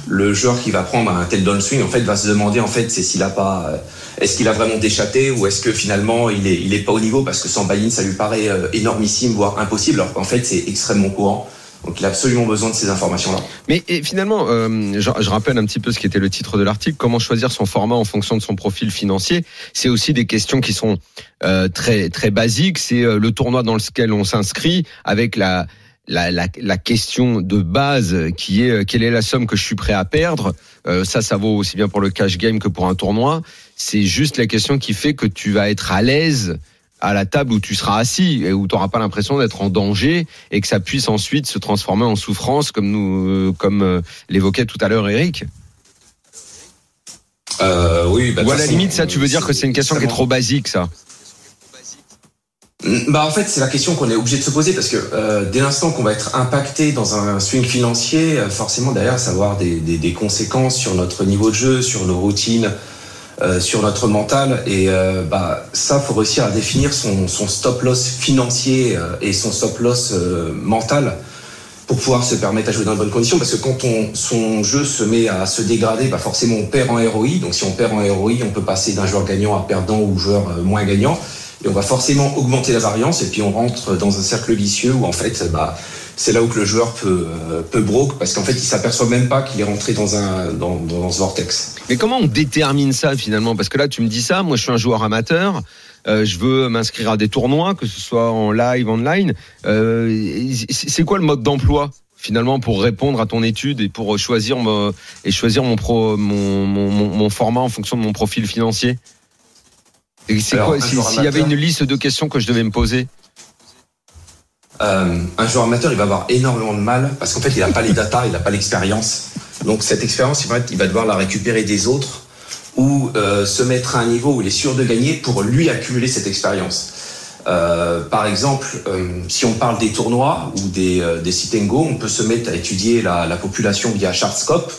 [SPEAKER 8] le joueur qui va prendre un tel downswing en fait, va se demander en fait, c'est s'il a pas, euh, est-ce qu'il a vraiment déchaté ou est-ce que finalement il n'est il est pas au niveau parce que 100 buy ça lui paraît euh, énormissime, voire impossible, alors qu'en fait c'est extrêmement courant. Donc il a absolument besoin de ces informations-là.
[SPEAKER 5] Mais et finalement, euh, je, je rappelle un petit peu ce qui était le titre de l'article, comment choisir son format en fonction de son profil financier. C'est aussi des questions qui sont euh, très très basiques. C'est euh, le tournoi dans lequel on s'inscrit avec la la, la, la question de base qui est euh, quelle est la somme que je suis prêt à perdre. Euh, ça, ça vaut aussi bien pour le cash game que pour un tournoi. C'est juste la question qui fait que tu vas être à l'aise à la table où tu seras assis et où tu n'auras pas l'impression d'être en danger et que ça puisse ensuite se transformer en souffrance, comme nous, euh, comme euh, l'évoquait tout à l'heure Eric.
[SPEAKER 8] Euh, oui, bah, de
[SPEAKER 5] Ou à
[SPEAKER 8] toute
[SPEAKER 5] la
[SPEAKER 8] façon,
[SPEAKER 5] limite, ça, tu veux dire que c'est une question qui est trop basique, ça.
[SPEAKER 8] Bah en fait, c'est la question qu'on est obligé de se poser parce que euh, dès l'instant qu'on va être impacté dans un swing financier, euh, forcément derrière, ça va avoir des, des, des conséquences sur notre niveau de jeu, sur nos routines, euh, sur notre mental. Et euh, bah ça, faut réussir à définir son, son stop loss financier euh, et son stop loss euh, mental pour pouvoir se permettre à jouer dans de bonnes conditions. Parce que quand on, son jeu se met à se dégrader, bah forcément on perd en ROI. Donc si on perd en ROI, on peut passer d'un joueur gagnant à perdant ou joueur euh, moins gagnant. Et on va forcément augmenter la variance et puis on rentre dans un cercle vicieux où en fait bah, c'est là où que le joueur peut, euh, peut broke parce qu'en fait il s'aperçoit même pas qu'il est rentré dans, un, dans, dans ce vortex.
[SPEAKER 5] Mais comment on détermine ça finalement Parce que là, tu me dis ça, moi je suis un joueur amateur, euh, je veux m'inscrire à des tournois, que ce soit en live, online. Euh, c'est c'est quoi le mode d'emploi finalement pour répondre à ton étude et pour choisir mon, et choisir mon, pro, mon, mon, mon- mon format en fonction de mon profil financier Et c'est
[SPEAKER 8] Alors,
[SPEAKER 5] quoi
[SPEAKER 8] un
[SPEAKER 5] si-
[SPEAKER 8] joueur
[SPEAKER 5] S'il y avait une
[SPEAKER 8] amateur-
[SPEAKER 5] liste de questions que je devais me poser
[SPEAKER 8] Euh, un joueur amateur il va avoir énormément de mal parce qu'en fait il n'a pas les data, il n'a pas l'expérience. Donc cette expérience il va, être- il va devoir la récupérer des autres ou euh, se mettre à un niveau où il est sûr de gagner pour lui accumuler cette expérience. Euh, par exemple, euh, si on parle des tournois ou des, euh, des sit and go, on peut se mettre à étudier la, la population via Chartscope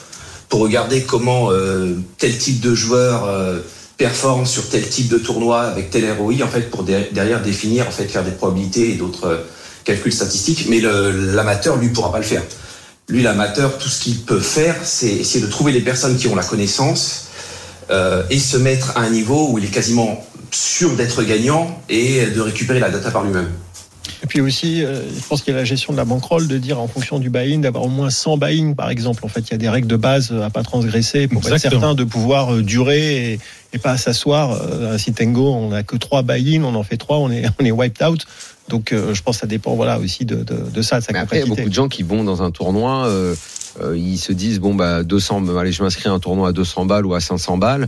[SPEAKER 8] pour regarder comment euh, tel type de joueur euh, performe sur tel type de tournoi avec tel ROI, en fait, pour der- derrière définir, en fait, faire des probabilités et d'autres euh, calculs statistiques. Mais le- l'amateur, lui, pourra pas le faire. Lui, l'amateur, tout ce qu'il peut faire, c'est essayer de trouver les personnes qui ont la connaissance euh, et se mettre à un niveau où il est quasiment sûr d'être gagnant et de récupérer la data par lui-même.
[SPEAKER 7] Et puis aussi, euh, je pense qu'il y a la gestion de la banquerolle, de dire en fonction du buy-in, d'avoir au moins 100 buy-in, par exemple. En fait, il y a des règles de base à pas transgresser pour être
[SPEAKER 6] Exactement.
[SPEAKER 7] certain de pouvoir euh, durer et, et pas s'asseoir. Euh, À Sitengo, on n'a que 3 buy-in, on en fait 3, on est, on est wiped out. Donc, euh, je pense que ça dépend voilà, aussi de, de, de ça, de sa
[SPEAKER 5] Mais après, il y a
[SPEAKER 7] complexité.
[SPEAKER 5] beaucoup de gens qui vont dans un tournoi, euh, euh, ils se disent bon bah 200, bah, allez, je m'inscris à un tournoi à 200 balles ou à 500 balles.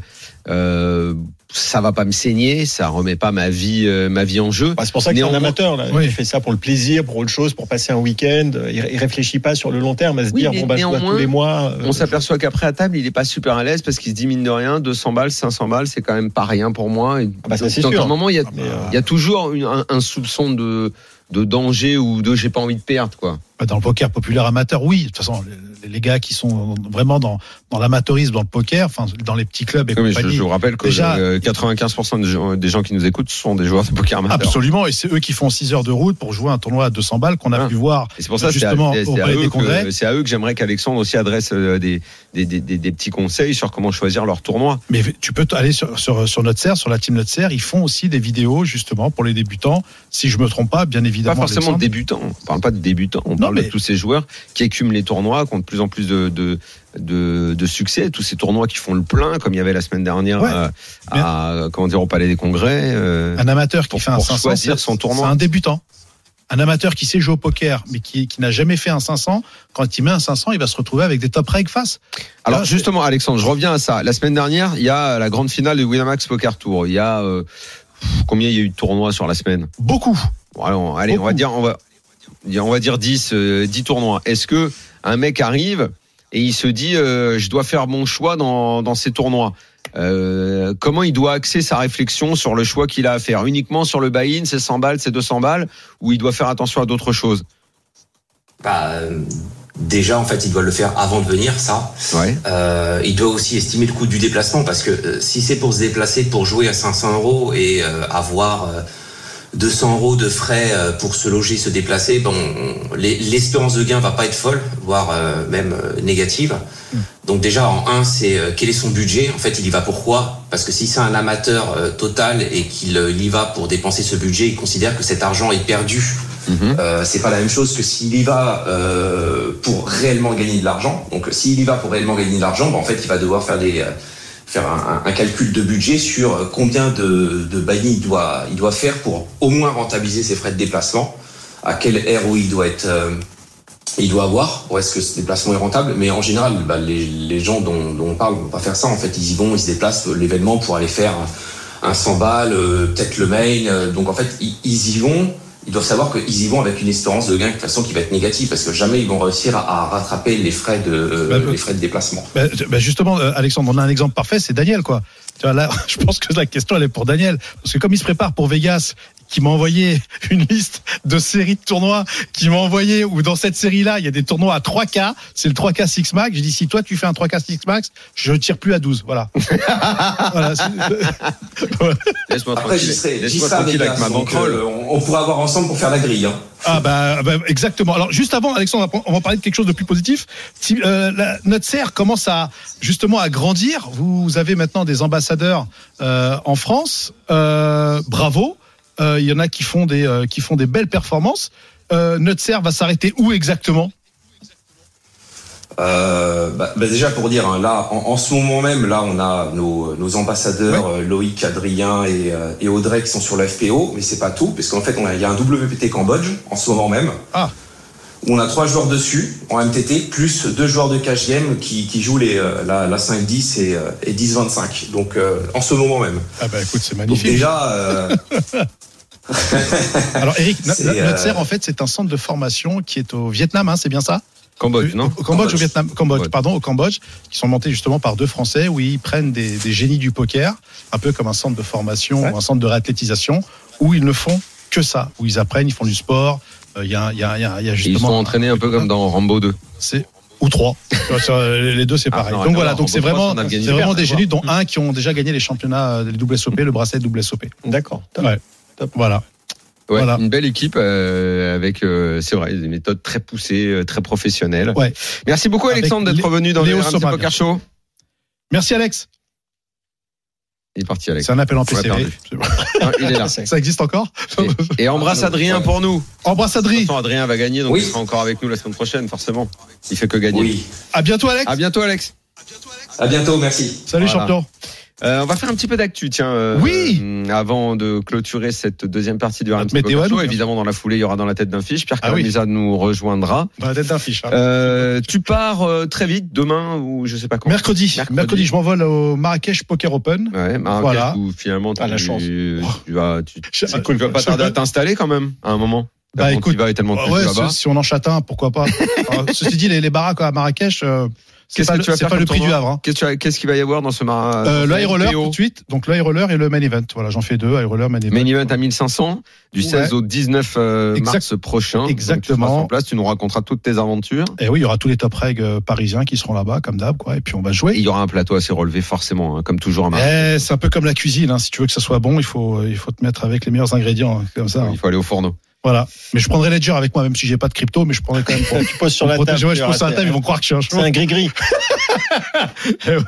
[SPEAKER 5] Euh, ça va pas me saigner, ça remet pas ma vie, euh, ma vie en jeu.
[SPEAKER 7] Bah, c'est pour ça que c'est un
[SPEAKER 5] Néanmoins-
[SPEAKER 7] amateur. Là.
[SPEAKER 6] Oui.
[SPEAKER 7] Il fait ça pour le plaisir, pour autre chose, pour passer un week-end. Il, il réfléchit pas sur le long terme à se
[SPEAKER 5] Oui,
[SPEAKER 7] dire
[SPEAKER 5] mais
[SPEAKER 7] bon bah je dois
[SPEAKER 5] néanmoins,
[SPEAKER 7] tous les mois. euh,
[SPEAKER 5] On s'aperçoit qu'après à table, il est pas super à l'aise parce qu'il se dit mine de rien, 200 balles, 500 balles, c'est quand même pas rien pour moi. Et
[SPEAKER 7] Ah bah, ça,
[SPEAKER 5] donc,
[SPEAKER 7] c'est
[SPEAKER 5] dans
[SPEAKER 7] sûr.
[SPEAKER 5] un moment, il y a,
[SPEAKER 7] mais, euh,
[SPEAKER 5] il y a toujours une- un, un soupçon de, de danger ou de j'ai pas envie de perdre quoi.
[SPEAKER 6] Bah, Dans le poker populaire amateur, oui. De toute façon, les- les gars qui sont vraiment dans, dans l'amateurisme, dans le poker, enfin, dans les petits clubs et
[SPEAKER 5] Oui, mais je,
[SPEAKER 6] compagnie.
[SPEAKER 5] je vous rappelle que
[SPEAKER 6] Déjà-
[SPEAKER 5] euh, 95% des gens, des gens qui nous écoutent sont des joueurs de poker amateur.
[SPEAKER 6] Absolument, et c'est eux qui font 6 heures de route pour jouer un tournoi à 200 balles qu'on a
[SPEAKER 5] Ah.
[SPEAKER 6] pu voir.
[SPEAKER 5] Et c'est pour ça que c'est à,
[SPEAKER 6] Justement,
[SPEAKER 5] c'est-
[SPEAKER 6] au
[SPEAKER 5] c'est à
[SPEAKER 6] Palais
[SPEAKER 5] eux
[SPEAKER 6] des
[SPEAKER 5] que,
[SPEAKER 6] Congrès.
[SPEAKER 5] c'est à eux que j'aimerais qu'Alexandre aussi adresse euh, des, des, des, des- des petits conseils sur comment choisir leur tournoi.
[SPEAKER 6] Mais tu peux t- aller sur, sur, sur notre serre, sur la team notre serre, ils font aussi des vidéos justement pour les débutants, si je me trompe pas, bien
[SPEAKER 5] Pas
[SPEAKER 6] évidemment.
[SPEAKER 5] forcément
[SPEAKER 6] Alexandre.
[SPEAKER 5] débutants, on parle pas de débutants, on parle
[SPEAKER 6] mais-
[SPEAKER 5] de tous ces joueurs qui écument les tournois, qui ont de plus en plus de, de, de, de succès, tous ces tournois qui font le plein, comme il y avait la semaine dernière
[SPEAKER 6] Ouais. Ah,
[SPEAKER 5] euh, à, comment dire, au Palais des Congrès. euh,
[SPEAKER 6] Un amateur qui
[SPEAKER 5] Pour-
[SPEAKER 6] fait un
[SPEAKER 5] pour
[SPEAKER 6] 500,
[SPEAKER 5] choisir
[SPEAKER 6] c'est-
[SPEAKER 5] son tournoi.
[SPEAKER 6] c'est un débutant. Un amateur qui sait jouer au poker, mais qui, qui n'a jamais fait un 500, quand il met un 500, il va se retrouver avec des top règles face.
[SPEAKER 5] Alors
[SPEAKER 6] Là, c'est-
[SPEAKER 5] justement, Alexandre, je reviens à ça. La semaine dernière, il y a la grande finale du Winamax Poker Tour. Il y a euh, pff, combien il y a eu de tournois sur la semaine
[SPEAKER 6] Beaucoup.
[SPEAKER 5] Bon, allez, on- allez, on va
[SPEAKER 6] Beaucoup.
[SPEAKER 5] dire, on va, on va dire 10, euh, 10 tournois. Est-ce que un mec arrive et il se dit, euh, je dois faire mon choix dans, dans ces tournois Euh, Comment il doit axer sa réflexion sur le choix qu'il a à faire Uniquement sur le buy-in, c'est 100 balles, c'est 200 balles, ou il doit faire attention à d'autres choses
[SPEAKER 8] Bah, euh, déjà, en fait, il doit le faire avant de venir, ça.
[SPEAKER 5] Ouais.
[SPEAKER 8] Euh, il doit aussi estimer le coût du déplacement parce que euh, si c'est pour se déplacer pour jouer à 500 euros et euh, avoir euh, 200 euros de frais euh, pour se loger, se déplacer, bon, on- l'es- l'espérance de gain va pas être folle, voire euh, même euh, négative. Donc déjà en un, c'est euh, quel est son budget En fait, il y va pourquoi Parce que si c'est un amateur euh, total et qu'il euh, il y va pour dépenser ce budget, il considère que cet argent est perdu. Euh, c'est pas la même chose que s'il y va euh, pour réellement gagner de l'argent. Donc s'il y va pour réellement gagner de l'argent, bah, en fait il va devoir faire des euh, faire un, un- un calcul de budget sur euh, combien de, de buy-in il doit il doit faire pour au moins rentabiliser ses frais de déplacement. À quel ROI il doit être euh, il doit avoir ou est-ce que ce déplacement est rentable Mais en général, bah, les, les gens dont, dont on parle vont pas faire ça. En fait, ils y vont, ils se déplacent euh, l'événement pour aller faire un 100 balles, euh, peut-être le mail. euh, donc en fait, ils, ils y vont. Ils doivent savoir qu'ils y vont avec une espérance de gain de toute façon qui va être négative parce que jamais ils vont réussir à, à rattraper les frais de euh,
[SPEAKER 6] Bah, bah.
[SPEAKER 8] les frais de déplacement.
[SPEAKER 6] Bah, je- bah, justement, euh, Alexandre, on a un exemple parfait, c'est Daniel, quoi. Tu vois, là, je pense que la question, elle est pour Daniel. Parce que comme il se prépare pour Vegas, qui m'a envoyé une liste de séries de tournois, qui m'a envoyé, ou dans cette série-là, il y a des tournois à 3K, c'est le 3K Six Max. J'ai dit, si toi, tu fais un 3K Six Max, je tire plus à 12. Voilà. Voilà, c'est-
[SPEAKER 5] Laisse-moi
[SPEAKER 8] Après, j'y
[SPEAKER 5] tranquille,
[SPEAKER 8] serai, j'y
[SPEAKER 5] laisse-moi
[SPEAKER 8] serai à
[SPEAKER 5] tranquille
[SPEAKER 8] Vegas,
[SPEAKER 5] avec ma
[SPEAKER 8] donc,
[SPEAKER 5] bankroll.
[SPEAKER 8] euh, on, on pourra avoir ensemble pour faire la grille. hein.
[SPEAKER 6] Ah bah, bah, exactement. Alors juste avant, Alexandre, on va parler de quelque chose de plus positif. Si, euh, la- notre serre commence à justement à grandir. Vous avez maintenant des ambassadeurs euh, en France. Euh, bravo. Euh, Il y en a qui font des euh, qui font des belles performances. Euh, notre serre va s'arrêter où exactement
[SPEAKER 8] Euh, bah, bah, déjà pour dire, hein, là, en, en ce moment même, là, on a nos, nos ambassadeurs euh, Loïc, Adrien et, euh, et Audrey qui sont sur la FPO, mais c'est pas tout, parce qu'en fait, on a- il y a un WPT Cambodge en ce moment même.
[SPEAKER 6] Ah.
[SPEAKER 8] Où on a trois joueurs dessus en MTT, plus deux joueurs de cash game qui, qui jouent les, euh, la, la 5-10 et, euh, et 10-25. Donc euh, en ce moment même.
[SPEAKER 6] Ah bah écoute, c'est
[SPEAKER 8] Donc déjà, euh,
[SPEAKER 6] Alors Eric, no-
[SPEAKER 8] C'est,
[SPEAKER 6] no-
[SPEAKER 8] euh,
[SPEAKER 6] notre serre en fait c'est un centre de formation qui est au Vietnam, hein, c'est bien ça
[SPEAKER 5] Cambodge, non
[SPEAKER 6] Au Cambodge,
[SPEAKER 8] Cambodge.
[SPEAKER 6] au Vietnam, Cambodge,
[SPEAKER 5] Ouais.
[SPEAKER 6] pardon, au Cambodge, qui sont montés justement par deux Français où ils prennent des, des génies du poker, un peu comme un centre de formation ou un centre de réathlétisation, où ils ne font que ça, où ils apprennent, ils font du sport. euh, Il y, a, il y a- il y a- il y a
[SPEAKER 5] Et ils
[SPEAKER 6] justement. Hein?
[SPEAKER 5] sont entraînés un peu comme dans Rambo 2.
[SPEAKER 6] C'est- Ou trois. Tu vois, sur, euh, les deux, c'est
[SPEAKER 5] Ah,
[SPEAKER 6] pareil.
[SPEAKER 5] non,
[SPEAKER 6] donc
[SPEAKER 5] non,
[SPEAKER 6] voilà,
[SPEAKER 5] non,
[SPEAKER 6] donc
[SPEAKER 5] on
[SPEAKER 6] c'est
[SPEAKER 5] peut pas
[SPEAKER 6] vraiment,
[SPEAKER 5] s'en organiser.
[SPEAKER 6] c'est vraiment des
[SPEAKER 5] Rien à
[SPEAKER 6] génies, dont un qui ont déjà gagné les championnats, euh, les WSOP,
[SPEAKER 5] Mm.
[SPEAKER 6] le bracelet WSOP.
[SPEAKER 7] D'accord.
[SPEAKER 6] Ouais. Voilà.
[SPEAKER 5] Ouais,
[SPEAKER 6] Voilà.
[SPEAKER 5] Une belle équipe euh, avec, euh, c'est vrai, des méthodes très poussées, euh, très professionnelles.
[SPEAKER 6] Ouais.
[SPEAKER 5] Merci beaucoup
[SPEAKER 6] Avec
[SPEAKER 5] Alexandre d'être
[SPEAKER 6] Lé-
[SPEAKER 5] revenu dans
[SPEAKER 6] Léo
[SPEAKER 5] le RMC
[SPEAKER 6] Somma, bien
[SPEAKER 5] Poker Show.
[SPEAKER 6] Merci Alex.
[SPEAKER 5] Il est parti Alex.
[SPEAKER 6] C'est un appel en
[SPEAKER 5] On l'a
[SPEAKER 6] PCV.
[SPEAKER 5] perdu. Ah, il est là.
[SPEAKER 6] Ça existe encore
[SPEAKER 5] Et, et embrasse Adrien pour nous.
[SPEAKER 6] Embrasse Adri.
[SPEAKER 5] Attends, Adrien va gagner, donc
[SPEAKER 8] Oui.
[SPEAKER 5] il sera encore avec nous la semaine prochaine, forcément. Il fait que gagner.
[SPEAKER 8] oui.
[SPEAKER 6] À bientôt Alex.
[SPEAKER 5] À bientôt Alex.
[SPEAKER 8] À bientôt, merci.
[SPEAKER 6] Salut
[SPEAKER 5] Voilà.
[SPEAKER 6] champion.
[SPEAKER 5] Euh, on va faire un petit peu d'actu, tiens. euh,
[SPEAKER 6] Oui.
[SPEAKER 5] euh, Avant de clôturer cette deuxième partie du RMC
[SPEAKER 6] météo à
[SPEAKER 5] Poker
[SPEAKER 6] nous,
[SPEAKER 5] Show,
[SPEAKER 6] hein.
[SPEAKER 5] évidemment dans la foulée, il y aura dans la tête d'un fiche. Pierre
[SPEAKER 6] Ah oui.
[SPEAKER 5] Calamisa nous rejoindra.
[SPEAKER 6] Dans la tête d'un fiche. hein.
[SPEAKER 5] Euh, tu pars euh, très vite demain ou je sais pas quand.
[SPEAKER 6] mercredi,
[SPEAKER 5] mercredi.
[SPEAKER 6] mercredi, je m'envole au Marrakech Poker Open.
[SPEAKER 5] Ouais, Marrakech
[SPEAKER 6] Voilà.
[SPEAKER 5] où finalement
[SPEAKER 6] Ah, la
[SPEAKER 5] tu,
[SPEAKER 6] chance.
[SPEAKER 5] tu vas, tu,
[SPEAKER 6] Je-
[SPEAKER 5] c'est cool, tu vas pas
[SPEAKER 6] je-
[SPEAKER 5] tarder à t'installer quand même à un moment.
[SPEAKER 6] Bah,
[SPEAKER 5] Tellement
[SPEAKER 6] écoute,
[SPEAKER 5] tu vas et tellement
[SPEAKER 6] Ouais,
[SPEAKER 5] tu
[SPEAKER 6] ouais,
[SPEAKER 5] vas
[SPEAKER 6] si- si on en chatte un, pourquoi pas. Enfin, ceci dit, les, les baraques à Marrakech, euh, c'est
[SPEAKER 5] Qu'est-ce
[SPEAKER 6] pas,
[SPEAKER 5] que
[SPEAKER 6] le-
[SPEAKER 5] tu vas
[SPEAKER 6] c'est
[SPEAKER 5] faire
[SPEAKER 6] pas
[SPEAKER 5] comme
[SPEAKER 6] le prix du
[SPEAKER 5] tournoi
[SPEAKER 6] Havre. hein.
[SPEAKER 5] Qu'est-ce que tu as- qu'est-ce qu'il va y avoir dans ce marathon
[SPEAKER 6] Euh, le high roller tout de suite, donc le high roller et le main event. Voilà, j'en fais deux, high roller, main event.
[SPEAKER 5] Main event à 1500 du
[SPEAKER 6] Ouais.
[SPEAKER 5] 16 au 19 euh,
[SPEAKER 6] Exact-
[SPEAKER 5] mars prochain. Donc, tu seras
[SPEAKER 6] Exactement.
[SPEAKER 5] sur place, tu nous raconteras toutes tes aventures.
[SPEAKER 6] Et Eh oui, il y aura tous les top reg euh, parisiens qui seront là-bas, comme d'hab, quoi. Et puis on va jouer.
[SPEAKER 5] Et il y aura un plateau assez relevé forcément, hein, comme toujours à Marrakech.
[SPEAKER 6] Eh, c'est un peu comme la cuisine, hein. si tu veux que ça soit bon, il faut, euh, il faut te mettre avec les meilleurs ingrédients, hein, comme ça. hein.
[SPEAKER 5] Il faut aller au fourneau.
[SPEAKER 6] Voilà. Mais je prendrai Ledger avec moi, même si j'ai pas de crypto, mais je prendrai quand même pour,
[SPEAKER 7] Tu poses sur la
[SPEAKER 6] pour
[SPEAKER 7] table.
[SPEAKER 6] protéger. Ouais, je
[SPEAKER 7] tu
[SPEAKER 6] pose sur la
[SPEAKER 7] verras,
[SPEAKER 6] table, ils vont croire que je suis un
[SPEAKER 7] C'est
[SPEAKER 6] cheveu.
[SPEAKER 7] un gris-gris.
[SPEAKER 6] Le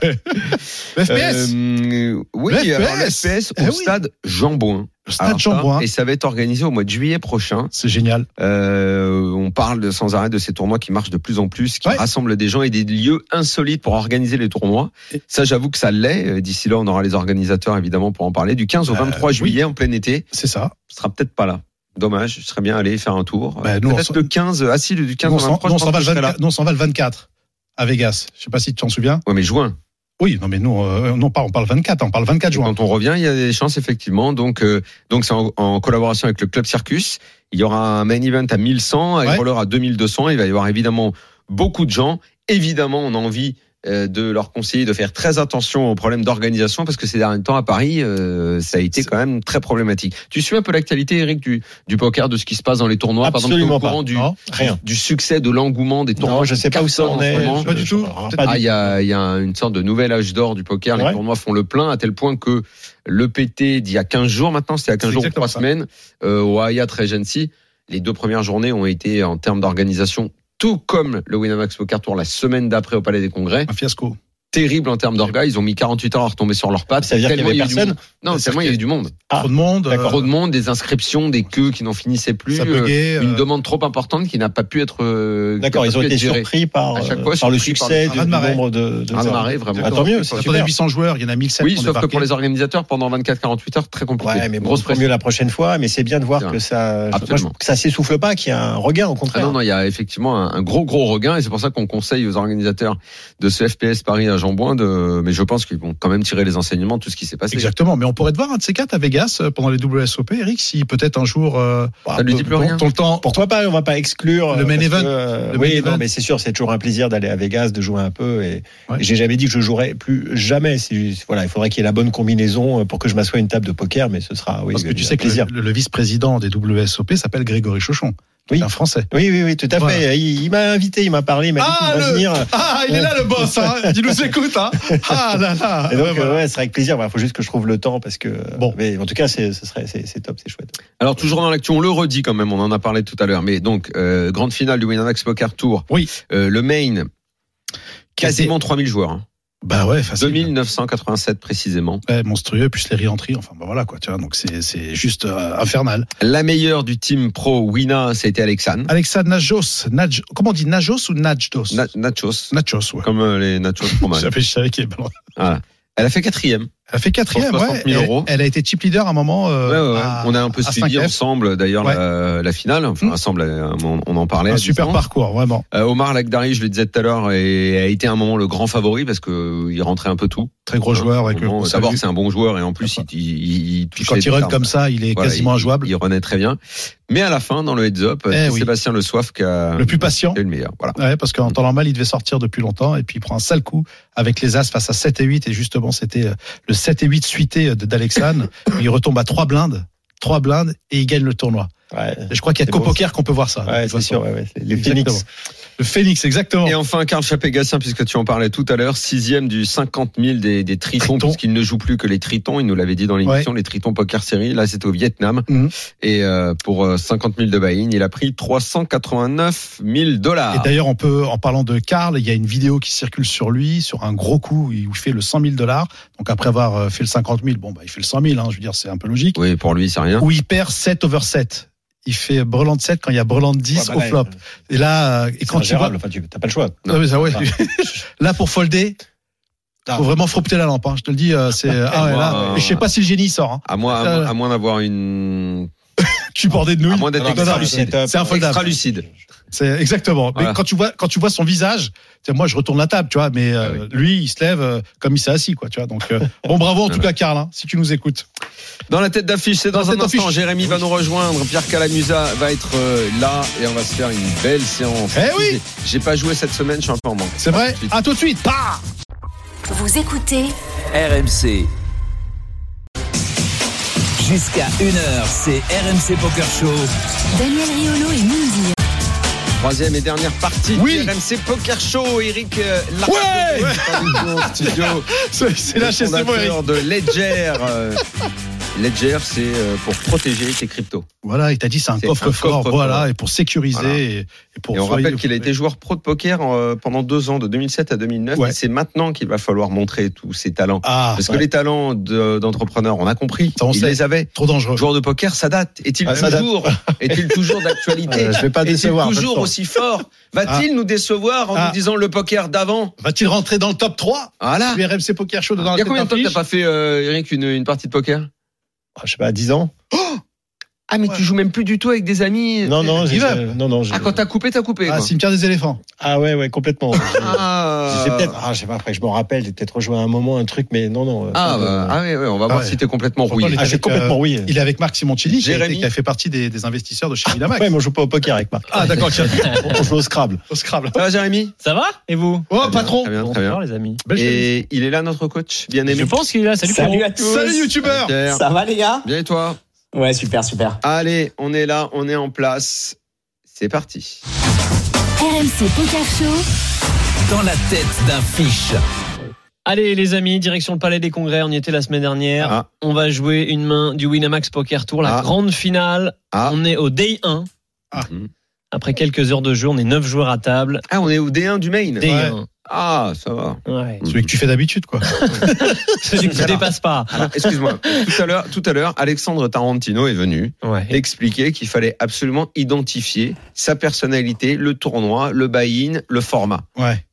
[SPEAKER 6] FPS,
[SPEAKER 5] Euh, oui,
[SPEAKER 6] Le
[SPEAKER 5] alors, le
[SPEAKER 6] FPS.
[SPEAKER 5] FPS au
[SPEAKER 6] Eh oui.
[SPEAKER 5] stade Jean Bouin.
[SPEAKER 6] le
[SPEAKER 5] Alors,
[SPEAKER 6] stade
[SPEAKER 5] ça,
[SPEAKER 6] jean Bouin.
[SPEAKER 5] Et ça va être organisé au mois de juillet prochain.
[SPEAKER 6] C'est génial.
[SPEAKER 5] Euh, on parle de- sans arrêt de ces tournois qui marchent de plus en plus, qui
[SPEAKER 6] Ouais.
[SPEAKER 5] rassemblent des gens et des lieux insolites pour organiser les tournois. Ça, j'avoue que ça l'est. Euh, D'ici là, on aura les organisateurs évidemment pour en parler. Du 15 au
[SPEAKER 6] Euh,
[SPEAKER 5] 23
[SPEAKER 6] oui.
[SPEAKER 5] juillet en plein été,
[SPEAKER 6] C'est ça.
[SPEAKER 5] ce sera peut-être pas là. Dommage, je serais bien allé faire un tour.
[SPEAKER 6] Bah,
[SPEAKER 5] Euh,
[SPEAKER 6] nous, on
[SPEAKER 5] Peut-être
[SPEAKER 6] s'en-
[SPEAKER 5] le 15, euh, ah si, le- du 15
[SPEAKER 6] Nous, on
[SPEAKER 5] au
[SPEAKER 6] s'en
[SPEAKER 5] 23,
[SPEAKER 6] nous, on
[SPEAKER 5] je
[SPEAKER 6] s'en
[SPEAKER 5] pense
[SPEAKER 6] va
[SPEAKER 5] que
[SPEAKER 6] le
[SPEAKER 5] je serai là.
[SPEAKER 6] 24 nous, on s'en va le 24 à Vegas. Je sais pas si tu t'en souviens.
[SPEAKER 5] Ouais, mais juin.
[SPEAKER 6] Oui, non, mais nous, euh, non pas, on parle 24, hein, on parle 24 juin.
[SPEAKER 5] Quand on revient, il y a des chances effectivement. Donc, euh, donc c'est en, en collaboration avec le club Circus. Il y aura un main event à 1100, un
[SPEAKER 6] Ouais.
[SPEAKER 5] roller à 2200. Il va y avoir évidemment beaucoup de gens. Évidemment, on a envie euh, de leur conseiller de faire très attention aux problèmes d'organisation parce que ces derniers temps à Paris, euh, ça a été
[SPEAKER 6] C'est-
[SPEAKER 5] quand même très problématique. Tu suis un peu l'actualité, Eric, du, du poker, de ce qui se passe dans les tournois,
[SPEAKER 7] Absolument
[SPEAKER 5] par
[SPEAKER 7] pas.
[SPEAKER 5] exemple, t'es au courant
[SPEAKER 6] Non, rien.
[SPEAKER 5] du, du succès, de l'engouement des tournois.
[SPEAKER 7] Non, je sais pas où ça en est.
[SPEAKER 5] cartonnent en ce moment.
[SPEAKER 7] je-
[SPEAKER 6] Pas du
[SPEAKER 7] je-
[SPEAKER 6] tout.
[SPEAKER 7] alors,
[SPEAKER 6] Peut-être-
[SPEAKER 7] pas
[SPEAKER 5] Ah,
[SPEAKER 7] du
[SPEAKER 5] il y a, il y a un- une sorte de nouvel âge d'or du poker. Les
[SPEAKER 7] Ouais.
[SPEAKER 5] tournois font le plein à tel point que le PT d'il y a 15 jours maintenant, c'était à 15
[SPEAKER 6] C'est
[SPEAKER 5] jours, ou
[SPEAKER 6] exactement
[SPEAKER 5] 3
[SPEAKER 6] ça.
[SPEAKER 5] semaines, euh, au Hyatt Regency. Les deux premières journées ont été en termes d'organisation, tout comme le Winamax Poker Tour la semaine d'après au Palais des Congrès.
[SPEAKER 6] Un fiasco.
[SPEAKER 5] Terrible en termes d'orgas. Ils ont mis 48 heures à retomber sur leurs pattes.
[SPEAKER 7] Ça veut dire qu'il y
[SPEAKER 5] Tellement
[SPEAKER 7] avait
[SPEAKER 5] eu du
[SPEAKER 7] personne
[SPEAKER 5] monde. Non,
[SPEAKER 6] C'est-à-dire
[SPEAKER 5] tellement il y a eu du monde.
[SPEAKER 7] Ah,
[SPEAKER 6] Trop de monde. euh,
[SPEAKER 5] Trop de monde, des inscriptions, des queues qui n'en finissaient plus.
[SPEAKER 6] Ça
[SPEAKER 5] euh,
[SPEAKER 6] buguait.
[SPEAKER 5] une
[SPEAKER 6] euh,
[SPEAKER 5] demande trop importante qui n'a pas pu être. euh, qui
[SPEAKER 7] D'accord,
[SPEAKER 5] n'a
[SPEAKER 7] ils
[SPEAKER 5] pas
[SPEAKER 7] ont
[SPEAKER 5] pu
[SPEAKER 7] été
[SPEAKER 5] être gérée.
[SPEAKER 7] surpris par,
[SPEAKER 5] À chaque
[SPEAKER 7] euh,
[SPEAKER 5] fois,
[SPEAKER 7] par le
[SPEAKER 5] surpris par
[SPEAKER 7] succès
[SPEAKER 5] le-
[SPEAKER 7] du,
[SPEAKER 6] un
[SPEAKER 7] du
[SPEAKER 6] raz-de-marée.
[SPEAKER 7] nombre de, de
[SPEAKER 5] Un
[SPEAKER 7] gens.
[SPEAKER 5] marée, vraiment.
[SPEAKER 7] Ah, tant mieux, c'est
[SPEAKER 6] Quand
[SPEAKER 7] super.
[SPEAKER 6] on a 800 joueurs, il y en a 1700
[SPEAKER 5] Oui,
[SPEAKER 6] qui ont
[SPEAKER 5] sauf que pour
[SPEAKER 6] débarqué.
[SPEAKER 5] les organisateurs, pendant 24-48 heures, très compliqué.
[SPEAKER 7] Ouais, mais bon,
[SPEAKER 5] Grosse
[SPEAKER 7] tant
[SPEAKER 5] pression.
[SPEAKER 7] mieux la prochaine fois, mais c'est bien de
[SPEAKER 5] C'est
[SPEAKER 7] voir
[SPEAKER 5] vrai.
[SPEAKER 7] que ça, moi,
[SPEAKER 5] Absolument.
[SPEAKER 7] je- que ça s'essouffle pas, qu'il y a un regain au
[SPEAKER 5] Ah
[SPEAKER 7] contraire.
[SPEAKER 5] non, non, il y a effectivement un, un gros, gros regain et c'est pour ça qu'on conseille aux organisateurs de ce FPS Paris à Jean-Bouin de, mais je pense qu'ils vont quand même tirer les enseignements de tout ce qui s'est passé.
[SPEAKER 6] Exactement, mais on pourrait te voir un de ces quatre à Vegas euh, pendant les WSOP, Eric, si peut-être un jour. euh,
[SPEAKER 5] Ça lui dit plus
[SPEAKER 6] ton-
[SPEAKER 5] rien.
[SPEAKER 6] Ton temps.
[SPEAKER 7] Pour toi, pas, on va pas exclure
[SPEAKER 6] Le
[SPEAKER 7] euh,
[SPEAKER 6] main
[SPEAKER 7] parce
[SPEAKER 6] event.
[SPEAKER 7] que, euh,
[SPEAKER 6] Le
[SPEAKER 7] oui,
[SPEAKER 6] main
[SPEAKER 7] non,
[SPEAKER 6] event.
[SPEAKER 7] mais c'est sûr, c'est toujours un plaisir d'aller à Vegas, de jouer un peu. Et
[SPEAKER 6] Ouais.
[SPEAKER 7] et j'ai jamais dit que je jouerais plus jamais. C'est juste- voilà, il faudrait qu'il y ait la bonne combinaison euh, pour que je m'assoie à une table de poker, mais ce sera oui,
[SPEAKER 6] Parce que tu
[SPEAKER 7] un
[SPEAKER 6] sais que
[SPEAKER 7] plaisir.
[SPEAKER 6] le, le vice-président des WSOP s'appelle Grégory Chauchon, qui
[SPEAKER 7] Oui.
[SPEAKER 6] est un Français.
[SPEAKER 7] Oui, oui, oui, tout à
[SPEAKER 6] Voilà.
[SPEAKER 7] fait. Il, il m'a invité, il m'a parlé, il m'a dit
[SPEAKER 6] Ah,
[SPEAKER 7] qu'il va
[SPEAKER 6] le-
[SPEAKER 7] venir.
[SPEAKER 6] Ah,
[SPEAKER 7] il est
[SPEAKER 6] là le boss, il nous écoute. Ah là là.
[SPEAKER 7] Et donc, euh, ouais, ce sera avec plaisir. Il faut juste que je trouve le temps parce que.
[SPEAKER 6] Bon.
[SPEAKER 7] Mais en tout cas, c'est ce serait- c'est- c'est top, c'est chouette.
[SPEAKER 5] Alors, toujours dans l'actu, on le redit quand même, on en a parlé tout à l'heure, mais donc, euh, grande finale du Winamax Poker Tour.
[SPEAKER 6] Oui.
[SPEAKER 5] Euh, le main. Quasiment 3000 joueurs, hein.
[SPEAKER 6] Bah ouais, facile.
[SPEAKER 5] 2987 précisément.
[SPEAKER 6] Ouais, monstrueux, puis les réentries, enfin bah voilà quoi, tu vois, donc c'est- c'est juste euh, infernal.
[SPEAKER 5] La meilleure du team pro Wina, ça a été Alexane.
[SPEAKER 6] Alexa Najos, Naj, comment on dit Najos ou Najdos
[SPEAKER 7] Ah,
[SPEAKER 5] Na- nachos.
[SPEAKER 6] Nachos, ouais.
[SPEAKER 5] Comme euh, les nachos
[SPEAKER 6] Je
[SPEAKER 5] fromage.
[SPEAKER 6] savais- je savais qu'il est ballon.
[SPEAKER 5] Voilà. Elle a fait quatrième.
[SPEAKER 6] Elle a fait quatrième,
[SPEAKER 5] 160
[SPEAKER 6] ouais.
[SPEAKER 5] 000
[SPEAKER 6] Elle-
[SPEAKER 5] euros.
[SPEAKER 6] Elle, a été chip leader à un moment. euh,
[SPEAKER 5] Ouais, ouais, ouais.
[SPEAKER 6] à-
[SPEAKER 5] on a un peu
[SPEAKER 6] à
[SPEAKER 5] suivi
[SPEAKER 6] 5F.
[SPEAKER 5] ensemble d'ailleurs
[SPEAKER 6] Ouais.
[SPEAKER 5] la, la finale. Enfin,
[SPEAKER 6] Mm.
[SPEAKER 5] ensemble, euh, on, on en parlait. à
[SPEAKER 6] Un super
[SPEAKER 5] distance.
[SPEAKER 6] parcours, vraiment.
[SPEAKER 5] Euh, Omar Lagdari, je le disais tout à l'heure, et a été à un moment le grand favori parce que euh, il rentrait un peu tout.
[SPEAKER 6] Très gros
[SPEAKER 5] Hein,
[SPEAKER 6] joueur. avec euh, le
[SPEAKER 5] Vraiment,
[SPEAKER 6] qu'on
[SPEAKER 5] D'abord,
[SPEAKER 6] salue.
[SPEAKER 5] c'est un bon joueur et en plus, il,
[SPEAKER 6] D'accord.
[SPEAKER 5] il, il, il
[SPEAKER 6] Puis
[SPEAKER 5] touche
[SPEAKER 6] quand
[SPEAKER 5] les
[SPEAKER 6] il run
[SPEAKER 5] armes.
[SPEAKER 6] comme ça, il est
[SPEAKER 5] Voilà,
[SPEAKER 6] quasiment
[SPEAKER 5] il-
[SPEAKER 6] injouable. Eh
[SPEAKER 5] Il renaît très bien. Mais à la fin, dans le heads-up, c'est
[SPEAKER 6] oui.
[SPEAKER 5] Sébastien Le Soif qui a
[SPEAKER 6] Le plus patient.
[SPEAKER 5] qui a eu le meilleur. Voilà.
[SPEAKER 6] Ouais, parce qu'en temps normal, il devait sortir depuis longtemps et puis il prend un sale coup avec les As face à 7 et 8 et justement c'était euh, le 7 et 8 suité euh, de- d'Alexane. il retombe à 3 blindes, 3 blindes et il gagne le tournoi.
[SPEAKER 7] Ouais,
[SPEAKER 6] Et je crois qu'il y a
[SPEAKER 7] C'est
[SPEAKER 6] qu'au
[SPEAKER 7] beau,
[SPEAKER 6] poker qu'on peut voir Ah, ça. hein,
[SPEAKER 7] Ouais,
[SPEAKER 6] De toute
[SPEAKER 7] c'est sûr.
[SPEAKER 6] façon.
[SPEAKER 7] ouais, ouais. Les
[SPEAKER 6] Exactement.
[SPEAKER 7] Phoenix.
[SPEAKER 6] Le Phoenix, exactement.
[SPEAKER 5] Et enfin, Karl Chapégassien, puisque tu en parlais tout à l'heure, sixième du 50 000 des, des tritons,
[SPEAKER 6] Tritons.
[SPEAKER 5] puisqu'il ne joue plus que les tritons. Il nous l'avait dit dans l'émission, les tritons poker série. Là, c'était au Vietnam.
[SPEAKER 6] Mhm.
[SPEAKER 5] Et euh, pour euh, 50 000 de buy-in, il a pris 389 000
[SPEAKER 6] Et
[SPEAKER 5] dollars.
[SPEAKER 6] d'ailleurs, on peut, en parlant de Karl, il y a une vidéo qui circule sur lui, sur un gros coup où il fait le 100 000 dollars. Donc après avoir euh, fait le 50 000, bon, bah, il fait le 100 000, hein, je veux dire, c'est un peu logique.
[SPEAKER 5] Oui, pour lui, c'est rien.
[SPEAKER 6] Où il perd 7 over 7. Il fait brelant 7 quand il y a brelant 10
[SPEAKER 7] Ouais,
[SPEAKER 6] au
[SPEAKER 7] bah là,
[SPEAKER 6] flop. Et là, euh, et
[SPEAKER 7] C'est
[SPEAKER 6] quand tu vois,
[SPEAKER 7] ingérable. Enfin, tu n'as pas le choix.
[SPEAKER 6] Ah, mais ça, ouais.
[SPEAKER 7] Ah.
[SPEAKER 6] là pour folder, Faut vraiment frotter la lampe, hein, je te le dis. euh, c'est ah ouais, là,
[SPEAKER 5] Wow.
[SPEAKER 6] je sais pas si le génie sort. Hein.
[SPEAKER 5] À moins, à, moins- à moins d'avoir une.
[SPEAKER 6] Je suis bordé de nouilles.
[SPEAKER 5] À moins d'être
[SPEAKER 6] Non, non,
[SPEAKER 5] extra
[SPEAKER 6] non,
[SPEAKER 5] lucide.
[SPEAKER 6] C'est infolable.
[SPEAKER 5] Extra lucide.
[SPEAKER 6] C'est exactement. Mais
[SPEAKER 5] Voilà.
[SPEAKER 6] quand tu vois quand tu vois son visage, tu sais, moi je retourne la table, tu vois. Mais euh,
[SPEAKER 5] Ah oui.
[SPEAKER 6] lui, il se lève euh, comme il s'est assis, quoi, tu vois. Donc euh, bon, bravo en tout cas, Karl, hein, si tu nous écoutes.
[SPEAKER 5] Dans la tête d'affiche, c'est dans,
[SPEAKER 6] Dans la
[SPEAKER 5] un
[SPEAKER 6] tête
[SPEAKER 5] instant.
[SPEAKER 6] d'affiche.
[SPEAKER 5] Jérémy va nous rejoindre. Pierre Calamusa va être euh, là et on va se faire une belle séance.
[SPEAKER 6] Eh oui.
[SPEAKER 5] J'ai- J'ai pas joué cette semaine, je suis un peu en manque.
[SPEAKER 6] C'est vrai. À tout de suite. Bah
[SPEAKER 3] Vous écoutez
[SPEAKER 4] RMC. Jusqu'à 1h, c'est RMC Poker Show.
[SPEAKER 3] Daniel Riolo et Mindy.
[SPEAKER 5] Troisième et dernière partie
[SPEAKER 6] Oui.
[SPEAKER 5] du RMC Poker Show. Eric euh, Larcher
[SPEAKER 6] Ouais.
[SPEAKER 5] de Paris-Bourg Studio.
[SPEAKER 6] c'est c'est
[SPEAKER 5] le
[SPEAKER 6] là chez moi, Eric.
[SPEAKER 5] fondateur de Ledger. euh, Ledger, c'est euh, pour protéger tes cryptos.
[SPEAKER 6] Voilà, il t'a dit c'est un
[SPEAKER 5] C'est un
[SPEAKER 6] coffre-fort,
[SPEAKER 5] coffre-fort.
[SPEAKER 6] voilà, et pour sécuriser
[SPEAKER 5] Voilà.
[SPEAKER 6] et, et pour.
[SPEAKER 5] Et on
[SPEAKER 6] soigner-
[SPEAKER 5] rappelle qu'il a été joueur pro de poker euh, pendant deux ans, de 2007 à 2009.
[SPEAKER 6] Ouais.
[SPEAKER 5] Et c'est maintenant qu'il va falloir montrer tous ses talents.
[SPEAKER 6] Ah,
[SPEAKER 5] Parce que
[SPEAKER 6] ouais,
[SPEAKER 5] les talents de- d'entrepreneurs, on a compris,
[SPEAKER 6] Ça, on
[SPEAKER 5] il
[SPEAKER 6] sait.
[SPEAKER 5] les avait.
[SPEAKER 6] trop dangereux.
[SPEAKER 5] Joueur de poker, ça date. Est-il
[SPEAKER 7] Ah, ça date.
[SPEAKER 5] toujours, est-il toujours d'actualité
[SPEAKER 7] Euh, je vais pas
[SPEAKER 5] Est-il
[SPEAKER 7] décevoir,
[SPEAKER 5] toujours
[SPEAKER 7] Vincent.
[SPEAKER 5] aussi fort Va-t-il nous décevoir en
[SPEAKER 6] Ah.
[SPEAKER 5] nous disant le poker d'avant
[SPEAKER 6] Va-t-il rentrer dans le top 3
[SPEAKER 5] Voilà.
[SPEAKER 6] du RMC Poker Show dans
[SPEAKER 5] Ah. Il
[SPEAKER 6] la
[SPEAKER 5] y a
[SPEAKER 6] tête
[SPEAKER 5] combien de temps que t'as
[SPEAKER 6] d'affiche
[SPEAKER 5] pas fait, euh, Eric, une, une partie de poker
[SPEAKER 7] Je sais pas, 10 ans
[SPEAKER 5] Ah, mais tu joues même plus du tout avec des amis.
[SPEAKER 7] Non, non, j'ai-
[SPEAKER 6] Ivan.
[SPEAKER 7] non, non. j'ai-
[SPEAKER 5] Ah, quand t'as coupé, t'as coupé.
[SPEAKER 6] Ah,
[SPEAKER 5] quoi.
[SPEAKER 6] cimetière des éléphants.
[SPEAKER 7] Ah ouais, ouais, complètement. J'ai
[SPEAKER 5] Ah,
[SPEAKER 7] j'ai peut-être, ah, je sais pas, après que je m'en rappelle, j'ai peut-être rejoué à un moment un truc, mais non, non. euh,
[SPEAKER 5] Ah,
[SPEAKER 7] pas de-
[SPEAKER 5] bah, ah oui, oui, on va
[SPEAKER 6] Ah
[SPEAKER 5] voir
[SPEAKER 6] ouais.
[SPEAKER 5] si t'es complètement
[SPEAKER 6] Pourtant,
[SPEAKER 5] rouillé.
[SPEAKER 6] les-
[SPEAKER 7] ah, j'ai
[SPEAKER 6] avec,
[SPEAKER 7] complètement
[SPEAKER 6] euh,
[SPEAKER 7] oui.
[SPEAKER 6] Il est avec Marc Simoncini, qui a, été-
[SPEAKER 5] Jérémy.
[SPEAKER 6] qui a fait partie des, des investisseurs de chez Winamax.
[SPEAKER 7] Ouais, mais on joue pas au poker avec Marc.
[SPEAKER 6] Ah, d'accord, tiens,
[SPEAKER 7] On joue au Scrabble.
[SPEAKER 6] au Scrabble.
[SPEAKER 5] Ça va, Jérémy
[SPEAKER 9] Ça va Et vous
[SPEAKER 6] Oh,
[SPEAKER 5] Très bien,
[SPEAKER 6] patron
[SPEAKER 5] Très bien, très bien.
[SPEAKER 9] les amis.
[SPEAKER 6] Belle chemise.
[SPEAKER 5] Et il est là, notre coach, bien
[SPEAKER 9] Je
[SPEAKER 5] aimé.
[SPEAKER 9] pense qu'il est là. Salut, Pierrot.
[SPEAKER 10] à tous.
[SPEAKER 6] Salut, youtubeur
[SPEAKER 5] Pierre.
[SPEAKER 10] Ça va les gars
[SPEAKER 5] Bien et toi
[SPEAKER 10] Ouais, super, super.
[SPEAKER 5] Allez, on est là, on est en place. C'est parti.
[SPEAKER 3] RMC Poker Show.
[SPEAKER 4] Dans la tête d'un fiche.
[SPEAKER 9] Allez les amis, direction le Palais des Congrès. On y était la semaine dernière.
[SPEAKER 5] Ah.
[SPEAKER 9] On va jouer une main du Winamax Poker Tour, la
[SPEAKER 5] Ah.
[SPEAKER 9] grande finale.
[SPEAKER 5] Ah.
[SPEAKER 9] On est au day 1.
[SPEAKER 6] Ah.
[SPEAKER 9] Après quelques heures de jeu, on est 9 joueurs à table.
[SPEAKER 5] Ah, on est au D1 du main.
[SPEAKER 9] Day
[SPEAKER 6] Ouais.
[SPEAKER 9] 1.
[SPEAKER 5] Ah, ça va.
[SPEAKER 9] Ouais.
[SPEAKER 6] Celui que tu fais d'habitude, quoi.
[SPEAKER 9] Celui que tu dépasses pas.
[SPEAKER 5] Alors,
[SPEAKER 6] Ah.
[SPEAKER 5] excuse-moi. tout à l'heure, tout à l'heure, Alexandre Tarantino est venu
[SPEAKER 9] Ouais.
[SPEAKER 5] expliquer qu'il fallait absolument identifier sa personnalité, le tournoi, le buy-in, le format.
[SPEAKER 6] Ouais.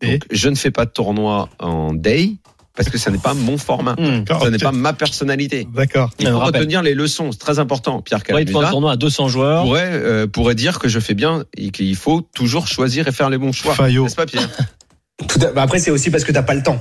[SPEAKER 6] Et
[SPEAKER 5] Donc, je ne fais pas de tournoi en day parce que ça n'est pas mon format.
[SPEAKER 9] Hmm.
[SPEAKER 6] D'accord,
[SPEAKER 5] Ça n'est
[SPEAKER 6] ok.
[SPEAKER 5] pas ma personnalité.
[SPEAKER 6] D'accord.
[SPEAKER 5] Il
[SPEAKER 9] Un
[SPEAKER 5] faut
[SPEAKER 9] rappel.
[SPEAKER 5] retenir les leçons, c'est très important. Pierre
[SPEAKER 9] Ouais, il te faut un
[SPEAKER 5] Calamusa
[SPEAKER 9] tournoi à 200 joueurs.
[SPEAKER 5] pourrait, euh, pourrait dire que je fais bien et qu'il faut toujours choisir et faire les bons choix.
[SPEAKER 6] Fayot.
[SPEAKER 5] N'est-ce pas, Pierre
[SPEAKER 10] Tout à- bah après, c'est aussi parce que t'as pas le temps.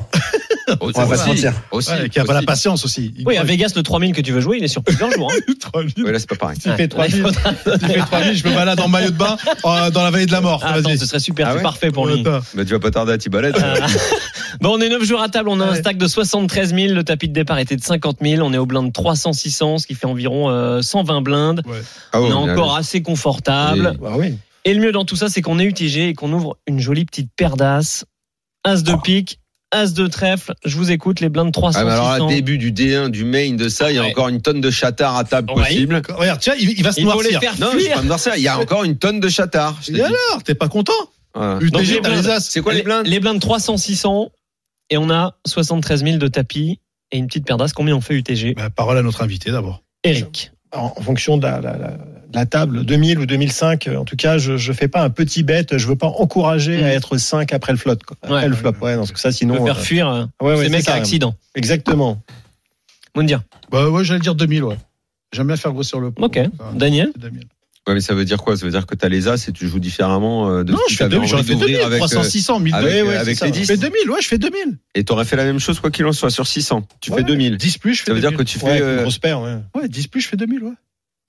[SPEAKER 5] Aussi,
[SPEAKER 10] On va pas se mentir.
[SPEAKER 5] aussi,
[SPEAKER 6] Ouais, qui a pas
[SPEAKER 5] aussi.
[SPEAKER 6] la patience aussi. Il
[SPEAKER 9] Oui, à Vegas, le 3000 que tu veux jouer, il est sur plusieurs jours. hein.
[SPEAKER 6] 3000.
[SPEAKER 5] Ouais, là, c'est pas pareil.
[SPEAKER 6] S'il fait
[SPEAKER 9] Ouais.
[SPEAKER 6] 3000, s'il fait 3000, je me balade en maillot de bain euh, dans la vallée de la mort.
[SPEAKER 9] Ah, attends,
[SPEAKER 6] Vas-y.
[SPEAKER 9] ce serait super,
[SPEAKER 5] Ah
[SPEAKER 9] c'est
[SPEAKER 5] ouais
[SPEAKER 9] parfait pour lui.
[SPEAKER 6] Attends.
[SPEAKER 5] Bah, tu vas pas tarder à t'y balader.
[SPEAKER 10] Euh,
[SPEAKER 9] Ah. bon, on est 9 jours à table, on a un
[SPEAKER 6] Ouais.
[SPEAKER 9] stack de 73 000, le tapis de départ était de 50 000, on est au blind 300-600, ce qui fait environ euh, 120 blindes.
[SPEAKER 5] Ah, ouais,
[SPEAKER 9] on est
[SPEAKER 5] mais,
[SPEAKER 9] encore assez confortable.
[SPEAKER 5] Et-
[SPEAKER 7] Bah oui.
[SPEAKER 9] Et le mieux dans tout ça, c'est qu'on est UTG et qu'on ouvre une jolie petite paire d'as, as
[SPEAKER 5] Oh.
[SPEAKER 9] de pique, as de trèfle. Je vous écoute, les blindes
[SPEAKER 5] Ah, mais alors là,
[SPEAKER 9] 300-600.
[SPEAKER 5] début du D1, du main, de ça, il y a
[SPEAKER 9] Ouais.
[SPEAKER 5] encore une tonne de chatards à table
[SPEAKER 9] Ouais.
[SPEAKER 5] possible.
[SPEAKER 6] Regarde, tiens, il, il va se
[SPEAKER 9] Il faut les
[SPEAKER 6] noircir.
[SPEAKER 9] faire
[SPEAKER 5] Non, je suis
[SPEAKER 9] fuir.
[SPEAKER 5] pas me dire ça, il y a encore une tonne de chatards. je te
[SPEAKER 6] Et
[SPEAKER 5] dis.
[SPEAKER 6] alors, t'es pas content
[SPEAKER 5] Voilà.
[SPEAKER 9] Donc, les
[SPEAKER 6] UTG, t'as les
[SPEAKER 9] blindes.
[SPEAKER 6] as.
[SPEAKER 5] C'est quoi les blindes
[SPEAKER 9] Les blindes 300-600 et on a 73 000 de tapis et une petite paire d'as. Combien on fait UTG
[SPEAKER 6] Bah, parole à notre invité d'abord.
[SPEAKER 9] Eric.
[SPEAKER 7] En, en fonction de la, la- la- de la table, 2000 ou 2005, euh, en tout cas, je, je fais pas un petit bet, je veux pas encourager
[SPEAKER 9] Mm.
[SPEAKER 6] Hmm.
[SPEAKER 7] à être 5 après le flop. Quoi. Après
[SPEAKER 9] Ouais.
[SPEAKER 7] le flop, ouais, parce que ça,
[SPEAKER 9] On peut
[SPEAKER 7] sinon.
[SPEAKER 9] faire
[SPEAKER 7] euh,
[SPEAKER 9] fuir euh,
[SPEAKER 7] ouais, ouais,
[SPEAKER 9] ces
[SPEAKER 7] c'est
[SPEAKER 9] mecs
[SPEAKER 7] ça,
[SPEAKER 9] à accident.
[SPEAKER 7] Exactement.
[SPEAKER 9] Mundia.
[SPEAKER 6] Bah ouais, j'allais dire 2000, ouais. J'aime bien faire grossir le pot.
[SPEAKER 9] Ok.
[SPEAKER 6] Ça,
[SPEAKER 9] Daniel
[SPEAKER 6] c'est 2000.
[SPEAKER 5] Ouais, mais ça veut dire quoi Ça veut dire que t'as les as et tu joues différemment euh, de
[SPEAKER 6] Non,
[SPEAKER 5] ce que
[SPEAKER 6] je fais
[SPEAKER 5] t'avais
[SPEAKER 6] 2000, j'aurais
[SPEAKER 5] envie
[SPEAKER 6] fait
[SPEAKER 5] d'ouvrir
[SPEAKER 6] 2000,
[SPEAKER 5] avec.
[SPEAKER 6] 300,
[SPEAKER 5] euh,
[SPEAKER 6] 600, 1000.
[SPEAKER 5] avec,
[SPEAKER 6] Ouais, ouais,
[SPEAKER 5] euh, avec
[SPEAKER 6] c'est ça.
[SPEAKER 5] les 10.
[SPEAKER 6] Je fais 2000, ouais, je fais 2000.
[SPEAKER 5] Et t'aurais fait la même chose quoi qu'il en soit sur 600. Tu
[SPEAKER 6] Ouais,
[SPEAKER 5] fais 2000.
[SPEAKER 6] 10 plus, je fais
[SPEAKER 5] Ça veut
[SPEAKER 6] 2000.
[SPEAKER 5] dire que tu
[SPEAKER 7] Ouais,
[SPEAKER 5] fais. euh,
[SPEAKER 7] une grosse paire, ouais.
[SPEAKER 6] Ouais, 10 plus, je fais 2000, ouais.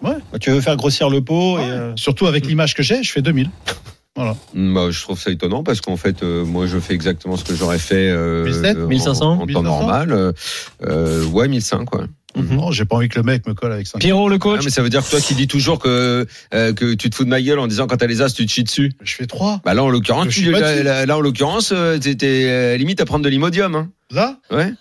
[SPEAKER 7] Bah, tu veux faire grossir le pot
[SPEAKER 6] Ouais. Mm.
[SPEAKER 7] et. euh,
[SPEAKER 6] Surtout avec l'image que j'ai, je fais 2000.
[SPEAKER 5] Mm, bah, je trouve ça étonnant parce qu'en fait, euh, moi, je fais exactement ce que j'aurais fait euh,
[SPEAKER 6] 1007,
[SPEAKER 5] en-
[SPEAKER 9] 1500,
[SPEAKER 5] en, temps
[SPEAKER 6] 1500.
[SPEAKER 5] normal. euh, euh, ouais, 1500 quoi.
[SPEAKER 6] Non, Oh, j'ai pas envie que le mec me colle avec 5.
[SPEAKER 9] Pierrot, le
[SPEAKER 5] Ah,
[SPEAKER 9] coach.
[SPEAKER 5] mais ça veut dire que toi qui dis toujours que euh, que tu te fous de ma gueule en disant quand t'as les as, tu te chies dessus.
[SPEAKER 6] Je fais 3.
[SPEAKER 5] Bah là, en l'occurrence,
[SPEAKER 6] Je
[SPEAKER 5] tu-
[SPEAKER 6] suis pas
[SPEAKER 5] là,
[SPEAKER 6] dessus.
[SPEAKER 5] là- là, en l'occurrence, euh, t'étais euh, limite à prendre de l'imodium. Hein.
[SPEAKER 6] Là
[SPEAKER 5] Ouais.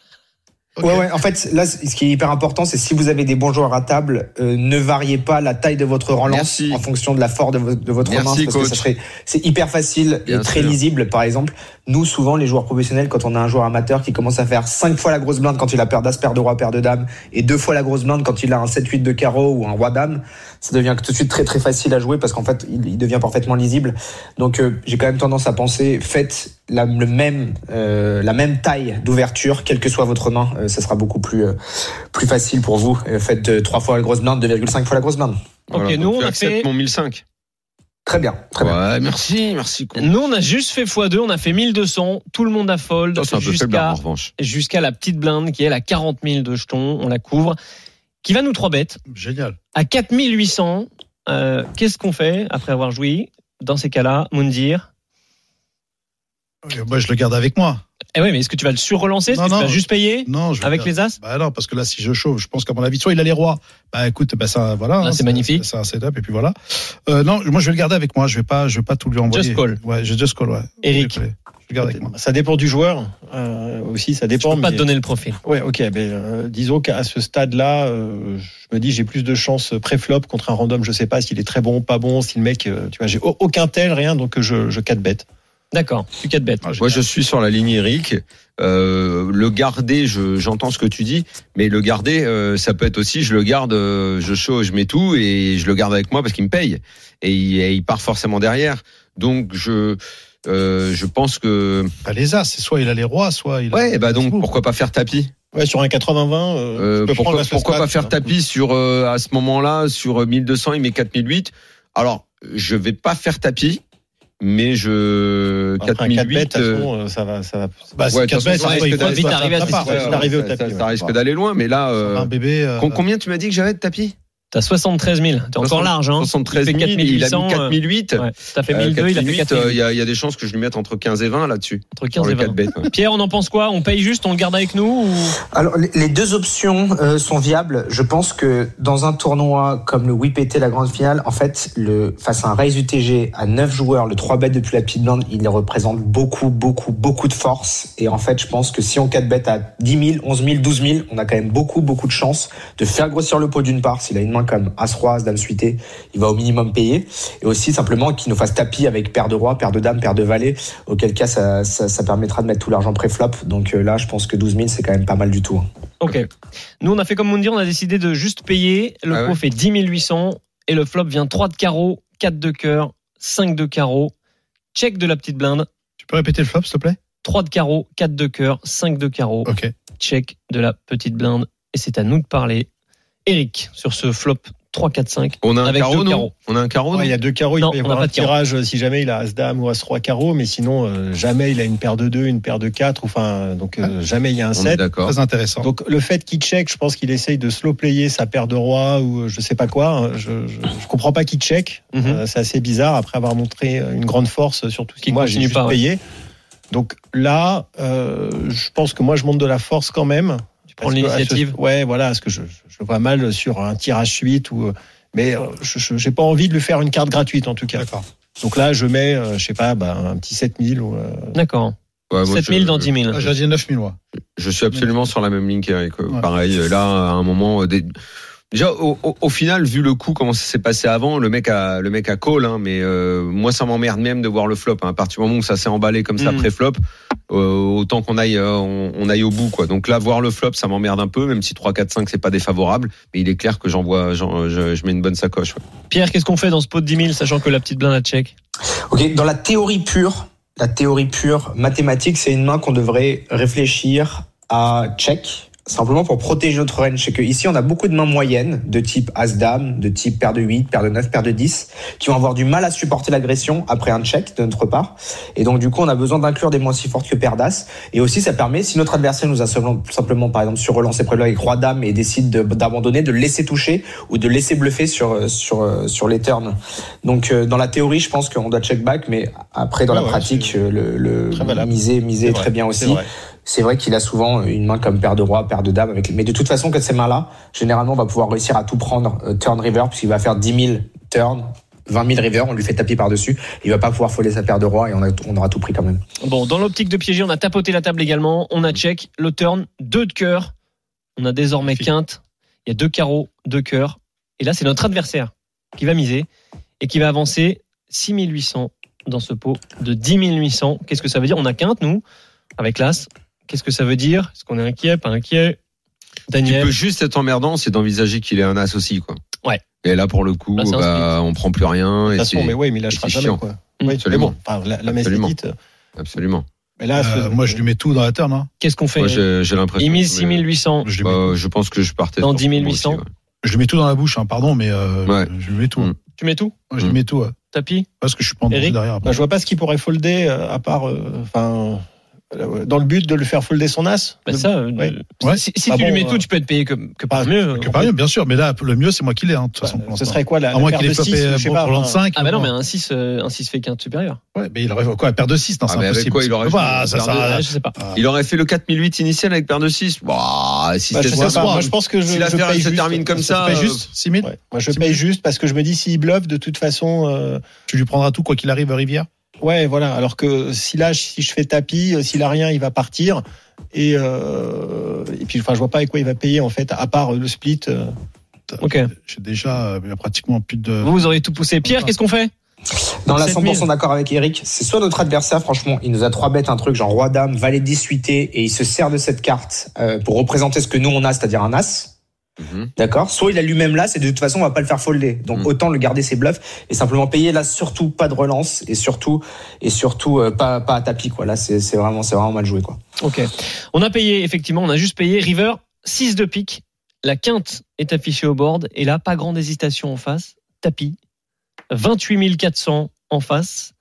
[SPEAKER 6] Ok.
[SPEAKER 10] Ouais, ouais. En fait, là, ce qui est hyper important, c'est si vous avez des bons joueurs à table, euh, ne variez pas la taille de votre relance
[SPEAKER 5] Merci.
[SPEAKER 10] en fonction de la force de, vo- de votre
[SPEAKER 5] Merci,
[SPEAKER 10] relance. Parce que
[SPEAKER 5] coach.
[SPEAKER 10] ça serait, c'est hyper facile
[SPEAKER 5] Bien
[SPEAKER 10] et très
[SPEAKER 5] sûr.
[SPEAKER 10] lisible. Par exemple, nous, souvent, les joueurs professionnels, quand on a un joueur amateur qui commence à faire cinq fois la grosse blinde quand il a paire d'as, paire de roi, paire de dame, et deux fois la grosse blinde quand il a un 7-8 de carreau ou un roi dame, ça devient tout de suite très très facile à jouer parce qu'en fait, il, il devient parfaitement lisible. Donc, euh, j'ai quand même tendance à penser, faites la, le même, euh, la même taille d'ouverture, quelle que soit votre main, euh, ça sera beaucoup plus, euh, plus facile pour vous. Euh, faites euh, trois fois la grosse blinde, 2,5 fois la grosse blinde.
[SPEAKER 5] Voilà,
[SPEAKER 9] nous,
[SPEAKER 5] donc
[SPEAKER 9] on
[SPEAKER 5] tu
[SPEAKER 9] a
[SPEAKER 5] acceptes
[SPEAKER 9] fait-
[SPEAKER 5] mon 1005.
[SPEAKER 10] Très bien, très bien.
[SPEAKER 5] Ouais, merci, merci. con.
[SPEAKER 9] Nous, on a juste fait x2, on a fait 1200, tout le monde a fold
[SPEAKER 5] Ça, c'est un peu faible hein,
[SPEAKER 9] jusqu'à
[SPEAKER 5] en revanche.
[SPEAKER 9] jusqu'à la petite blinde qui est à 40 000 de jetons, on la couvre, qui va nous 3 bêtes.
[SPEAKER 6] Génial.
[SPEAKER 9] À 4800, euh, qu'est-ce qu'on fait après avoir joui Dans ces cas-là, Moundir.
[SPEAKER 6] Ok, Moi, je le garde avec moi.
[SPEAKER 9] Eh oui, mais est-ce que tu vas le surrelancer Est-ce
[SPEAKER 6] Non,
[SPEAKER 9] que tu
[SPEAKER 6] non.
[SPEAKER 9] vas juste payer
[SPEAKER 6] Non, je vais
[SPEAKER 9] avec
[SPEAKER 6] faire-
[SPEAKER 9] les as
[SPEAKER 6] Bah non, parce que là, si je chauffe, je pense qu'à mon avis, soit il a les rois. Bah écoute, bah ça, voilà.
[SPEAKER 9] Là, c'est magnifique.
[SPEAKER 6] C'est un setup et puis voilà. Euh, non, moi, je vais le garder avec moi. Je vais pas, je vais pas tout lui envoyer.
[SPEAKER 9] Just call.
[SPEAKER 6] Ouais, je just call. Ouais. bah,
[SPEAKER 9] Eric.
[SPEAKER 6] Je vais le garde avec moi.
[SPEAKER 7] Ça dépend du joueur euh, aussi, ça
[SPEAKER 9] Je
[SPEAKER 7] dépend.
[SPEAKER 9] peux pas
[SPEAKER 7] mais-
[SPEAKER 9] te donner le profil.
[SPEAKER 7] Ouais, ok. Mais, euh, disons qu'à ce stade-là, euh, je me dis j'ai plus de chances pré-flop contre un random. Je sais pas s'il est très bon, pas bon, si le mec, euh, tu vois, j'ai au- aucun tel, rien, donc je, je 4 bête.
[SPEAKER 9] D'accord, tu 4 bêtes.
[SPEAKER 6] Ah,
[SPEAKER 5] Moi,
[SPEAKER 6] génial.
[SPEAKER 5] je suis sur la ligne Eric. Euh, le garder, je- j'entends ce que tu dis, mais le garder, euh, ça peut être aussi, je le garde, euh, je chauffe, je mets tout et je le garde avec moi parce qu'il me paye et il, et il part forcément derrière. Donc je euh, je pense que
[SPEAKER 6] Bah, les as, c'est soit il a les rois, soit il. A...
[SPEAKER 5] ouais, bah donc pourquoi pas faire tapis
[SPEAKER 7] Ouais, sur un 80-20, euh,
[SPEAKER 5] Euh,
[SPEAKER 7] tu peux prendre
[SPEAKER 5] Pourquoi,
[SPEAKER 7] la hein. face
[SPEAKER 5] pourquoi
[SPEAKER 7] mat,
[SPEAKER 5] pas faire
[SPEAKER 7] tu vois.
[SPEAKER 5] tapis sur euh, à ce moment-là sur euh, 1200 il met 4008. Alors je vais pas faire tapis, mais je
[SPEAKER 7] Après un 4
[SPEAKER 5] 4008.
[SPEAKER 7] bête, de toute
[SPEAKER 5] euh,
[SPEAKER 7] façon, euh, ça va, ça va.
[SPEAKER 6] Bah,
[SPEAKER 5] Ouais,
[SPEAKER 6] c'est
[SPEAKER 5] de toute
[SPEAKER 6] quatre
[SPEAKER 5] façon,
[SPEAKER 6] bêtes.
[SPEAKER 5] ça
[SPEAKER 6] après,
[SPEAKER 5] risque
[SPEAKER 6] il faut
[SPEAKER 5] d'aller
[SPEAKER 6] être
[SPEAKER 9] vite
[SPEAKER 6] à
[SPEAKER 9] arriver à cette
[SPEAKER 6] part.
[SPEAKER 7] histoire.
[SPEAKER 6] Ouais,
[SPEAKER 7] C'est arrivé au
[SPEAKER 5] ça-
[SPEAKER 7] tapis,
[SPEAKER 5] ça
[SPEAKER 7] ouais.
[SPEAKER 5] risque d'aller loin, mais là. euh,
[SPEAKER 6] Un bébé. euh,
[SPEAKER 5] Com- Combien tu m'as dit que j'avais de tapis
[SPEAKER 9] T'as 73 000, t'es encore
[SPEAKER 5] 60
[SPEAKER 9] large. Hein.
[SPEAKER 5] 73
[SPEAKER 9] Il
[SPEAKER 5] 000,
[SPEAKER 9] fait
[SPEAKER 5] il a
[SPEAKER 9] 4800,
[SPEAKER 5] mis 4008.
[SPEAKER 9] Ouais, T'as fait
[SPEAKER 5] Euh,
[SPEAKER 9] 1002, il a fait
[SPEAKER 5] 4008,
[SPEAKER 9] 4
[SPEAKER 5] euh, Il y, a- il y a des chances que je lui mette entre 15 et 20 là-dessus.
[SPEAKER 9] entre 15
[SPEAKER 5] Dans
[SPEAKER 9] et
[SPEAKER 5] le
[SPEAKER 9] 20.
[SPEAKER 5] 4 bêtes. ouais.
[SPEAKER 9] Pierre, on en pense quoi On paye juste, on le garde avec nous ou...
[SPEAKER 10] Alors, les- les deux options euh, sont viables. Je pense que dans un tournoi comme le WIPT, la grande finale, en fait, le, face à un raise UTG à 9 joueurs, le 3 bet depuis la petite blinde, il représente beaucoup, beaucoup, beaucoup de force. Et en fait, je pense que si on 4 bet à 10 000, 11 000, 12 000, on a quand même beaucoup, beaucoup de chance de faire grossir le pot d'une part. S'il a une main comme As-Roi, As-Dame suité, il va au minimum payer. Et aussi, simplement, qu'il nous fasse tapis avec paire de roi, paire de dame, paire de valet, auquel cas, ça, ça, ça permettra de mettre tout l'argent pré-flop. Donc euh, là, je pense que 12 000, c'est quand même pas mal du tout. hein.
[SPEAKER 9] Ok. Nous, on a fait comme on dit, on a décidé de juste payer. Le
[SPEAKER 5] Ah
[SPEAKER 9] pot
[SPEAKER 5] ouais.
[SPEAKER 9] fait 10 800 et le flop vient 3 de carreau, 4 de cœur, 5 de carreau. Check de la petite blinde.
[SPEAKER 6] Tu peux répéter le flop, s'il te plaît
[SPEAKER 9] 3 de carreau, 4 de cœur, 5 de carreau.
[SPEAKER 6] Ok.
[SPEAKER 9] Check de la petite blinde. Et c'est à nous de parler. Eric, sur ce flop 3, 4, 5.
[SPEAKER 5] On a un
[SPEAKER 9] Avec
[SPEAKER 5] carreau,
[SPEAKER 9] deux
[SPEAKER 5] non
[SPEAKER 9] carreaux.
[SPEAKER 5] On a un carreau,
[SPEAKER 7] Ouais, il y
[SPEAKER 5] non
[SPEAKER 7] a deux carreaux,
[SPEAKER 9] Non,
[SPEAKER 7] il peut y
[SPEAKER 9] on
[SPEAKER 7] avoir
[SPEAKER 9] n'a
[SPEAKER 7] un
[SPEAKER 9] pas de carreau.
[SPEAKER 7] tirage euh, si jamais il a As-Dame ou As-Roi carreau, mais sinon, euh, jamais il a une paire de 2, une paire de 4, enfin, euh, donc
[SPEAKER 9] Ah.
[SPEAKER 7] euh, jamais il y a un
[SPEAKER 5] On est
[SPEAKER 7] 7.
[SPEAKER 5] d'accord.
[SPEAKER 6] Très intéressant.
[SPEAKER 7] Donc le fait qu'il check, je pense qu'il essaye de slow player sa paire de rois ou euh, je sais pas quoi. hein. Je, je, je comprends pas qu'il check.
[SPEAKER 9] Mhm.
[SPEAKER 7] Euh, c'est assez bizarre après avoir montré euh, une grande force sur tout ce qui
[SPEAKER 9] Qu'il
[SPEAKER 7] moi
[SPEAKER 9] continue
[SPEAKER 7] j'ai juste
[SPEAKER 9] pas, ouais.
[SPEAKER 7] payé. Donc là, euh, je pense que moi je monte de la force quand même. Tu
[SPEAKER 9] prends l'initiative.
[SPEAKER 7] Ouais, voilà, parce que je, je le vois mal sur un tirage suite ou. euh, Mais euh, je- je j'ai pas envie de lui faire une carte gratuite en tout cas.
[SPEAKER 6] D'accord.
[SPEAKER 7] Donc là, je mets, euh, je sais pas, bah, un petit 7000 ou. euh,
[SPEAKER 9] D'accord.
[SPEAKER 5] Ouais, moi,
[SPEAKER 9] 7 000
[SPEAKER 5] je-
[SPEAKER 9] dans 10 000.
[SPEAKER 6] Ah, J'ai dit 9 000 mois.
[SPEAKER 5] Je suis absolument sur la même ligne qu'Eric. euh,
[SPEAKER 6] Ouais.
[SPEAKER 5] Pareil, euh, là, à un moment. euh, des- Déjà, au, au- au final, vu le coup, comment ça s'est passé avant, le mec a, le mec a call, hein, mais euh, moi, ça m'emmerde même de voir le flop. hein. À partir du moment où ça s'est emballé comme ça
[SPEAKER 9] Mm.
[SPEAKER 5] après flop, autant qu'on aille, euh, on, on aille au bout. quoi. Donc là, voir le flop, ça m'emmerde un peu, même si 3, 4, 5, c'est pas défavorable. Mais il est clair que j'en vois, j'en- je, je mets une bonne sacoche. ouais.
[SPEAKER 9] Pierre, qu'est-ce qu'on fait dans ce pot de 10 000, sachant que la petite blinde a check
[SPEAKER 10] Ok, dans la théorie pure, la théorie pure mathématique, c'est une main qu'on devrait réfléchir à check, simplement pour protéger notre range. C'est que ici, on a beaucoup de mains moyennes, de type As-Dame, de type paire de 8, paire de 9, paire de 10, qui vont avoir du mal à supporter l'agression après un check de notre part. Et donc, du coup, on a besoin d'inclure des mains aussi fortes que paire d'As. Et aussi, ça permet, si notre adversaire nous a simplement, simplement, par exemple, sur relance et prévenu avec Roi-Dame et décide de- d'abandonner, de le laisser toucher ou de laisser bluffer sur, sur, sur les turns. Donc euh, dans la théorie, je pense qu'on doit check back, mais après dans
[SPEAKER 7] Ouais,
[SPEAKER 10] la
[SPEAKER 7] ouais,
[SPEAKER 10] pratique,
[SPEAKER 7] c'est
[SPEAKER 10] euh, le, le
[SPEAKER 7] très valable.
[SPEAKER 10] miser, miser
[SPEAKER 7] c'est
[SPEAKER 10] est
[SPEAKER 7] vrai,
[SPEAKER 10] très bien
[SPEAKER 7] c'est
[SPEAKER 10] aussi.
[SPEAKER 7] vrai.
[SPEAKER 10] C'est vrai qu'il a souvent euh, une main comme paire de roi, paire de dame. Avec... Mais de toute façon, que ces mains-là, généralement, on va pouvoir réussir à tout prendre euh, turn river puisqu'il va faire 10 000 turns, 20 000 river, on lui fait taper par dessus. Il va pas pouvoir foller sa paire de roi et on, a- on aura tout pris quand même.
[SPEAKER 9] Bon, dans l'optique de piéger, on a tapoté la table également. On a check le turn, 2 de cœur, On a désormais
[SPEAKER 6] Magnifique.
[SPEAKER 9] quinte. Il y a deux carreaux, deux cœurs. Et là, c'est notre adversaire qui va miser et qui va avancer 6800 dans ce pot de 10 800. Qu'est-ce que ça veut dire On a quinte, nous, avec l'As. Qu'est-ce que ça veut dire Est-ce qu'on est inquiet Pas inquiet
[SPEAKER 5] Tu
[SPEAKER 9] Daniel
[SPEAKER 5] peux juste être emmerdant, c'est d'envisager qu'il est un as aussi, quoi.
[SPEAKER 9] Ouais.
[SPEAKER 5] Et là, pour le coup,
[SPEAKER 9] Là, c'est un
[SPEAKER 5] bah, on prend plus rien.
[SPEAKER 7] De
[SPEAKER 5] Et
[SPEAKER 7] toute façon,
[SPEAKER 5] c'est-
[SPEAKER 7] mais oui, mais il lâchera
[SPEAKER 5] c'est
[SPEAKER 7] jamais.
[SPEAKER 5] chiant.
[SPEAKER 7] Quoi.
[SPEAKER 9] Mm.
[SPEAKER 7] Oui,
[SPEAKER 5] Absolument.
[SPEAKER 7] mais bon, enfin, la, la messe
[SPEAKER 5] Absolument.
[SPEAKER 7] est dite.
[SPEAKER 5] Absolument.
[SPEAKER 7] Mais
[SPEAKER 5] Ah,
[SPEAKER 7] là,
[SPEAKER 6] Euh,
[SPEAKER 7] ce-
[SPEAKER 6] moi, je lui mets tout dans la turn. hein.
[SPEAKER 9] Qu'est-ce qu'on fait
[SPEAKER 5] Moi, j'ai j'ai l'impression.
[SPEAKER 9] Il mise
[SPEAKER 5] que-
[SPEAKER 9] 6800.
[SPEAKER 6] Je lui mets,
[SPEAKER 5] Bah, je pense que je partais
[SPEAKER 9] Dans
[SPEAKER 5] sur ce
[SPEAKER 9] 10
[SPEAKER 5] mot
[SPEAKER 9] 800.
[SPEAKER 5] aussi, ouais.
[SPEAKER 6] je lui mets tout dans la bouche, hein, pardon, mais euh,
[SPEAKER 5] Ouais.
[SPEAKER 6] je lui mets tout.
[SPEAKER 5] Mm.
[SPEAKER 9] Tu mets tout
[SPEAKER 6] Moi, je lui
[SPEAKER 5] Mm.
[SPEAKER 6] mets tout. ouais.
[SPEAKER 9] Tapis
[SPEAKER 6] Parce que je suis pas en
[SPEAKER 9] Eric
[SPEAKER 6] danger derrière.
[SPEAKER 7] bah,
[SPEAKER 6] Après.
[SPEAKER 7] je vois pas ce qu'il pourrait folder euh, à part, euh, enfin, euh, dans le but de le faire folder son as.
[SPEAKER 9] Bah
[SPEAKER 7] Le-
[SPEAKER 9] ça, euh,
[SPEAKER 7] Ouais.
[SPEAKER 9] si-
[SPEAKER 6] Ouais.
[SPEAKER 9] Si, si
[SPEAKER 7] Ah
[SPEAKER 9] tu
[SPEAKER 7] bon,
[SPEAKER 9] lui mets
[SPEAKER 7] euh, bah,
[SPEAKER 9] tout, tu peux être payé que, que par
[SPEAKER 7] pas-
[SPEAKER 9] mieux.
[SPEAKER 6] Que par rien, bien sûr, mais là, le mieux, c'est moi qui l'ai. hein, de toute façon, pour
[SPEAKER 7] Bah, ce
[SPEAKER 6] l'instant.
[SPEAKER 7] serait quoi la,
[SPEAKER 6] à
[SPEAKER 7] la
[SPEAKER 6] moins
[SPEAKER 7] paire
[SPEAKER 6] qu'il
[SPEAKER 7] de
[SPEAKER 6] ait
[SPEAKER 7] six,
[SPEAKER 6] flopé euh,
[SPEAKER 7] je sais
[SPEAKER 6] bon,
[SPEAKER 7] pas,
[SPEAKER 6] pour l'an
[SPEAKER 7] enfin,
[SPEAKER 6] 5.
[SPEAKER 9] Ah bah non, mais un 6, euh, un 6 fait quinte supérieur.
[SPEAKER 6] Ouais, mais il aurait quoi Paire de 6 Non,
[SPEAKER 5] Ah,
[SPEAKER 6] c'est
[SPEAKER 5] mais avec
[SPEAKER 6] impossible.
[SPEAKER 5] quoi il aurait
[SPEAKER 6] Bah, ça
[SPEAKER 5] joué
[SPEAKER 6] sert à-
[SPEAKER 9] Ouais, je sais pas.
[SPEAKER 5] Il aurait fait le 4008 initial avec paire de 6. Bah, si
[SPEAKER 7] Bah, je
[SPEAKER 5] c'était
[SPEAKER 7] sais
[SPEAKER 5] ça,
[SPEAKER 7] pas, moi, je pense que je,
[SPEAKER 5] Si
[SPEAKER 7] je
[SPEAKER 5] la terre,
[SPEAKER 7] paye
[SPEAKER 5] elle se
[SPEAKER 7] juste.
[SPEAKER 5] termine comme
[SPEAKER 6] Ça
[SPEAKER 5] ça.
[SPEAKER 6] paye
[SPEAKER 5] euh,
[SPEAKER 6] juste 6 000
[SPEAKER 7] Ouais. Moi, je paye juste parce que je me dis s'il bluffe, de toute façon, euh,
[SPEAKER 6] Tu lui prendras tout, quoi qu'il arrive, à Rivière
[SPEAKER 7] ouais, voilà. Alors que si là, si je fais tapis, euh, s'il a rien, il va partir. Et, euh, et puis, enfin, je vois pas avec quoi il va payer en fait, à part euh, le split. euh.
[SPEAKER 9] Ok.
[SPEAKER 6] J'ai déjà euh, pratiquement plus de.
[SPEAKER 9] Vous, vous auriez tout poussé. Pierre, qu'est-ce qu'on fait
[SPEAKER 10] Non, là,
[SPEAKER 9] 7000.
[SPEAKER 10] 100% d'accord avec Eric. C'est soit notre adversaire, franchement, il nous a trois bêtes, un truc genre roi dame, valet 10 suité, et il se sert de cette carte euh, pour représenter ce que nous on a, c'est-à-dire un as.
[SPEAKER 5] Mhm.
[SPEAKER 10] D'accord Soit il a lui-même l'as, et de toute façon, on va pas le faire folder. Donc
[SPEAKER 5] Mhm.
[SPEAKER 10] autant le garder ses bluffs et simplement payer là, surtout pas de relance, et surtout, et surtout euh, pas, pas à tapis, quoi. Là, c'est c'est vraiment, c'est vraiment mal joué, quoi.
[SPEAKER 9] Ok. On a payé, effectivement, on a juste payé. River, 6 de pique. La quinte est affichée au board. Et là, pas grande hésitation en face. Tapis. 28 400 en face.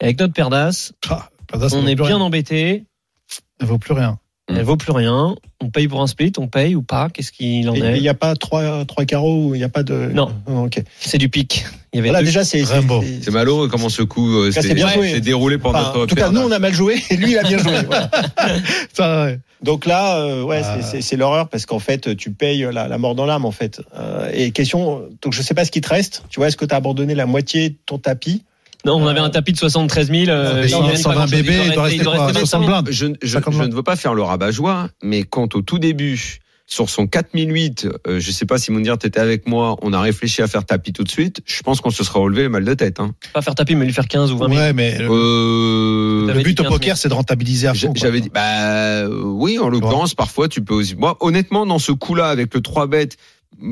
[SPEAKER 9] Et avec notre paire d'as,
[SPEAKER 6] Ah, Plaza, ça
[SPEAKER 9] on
[SPEAKER 6] vaut
[SPEAKER 9] est
[SPEAKER 6] plus
[SPEAKER 9] bien
[SPEAKER 6] rien.
[SPEAKER 9] embêté.
[SPEAKER 6] Ça vaut plus rien.
[SPEAKER 5] Mm.
[SPEAKER 9] Elle vaut plus rien. On paye pour un split, on paye ou pas Qu'est-ce qu'il en
[SPEAKER 7] Et- et Il
[SPEAKER 9] est
[SPEAKER 7] n'y a pas trois, trois carreaux, il n'y a pas de. Ah,
[SPEAKER 9] Non.
[SPEAKER 7] ok.
[SPEAKER 9] C'est du pic. Il y avait
[SPEAKER 7] Voilà,
[SPEAKER 9] deux-
[SPEAKER 7] déjà, c'est. c'est-
[SPEAKER 6] Rimbaud.
[SPEAKER 7] c'est-
[SPEAKER 5] C'est malheureux comment ce coup euh,
[SPEAKER 7] Ça, c'est
[SPEAKER 5] s'est
[SPEAKER 7] bien joué.
[SPEAKER 5] s'est déroulé pendant
[SPEAKER 7] enfin,
[SPEAKER 5] notre
[SPEAKER 7] en tout cas,
[SPEAKER 5] période.
[SPEAKER 7] nous, on a mal joué et lui, il a bien joué. voilà.
[SPEAKER 6] Ça, ouais.
[SPEAKER 7] Donc là, euh, ouais,
[SPEAKER 6] Ah.
[SPEAKER 7] c'est- c'est- c'est l'horreur parce qu'en fait, tu payes la, la mort dans l'âme en fait. Euh, et question, donc je sais pas ce qui te reste. Tu vois, est-ce que tu as abandonné la moitié de ton tapis Euh,
[SPEAKER 9] Non, on avait un tapis de 73 000. euh,
[SPEAKER 6] Mais
[SPEAKER 9] il
[SPEAKER 6] sans-
[SPEAKER 9] reste
[SPEAKER 6] sans
[SPEAKER 9] pas
[SPEAKER 6] un
[SPEAKER 9] grand-chose.
[SPEAKER 6] bébé, il doit rester quoi,
[SPEAKER 9] même
[SPEAKER 6] 60
[SPEAKER 9] 100 000.
[SPEAKER 6] blindes.
[SPEAKER 5] je, je-
[SPEAKER 6] Cinquante
[SPEAKER 5] je
[SPEAKER 6] vingt.
[SPEAKER 5] ne veux pas faire le rabat-joie, mais quand au tout début, sur son 4008, euh, je sais pas si Mounir t'étais avec moi, on a réfléchi à faire tapis tout de suite. Je pense qu'on se sera relevé le mal de tête. Hein.
[SPEAKER 9] Pas faire tapis, mais lui faire 15 ou 20 000.
[SPEAKER 6] Ouais, mais le,
[SPEAKER 5] Euh,
[SPEAKER 9] T'avais
[SPEAKER 6] le
[SPEAKER 9] dit
[SPEAKER 6] but au
[SPEAKER 9] 15 000.
[SPEAKER 6] poker, c'est de rentabiliser à
[SPEAKER 5] j'a-
[SPEAKER 6] fond. quoi.
[SPEAKER 5] J'avais dit, bah euh, oui, en l'occurrence, parfois tu peux aussi. Moi, honnêtement, dans ce coup-là, avec le 3 bêtes,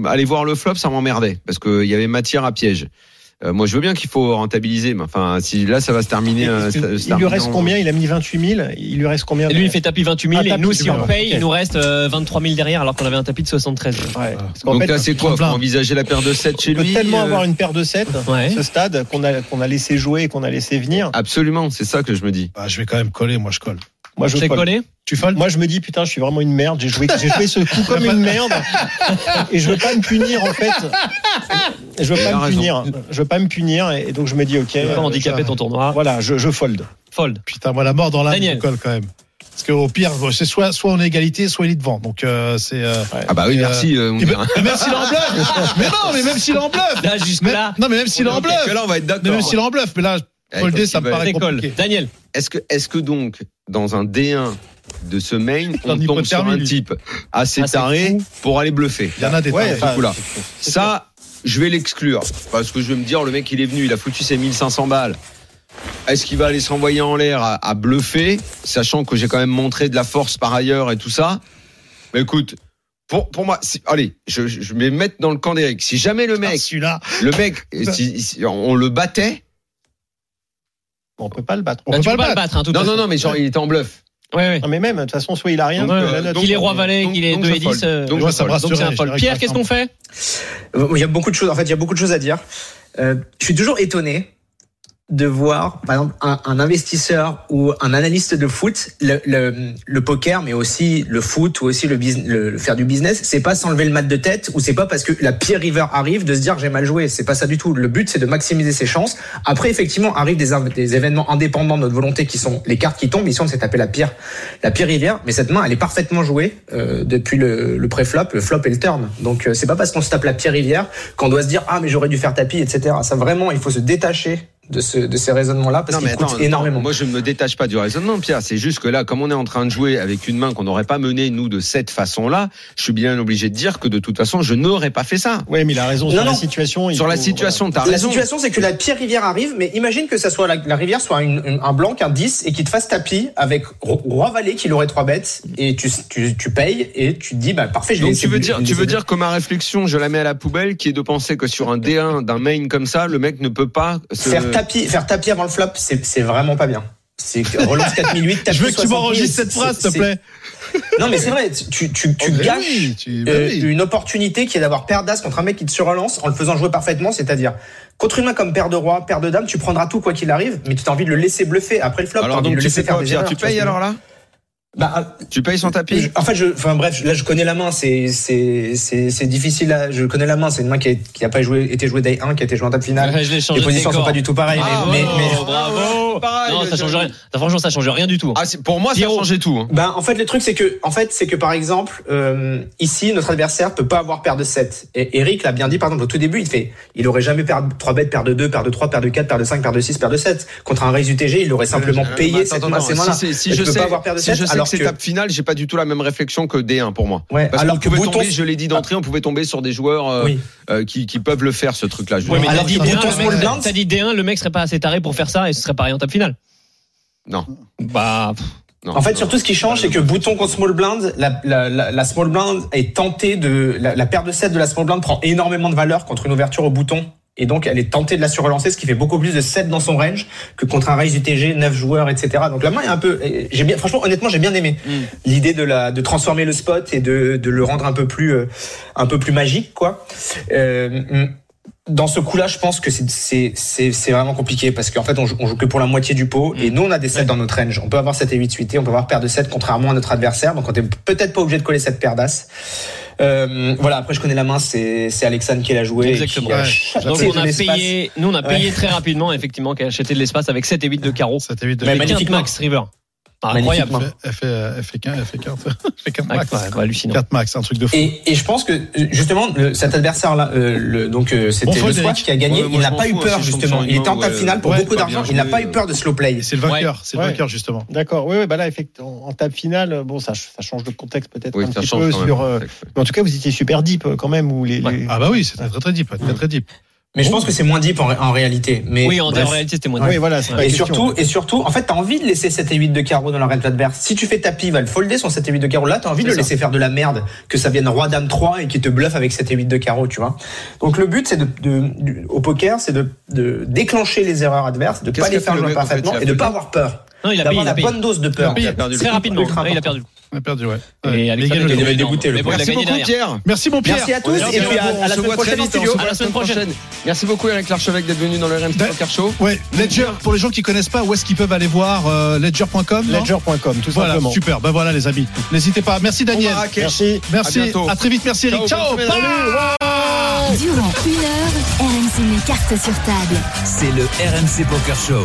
[SPEAKER 5] aller voir le flop, ça m'emmerdait parce qu'il y avait matière à piège. Euh, moi, je veux bien qu'il faut rentabiliser, mais enfin, si là, ça va se terminer. euh, ça- se
[SPEAKER 7] Il lui
[SPEAKER 5] terminer
[SPEAKER 7] reste
[SPEAKER 5] en-
[SPEAKER 7] combien Il a mis 28 000. Il lui reste combien
[SPEAKER 9] Et lui, il fait tapis 28 000.
[SPEAKER 7] Ah,
[SPEAKER 9] et
[SPEAKER 7] tapis,
[SPEAKER 9] nous, si on
[SPEAKER 7] d'accord.
[SPEAKER 9] paye,
[SPEAKER 7] Ok.
[SPEAKER 9] il nous reste euh, 23 000 derrière, alors qu'on avait un tapis de 73 000.
[SPEAKER 7] Ouais. Parce qu'en
[SPEAKER 5] Donc
[SPEAKER 7] fait,
[SPEAKER 5] là, c'est quoi Faut
[SPEAKER 6] tremplin.
[SPEAKER 5] envisager la paire de 7 chez
[SPEAKER 7] on peut
[SPEAKER 5] lui
[SPEAKER 7] tellement
[SPEAKER 5] euh,
[SPEAKER 7] avoir une paire de 7
[SPEAKER 9] Ouais.
[SPEAKER 7] ce stade qu'on a qu'on a laissé jouer et qu'on a laissé venir.
[SPEAKER 5] Absolument, c'est ça que je me dis.
[SPEAKER 6] Bah, je vais quand même coller, moi je colle.
[SPEAKER 7] Moi, je
[SPEAKER 9] J'ai
[SPEAKER 7] fold.
[SPEAKER 9] collé.
[SPEAKER 6] Tu folles
[SPEAKER 7] Moi, je me dis, putain, je suis vraiment une merde. J'ai joué, j'ai joué ce coup comme une merde. Et je veux pas me punir, en fait. Je veux
[SPEAKER 5] Il
[SPEAKER 7] pas
[SPEAKER 5] a
[SPEAKER 7] me
[SPEAKER 5] raison.
[SPEAKER 7] punir. Je veux pas me punir. Et donc, je me dis, OK.
[SPEAKER 9] Tu peux
[SPEAKER 7] euh,
[SPEAKER 9] pas handicapé
[SPEAKER 6] ça-
[SPEAKER 9] ton tournoi.
[SPEAKER 7] Voilà, je, je fold.
[SPEAKER 9] Fold.
[SPEAKER 6] Putain, moi la mort dans l'âme,
[SPEAKER 9] Daniel.
[SPEAKER 6] je colle quand même. Parce qu'au pire, bon, c'est soit, soit on est égalité, soit il est devant. Donc euh, c'est. euh,
[SPEAKER 5] Ah bah oui,
[SPEAKER 6] Et, euh,
[SPEAKER 5] merci. euh, on
[SPEAKER 6] et
[SPEAKER 5] est-
[SPEAKER 6] même- même s'il est en bluff Mais non, mais même s'il est en bluff
[SPEAKER 9] Là,
[SPEAKER 6] Mais-
[SPEAKER 9] jusque-là,
[SPEAKER 6] Non, mais même s'il est en
[SPEAKER 5] Parce
[SPEAKER 6] bluff
[SPEAKER 5] que là, on va être
[SPEAKER 6] Mais
[SPEAKER 5] d'accord.
[SPEAKER 6] même s'il est en bluff, mais là,
[SPEAKER 5] Eh,
[SPEAKER 6] folder,
[SPEAKER 5] comme
[SPEAKER 6] ça
[SPEAKER 5] tu
[SPEAKER 6] me
[SPEAKER 5] veux.
[SPEAKER 6] paraît
[SPEAKER 9] décolle.
[SPEAKER 6] compliqué.
[SPEAKER 9] Daniel,
[SPEAKER 5] Est-ce que, est-ce que donc, dans un D1 de ce main, on
[SPEAKER 6] J'en ai pas
[SPEAKER 5] tombe sur
[SPEAKER 6] permis,
[SPEAKER 5] un
[SPEAKER 6] lui.
[SPEAKER 5] type assez
[SPEAKER 9] Ah, c'est
[SPEAKER 5] taré pour aller bluffer
[SPEAKER 6] Il y en a des
[SPEAKER 7] Ouais,
[SPEAKER 6] tarés.
[SPEAKER 7] enfin,
[SPEAKER 5] coup-là. Ça, je vais l'exclure. Parce que je vais me dire, le mec, il est venu, il a foutu ses 1500 balles. Est-ce qu'il va aller s'envoyer en l'air à, à bluffer, sachant que j'ai quand même montré de la force par ailleurs et tout ça Mais écoute, pour, pour moi, si- allez, je, je vais me mettre dans le camp d'Eric. Si jamais le
[SPEAKER 6] Ah,
[SPEAKER 5] mec,
[SPEAKER 6] Celui-là,
[SPEAKER 5] le mec, si- si on le battait,
[SPEAKER 7] Bon, on peut pas le battre.
[SPEAKER 6] on
[SPEAKER 9] Bah,
[SPEAKER 6] peut
[SPEAKER 9] tu
[SPEAKER 6] pas
[SPEAKER 9] peux
[SPEAKER 6] le
[SPEAKER 9] pas le
[SPEAKER 6] battre.
[SPEAKER 9] battre. hein, de toute
[SPEAKER 5] non, non,
[SPEAKER 9] façon.
[SPEAKER 5] non, mais genre, il était en bluff.
[SPEAKER 9] Ouais, ouais.
[SPEAKER 7] Non, mais même, de toute façon, soit il a rien.
[SPEAKER 5] Donc,
[SPEAKER 7] soit
[SPEAKER 5] euh,
[SPEAKER 7] il a la note.
[SPEAKER 9] Qu'il est roi
[SPEAKER 5] donc-
[SPEAKER 9] valet, qu'il est
[SPEAKER 5] donc
[SPEAKER 9] 2
[SPEAKER 5] je
[SPEAKER 9] et 10.
[SPEAKER 5] fold.
[SPEAKER 9] euh,
[SPEAKER 5] Donc
[SPEAKER 9] Donc
[SPEAKER 6] moi, ça me
[SPEAKER 9] c'est un fold.
[SPEAKER 6] rassurait. j'aurais
[SPEAKER 9] Pierre,
[SPEAKER 6] pas
[SPEAKER 9] qu'est-ce qu'on fait
[SPEAKER 10] Euh, Il y a beaucoup de choses. En fait, il y a beaucoup de choses à dire. Euh, je suis toujours étonné de voir, par exemple, un, un investisseur ou un analyste de foot, le, le- le poker, mais aussi le foot ou aussi le, business, le, le faire du business, c'est pas s'enlever le mat de tête ou c'est pas parce que la pire river arrive de se dire j'ai mal joué. C'est pas ça du tout. Le but c'est de maximiser ses chances. Après, effectivement, arrivent des, inv- des événements indépendants de notre volonté qui sont les cartes qui tombent. Ici, on s'est tapé la pire, la pire rivière, mais cette main, elle est parfaitement jouée euh, depuis le, le pré-flop, le flop et le turn. Donc, euh, c'est pas parce qu'on se tape la pire rivière qu'on doit se dire ah mais j'aurais dû faire tapis, etc. Ça vraiment, il faut se détacher de, ce, de ces raisonnements-là parce
[SPEAKER 5] Non, mais
[SPEAKER 10] qu'ils coûtent
[SPEAKER 5] attends,
[SPEAKER 10] énormément.
[SPEAKER 5] Moi, je ne me détache pas du raisonnement, Pierre. C'est juste que là, comme on est en train de jouer avec une main qu'on n'aurait pas menée, nous, de cette façon-là, je suis bien obligé de dire que de toute façon, je n'aurais pas fait ça.
[SPEAKER 7] Oui, mais il a raison
[SPEAKER 10] Non,
[SPEAKER 7] sur la
[SPEAKER 10] non.
[SPEAKER 7] situation. il
[SPEAKER 5] Sur la
[SPEAKER 7] faut-
[SPEAKER 5] situation, t'as
[SPEAKER 10] la
[SPEAKER 5] raison.
[SPEAKER 10] situation, c'est que la pire rivière arrive, mais imagine que ça soit la, la rivière soit une- une- un blanc, un 10, et qu'il te fasse tapis avec Ro- Roi Valet qui l'aurait 3 bêtes, et tu, tu, tu payes, et tu te dis, bah parfait, je l'ai
[SPEAKER 5] Donc
[SPEAKER 10] laissé
[SPEAKER 5] tu veux
[SPEAKER 10] bleu-
[SPEAKER 5] dire,
[SPEAKER 10] je l'ai
[SPEAKER 5] tu veux
[SPEAKER 10] laissé
[SPEAKER 5] dire que ma réflexion, je la mets à la poubelle, qui est de penser que sur un D1 d'un main comme ça, le mec ne peut pas se...
[SPEAKER 10] bleu. Faire tapis, faire tapis avant le flop, c'est c'est vraiment pas bien. C'est que relance
[SPEAKER 7] euh,
[SPEAKER 10] 4008, tapis
[SPEAKER 6] Je veux que tu
[SPEAKER 10] 60,
[SPEAKER 6] m'enregistres
[SPEAKER 10] c'est-
[SPEAKER 6] cette phrase, s'il te
[SPEAKER 10] c'est-
[SPEAKER 6] plaît.
[SPEAKER 10] Non, mais c'est vrai, tu, tu, tu
[SPEAKER 6] Oh, mais
[SPEAKER 10] gâches
[SPEAKER 6] oui, tu- bah
[SPEAKER 5] Ben
[SPEAKER 10] euh,
[SPEAKER 6] oui.
[SPEAKER 10] une opportunité qui est d'avoir paire d'as contre un mec qui te surrelance en le faisant jouer parfaitement, c'est-à-dire contre une main comme paire de roi, paire de dame, tu prendras tout quoi qu'il arrive, mais tu as envie de le laisser bluffer après le flop, t'as
[SPEAKER 5] Alors
[SPEAKER 10] envie de
[SPEAKER 5] donc
[SPEAKER 10] le
[SPEAKER 5] tu
[SPEAKER 10] laisser
[SPEAKER 5] fais
[SPEAKER 10] faire
[SPEAKER 5] quoi,
[SPEAKER 10] des
[SPEAKER 5] Pierre
[SPEAKER 10] erreurs.
[SPEAKER 5] Tu payes alors là
[SPEAKER 10] Bah,
[SPEAKER 5] Tu payes son
[SPEAKER 10] euh, je-
[SPEAKER 5] tapis
[SPEAKER 10] en fait, je, enfin bref, là je connais la main, c'est c'est c'est c'est difficile. Là, je connais la main, c'est une main qui a, qui a pas joué, été jouée day 1, qui a été jouée en table finale.
[SPEAKER 9] je l'ai changé
[SPEAKER 10] Ah, Les
[SPEAKER 9] de
[SPEAKER 10] positions sont
[SPEAKER 9] décor.
[SPEAKER 10] pas du tout pareilles.
[SPEAKER 5] Ah,
[SPEAKER 10] mais,
[SPEAKER 9] bravo,
[SPEAKER 10] mais, mais-
[SPEAKER 9] bravo.
[SPEAKER 5] Pareil,
[SPEAKER 9] Non,
[SPEAKER 5] je-
[SPEAKER 9] ça change rien. Non, franchement, ça change rien du tout.
[SPEAKER 5] Ah, c'est- pour moi, ça
[SPEAKER 9] Pierrot.
[SPEAKER 5] changeait tout. hein.
[SPEAKER 10] Ben, en fait, le truc, c'est que, en fait, c'est que, par exemple, euh, ici, notre adversaire peut pas avoir paire de 7. Et Eric l'a bien dit, par exemple, au tout début, il fait, il aurait jamais paire de 3 bêtes, paire de 2, paire de 3, paire de 4, paire de 5, paire de 6, paire de 7. Contre un raise UTG, il aurait simplement
[SPEAKER 5] Euh,
[SPEAKER 10] payé
[SPEAKER 5] attends,
[SPEAKER 10] cette
[SPEAKER 5] attends,
[SPEAKER 10] main,
[SPEAKER 5] attends.
[SPEAKER 10] ces mains-là.
[SPEAKER 5] Si, c'est- si
[SPEAKER 10] Et tu
[SPEAKER 5] je
[SPEAKER 10] peux
[SPEAKER 5] sais,
[SPEAKER 10] pas avoir paire de
[SPEAKER 5] si
[SPEAKER 10] 7,
[SPEAKER 5] je sais
[SPEAKER 10] alors
[SPEAKER 5] que c'est
[SPEAKER 10] que-
[SPEAKER 5] étape finale, j'ai pas du tout la même réflexion que D1 pour moi.
[SPEAKER 10] Ouais,
[SPEAKER 5] Parce
[SPEAKER 10] alors
[SPEAKER 5] qu'on
[SPEAKER 10] que
[SPEAKER 5] pouvait
[SPEAKER 10] Bouton-
[SPEAKER 5] tomber, je l'ai dit d'entrée, on pouvait tomber sur des joueurs euh,
[SPEAKER 10] Oui.
[SPEAKER 5] euh, qui, qui peuvent le faire ce truc-là. je veux
[SPEAKER 9] Ouais,
[SPEAKER 5] dire.
[SPEAKER 9] mais
[SPEAKER 10] Alors
[SPEAKER 9] t'as dit
[SPEAKER 10] qu'il
[SPEAKER 9] D1,
[SPEAKER 10] retourne
[SPEAKER 9] le
[SPEAKER 10] sur le
[SPEAKER 9] mec-
[SPEAKER 10] blind.
[SPEAKER 9] T'as dit D1, le mec serait pas assez taré pour faire ça et ce serait pareil en table finale.
[SPEAKER 5] Non.
[SPEAKER 9] Bah, pff,
[SPEAKER 5] Non,
[SPEAKER 10] En fait,
[SPEAKER 5] non.
[SPEAKER 10] surtout, ce qui change, c'est que bouton contre small blind, la, la, la, la small blind est tentée de, la, la paire de 7 de la small blind prend énormément de valeur contre une ouverture au bouton. Et donc, elle est tentée de la surrelancer, ce qui fait beaucoup plus de 7 dans son range que contre un raise UTG, 9 joueurs, etc. Donc, la main est un peu, eh, j'ai bien, franchement, honnêtement, j'ai bien aimé
[SPEAKER 5] Mm.
[SPEAKER 10] l'idée de la, de transformer le spot et de, de le rendre un peu plus, euh, un peu plus magique, quoi. Euh, dans ce coup-là, je pense que c'est- c'est c'est- c'est vraiment compliqué parce qu'en fait, on joue, on joue que pour la moitié du pot
[SPEAKER 9] Mm.
[SPEAKER 10] et nous, on a des 7 dans notre range. On peut avoir 7 et 8 suités, on peut avoir paire de 7 contrairement à notre adversaire. Donc, on est peut-être pas obligé de coller cette paire d'as. Euh, voilà, après, je connais la main, c'est c'est Alexandre qui l'a joué. et qui
[SPEAKER 9] Exactement.
[SPEAKER 10] a
[SPEAKER 6] Ouais.
[SPEAKER 10] chassé
[SPEAKER 9] donc
[SPEAKER 10] de
[SPEAKER 9] on a
[SPEAKER 10] l'espace.
[SPEAKER 9] payé, nous on a payé très rapidement, effectivement, qui a acheté de l'espace avec 7 et 8 de carreau.
[SPEAKER 6] Ça t'évite de
[SPEAKER 10] Mais
[SPEAKER 9] Et
[SPEAKER 10] magnifiquement.
[SPEAKER 9] 15 max river. Ah, incroyable.
[SPEAKER 10] Magnifiquement.
[SPEAKER 6] Elle fait, elle fait 15, elle fait 15, elle fait 4
[SPEAKER 9] Ah,
[SPEAKER 6] max.
[SPEAKER 9] quoi, quoi, hallucinant.
[SPEAKER 6] 4 max, un truc de fou.
[SPEAKER 10] Et, et je pense que euh, justement le- cet adversaire là, donc euh, c'était
[SPEAKER 6] Bon,
[SPEAKER 10] le
[SPEAKER 6] Frédéric.
[SPEAKER 10] Swatch qui a gagné,
[SPEAKER 5] Ouais, moi,
[SPEAKER 10] il
[SPEAKER 5] je
[SPEAKER 10] n'a
[SPEAKER 5] m'en
[SPEAKER 10] pas eu
[SPEAKER 5] fous, hein,
[SPEAKER 10] peur
[SPEAKER 5] si je tombe
[SPEAKER 10] justement.
[SPEAKER 5] sur une
[SPEAKER 10] Il
[SPEAKER 5] main,
[SPEAKER 10] était en table
[SPEAKER 5] ouais,
[SPEAKER 10] finale pour
[SPEAKER 5] ouais,
[SPEAKER 10] beaucoup
[SPEAKER 5] pas
[SPEAKER 10] d'argent,
[SPEAKER 5] bien
[SPEAKER 10] il n'a
[SPEAKER 5] joué.
[SPEAKER 10] pas eu peur de slow play.
[SPEAKER 6] Et c'est le vainqueur, c'est le
[SPEAKER 7] Ouais.
[SPEAKER 6] vainqueur justement.
[SPEAKER 7] D'accord. Oui, oui, bah là, effectivement, en table finale, bon, ça, ça change de contexte peut-être
[SPEAKER 5] Oui,
[SPEAKER 7] un
[SPEAKER 5] ça
[SPEAKER 7] petit
[SPEAKER 5] change
[SPEAKER 7] peu
[SPEAKER 5] quand même.
[SPEAKER 7] sur. euh, mais en tout cas, vous étiez super deep euh, quand même, ou les. les-
[SPEAKER 6] Ah bah oui, c'était très très deep, très très deep.
[SPEAKER 10] Mais je pense que c'est moins deep en, ré- en réalité. Mais
[SPEAKER 9] Oui, en, en
[SPEAKER 10] bref.
[SPEAKER 9] réalité, c'était moins de-
[SPEAKER 7] Oui, voilà. c'est pas la
[SPEAKER 10] Ah. Et
[SPEAKER 7] question.
[SPEAKER 9] hein.
[SPEAKER 10] surtout, et surtout, en fait, t'as envie de laisser 7 et 8 de carreau dans la range adverse. Si tu fais tapis, il va le folder son 7 et 8 de carreau. Là, t'as envie de le laisser faire de la merde, que ça vienne roi dame 3 et qu'il te bluffe avec 7 et 8 de carreau, tu vois. Donc le but, c'est de, de- du- au poker, c'est de, de déclencher les erreurs adverses, de
[SPEAKER 5] Qu'est-ce
[SPEAKER 10] pas les
[SPEAKER 5] qu'a fait
[SPEAKER 10] faire
[SPEAKER 5] le
[SPEAKER 10] jouer
[SPEAKER 5] mec, en fait
[SPEAKER 10] parfaitement
[SPEAKER 5] Il a
[SPEAKER 10] et de
[SPEAKER 5] payé.
[SPEAKER 10] pas avoir peur.
[SPEAKER 9] Non, il a payé,
[SPEAKER 10] D'avoir
[SPEAKER 9] il
[SPEAKER 10] la
[SPEAKER 9] a payé.
[SPEAKER 10] bonne dose de
[SPEAKER 5] Il a
[SPEAKER 10] peur.
[SPEAKER 5] perdu le
[SPEAKER 9] Très
[SPEAKER 5] temps.
[SPEAKER 9] rapidement.
[SPEAKER 10] Ultra
[SPEAKER 9] Ouais, il a
[SPEAKER 10] important.
[SPEAKER 9] perdu.
[SPEAKER 6] On a perdu, ouais.
[SPEAKER 9] Et
[SPEAKER 6] Ouais.
[SPEAKER 9] Alexandre
[SPEAKER 6] Les gars,
[SPEAKER 9] était
[SPEAKER 6] le-
[SPEAKER 10] devait
[SPEAKER 9] énorme.
[SPEAKER 10] dégoûter, le
[SPEAKER 9] Mais bon, il a
[SPEAKER 5] Merci
[SPEAKER 9] gagné
[SPEAKER 5] beaucoup
[SPEAKER 9] derrière.
[SPEAKER 5] Pierre.
[SPEAKER 6] Merci mon Pierre.
[SPEAKER 10] Merci à tous
[SPEAKER 5] Merci
[SPEAKER 10] et puis
[SPEAKER 5] à
[SPEAKER 10] à,
[SPEAKER 5] vous.
[SPEAKER 10] à
[SPEAKER 5] On
[SPEAKER 10] la
[SPEAKER 5] se voit
[SPEAKER 10] semaine
[SPEAKER 5] très
[SPEAKER 10] prochaine en
[SPEAKER 5] vite.
[SPEAKER 10] studio.
[SPEAKER 5] On se voit la semaine prochaine. Merci beaucoup Eric Larchevêque d'être venu dans le RMC
[SPEAKER 6] Ben-
[SPEAKER 5] Poker Show.
[SPEAKER 6] Ouais, Ledger, pour les gens qui connaissent pas, où est-ce qu'ils peuvent aller voir euh, Ledger.com non
[SPEAKER 7] Ledger.com, tout
[SPEAKER 6] Voilà,
[SPEAKER 7] simplement.
[SPEAKER 6] super. Ben voilà les amis. N'hésitez pas. Merci Daniel.
[SPEAKER 5] Bon, Marrakech.
[SPEAKER 7] Merci.
[SPEAKER 6] Merci.
[SPEAKER 5] À bientôt.
[SPEAKER 6] très vite. Merci Eric.
[SPEAKER 5] Ciao,
[SPEAKER 6] Ciao.
[SPEAKER 5] bonne semaine.
[SPEAKER 6] Bye.
[SPEAKER 3] Durant une heure, RMC met cartes sur table.
[SPEAKER 4] C'est le RMC Poker Show.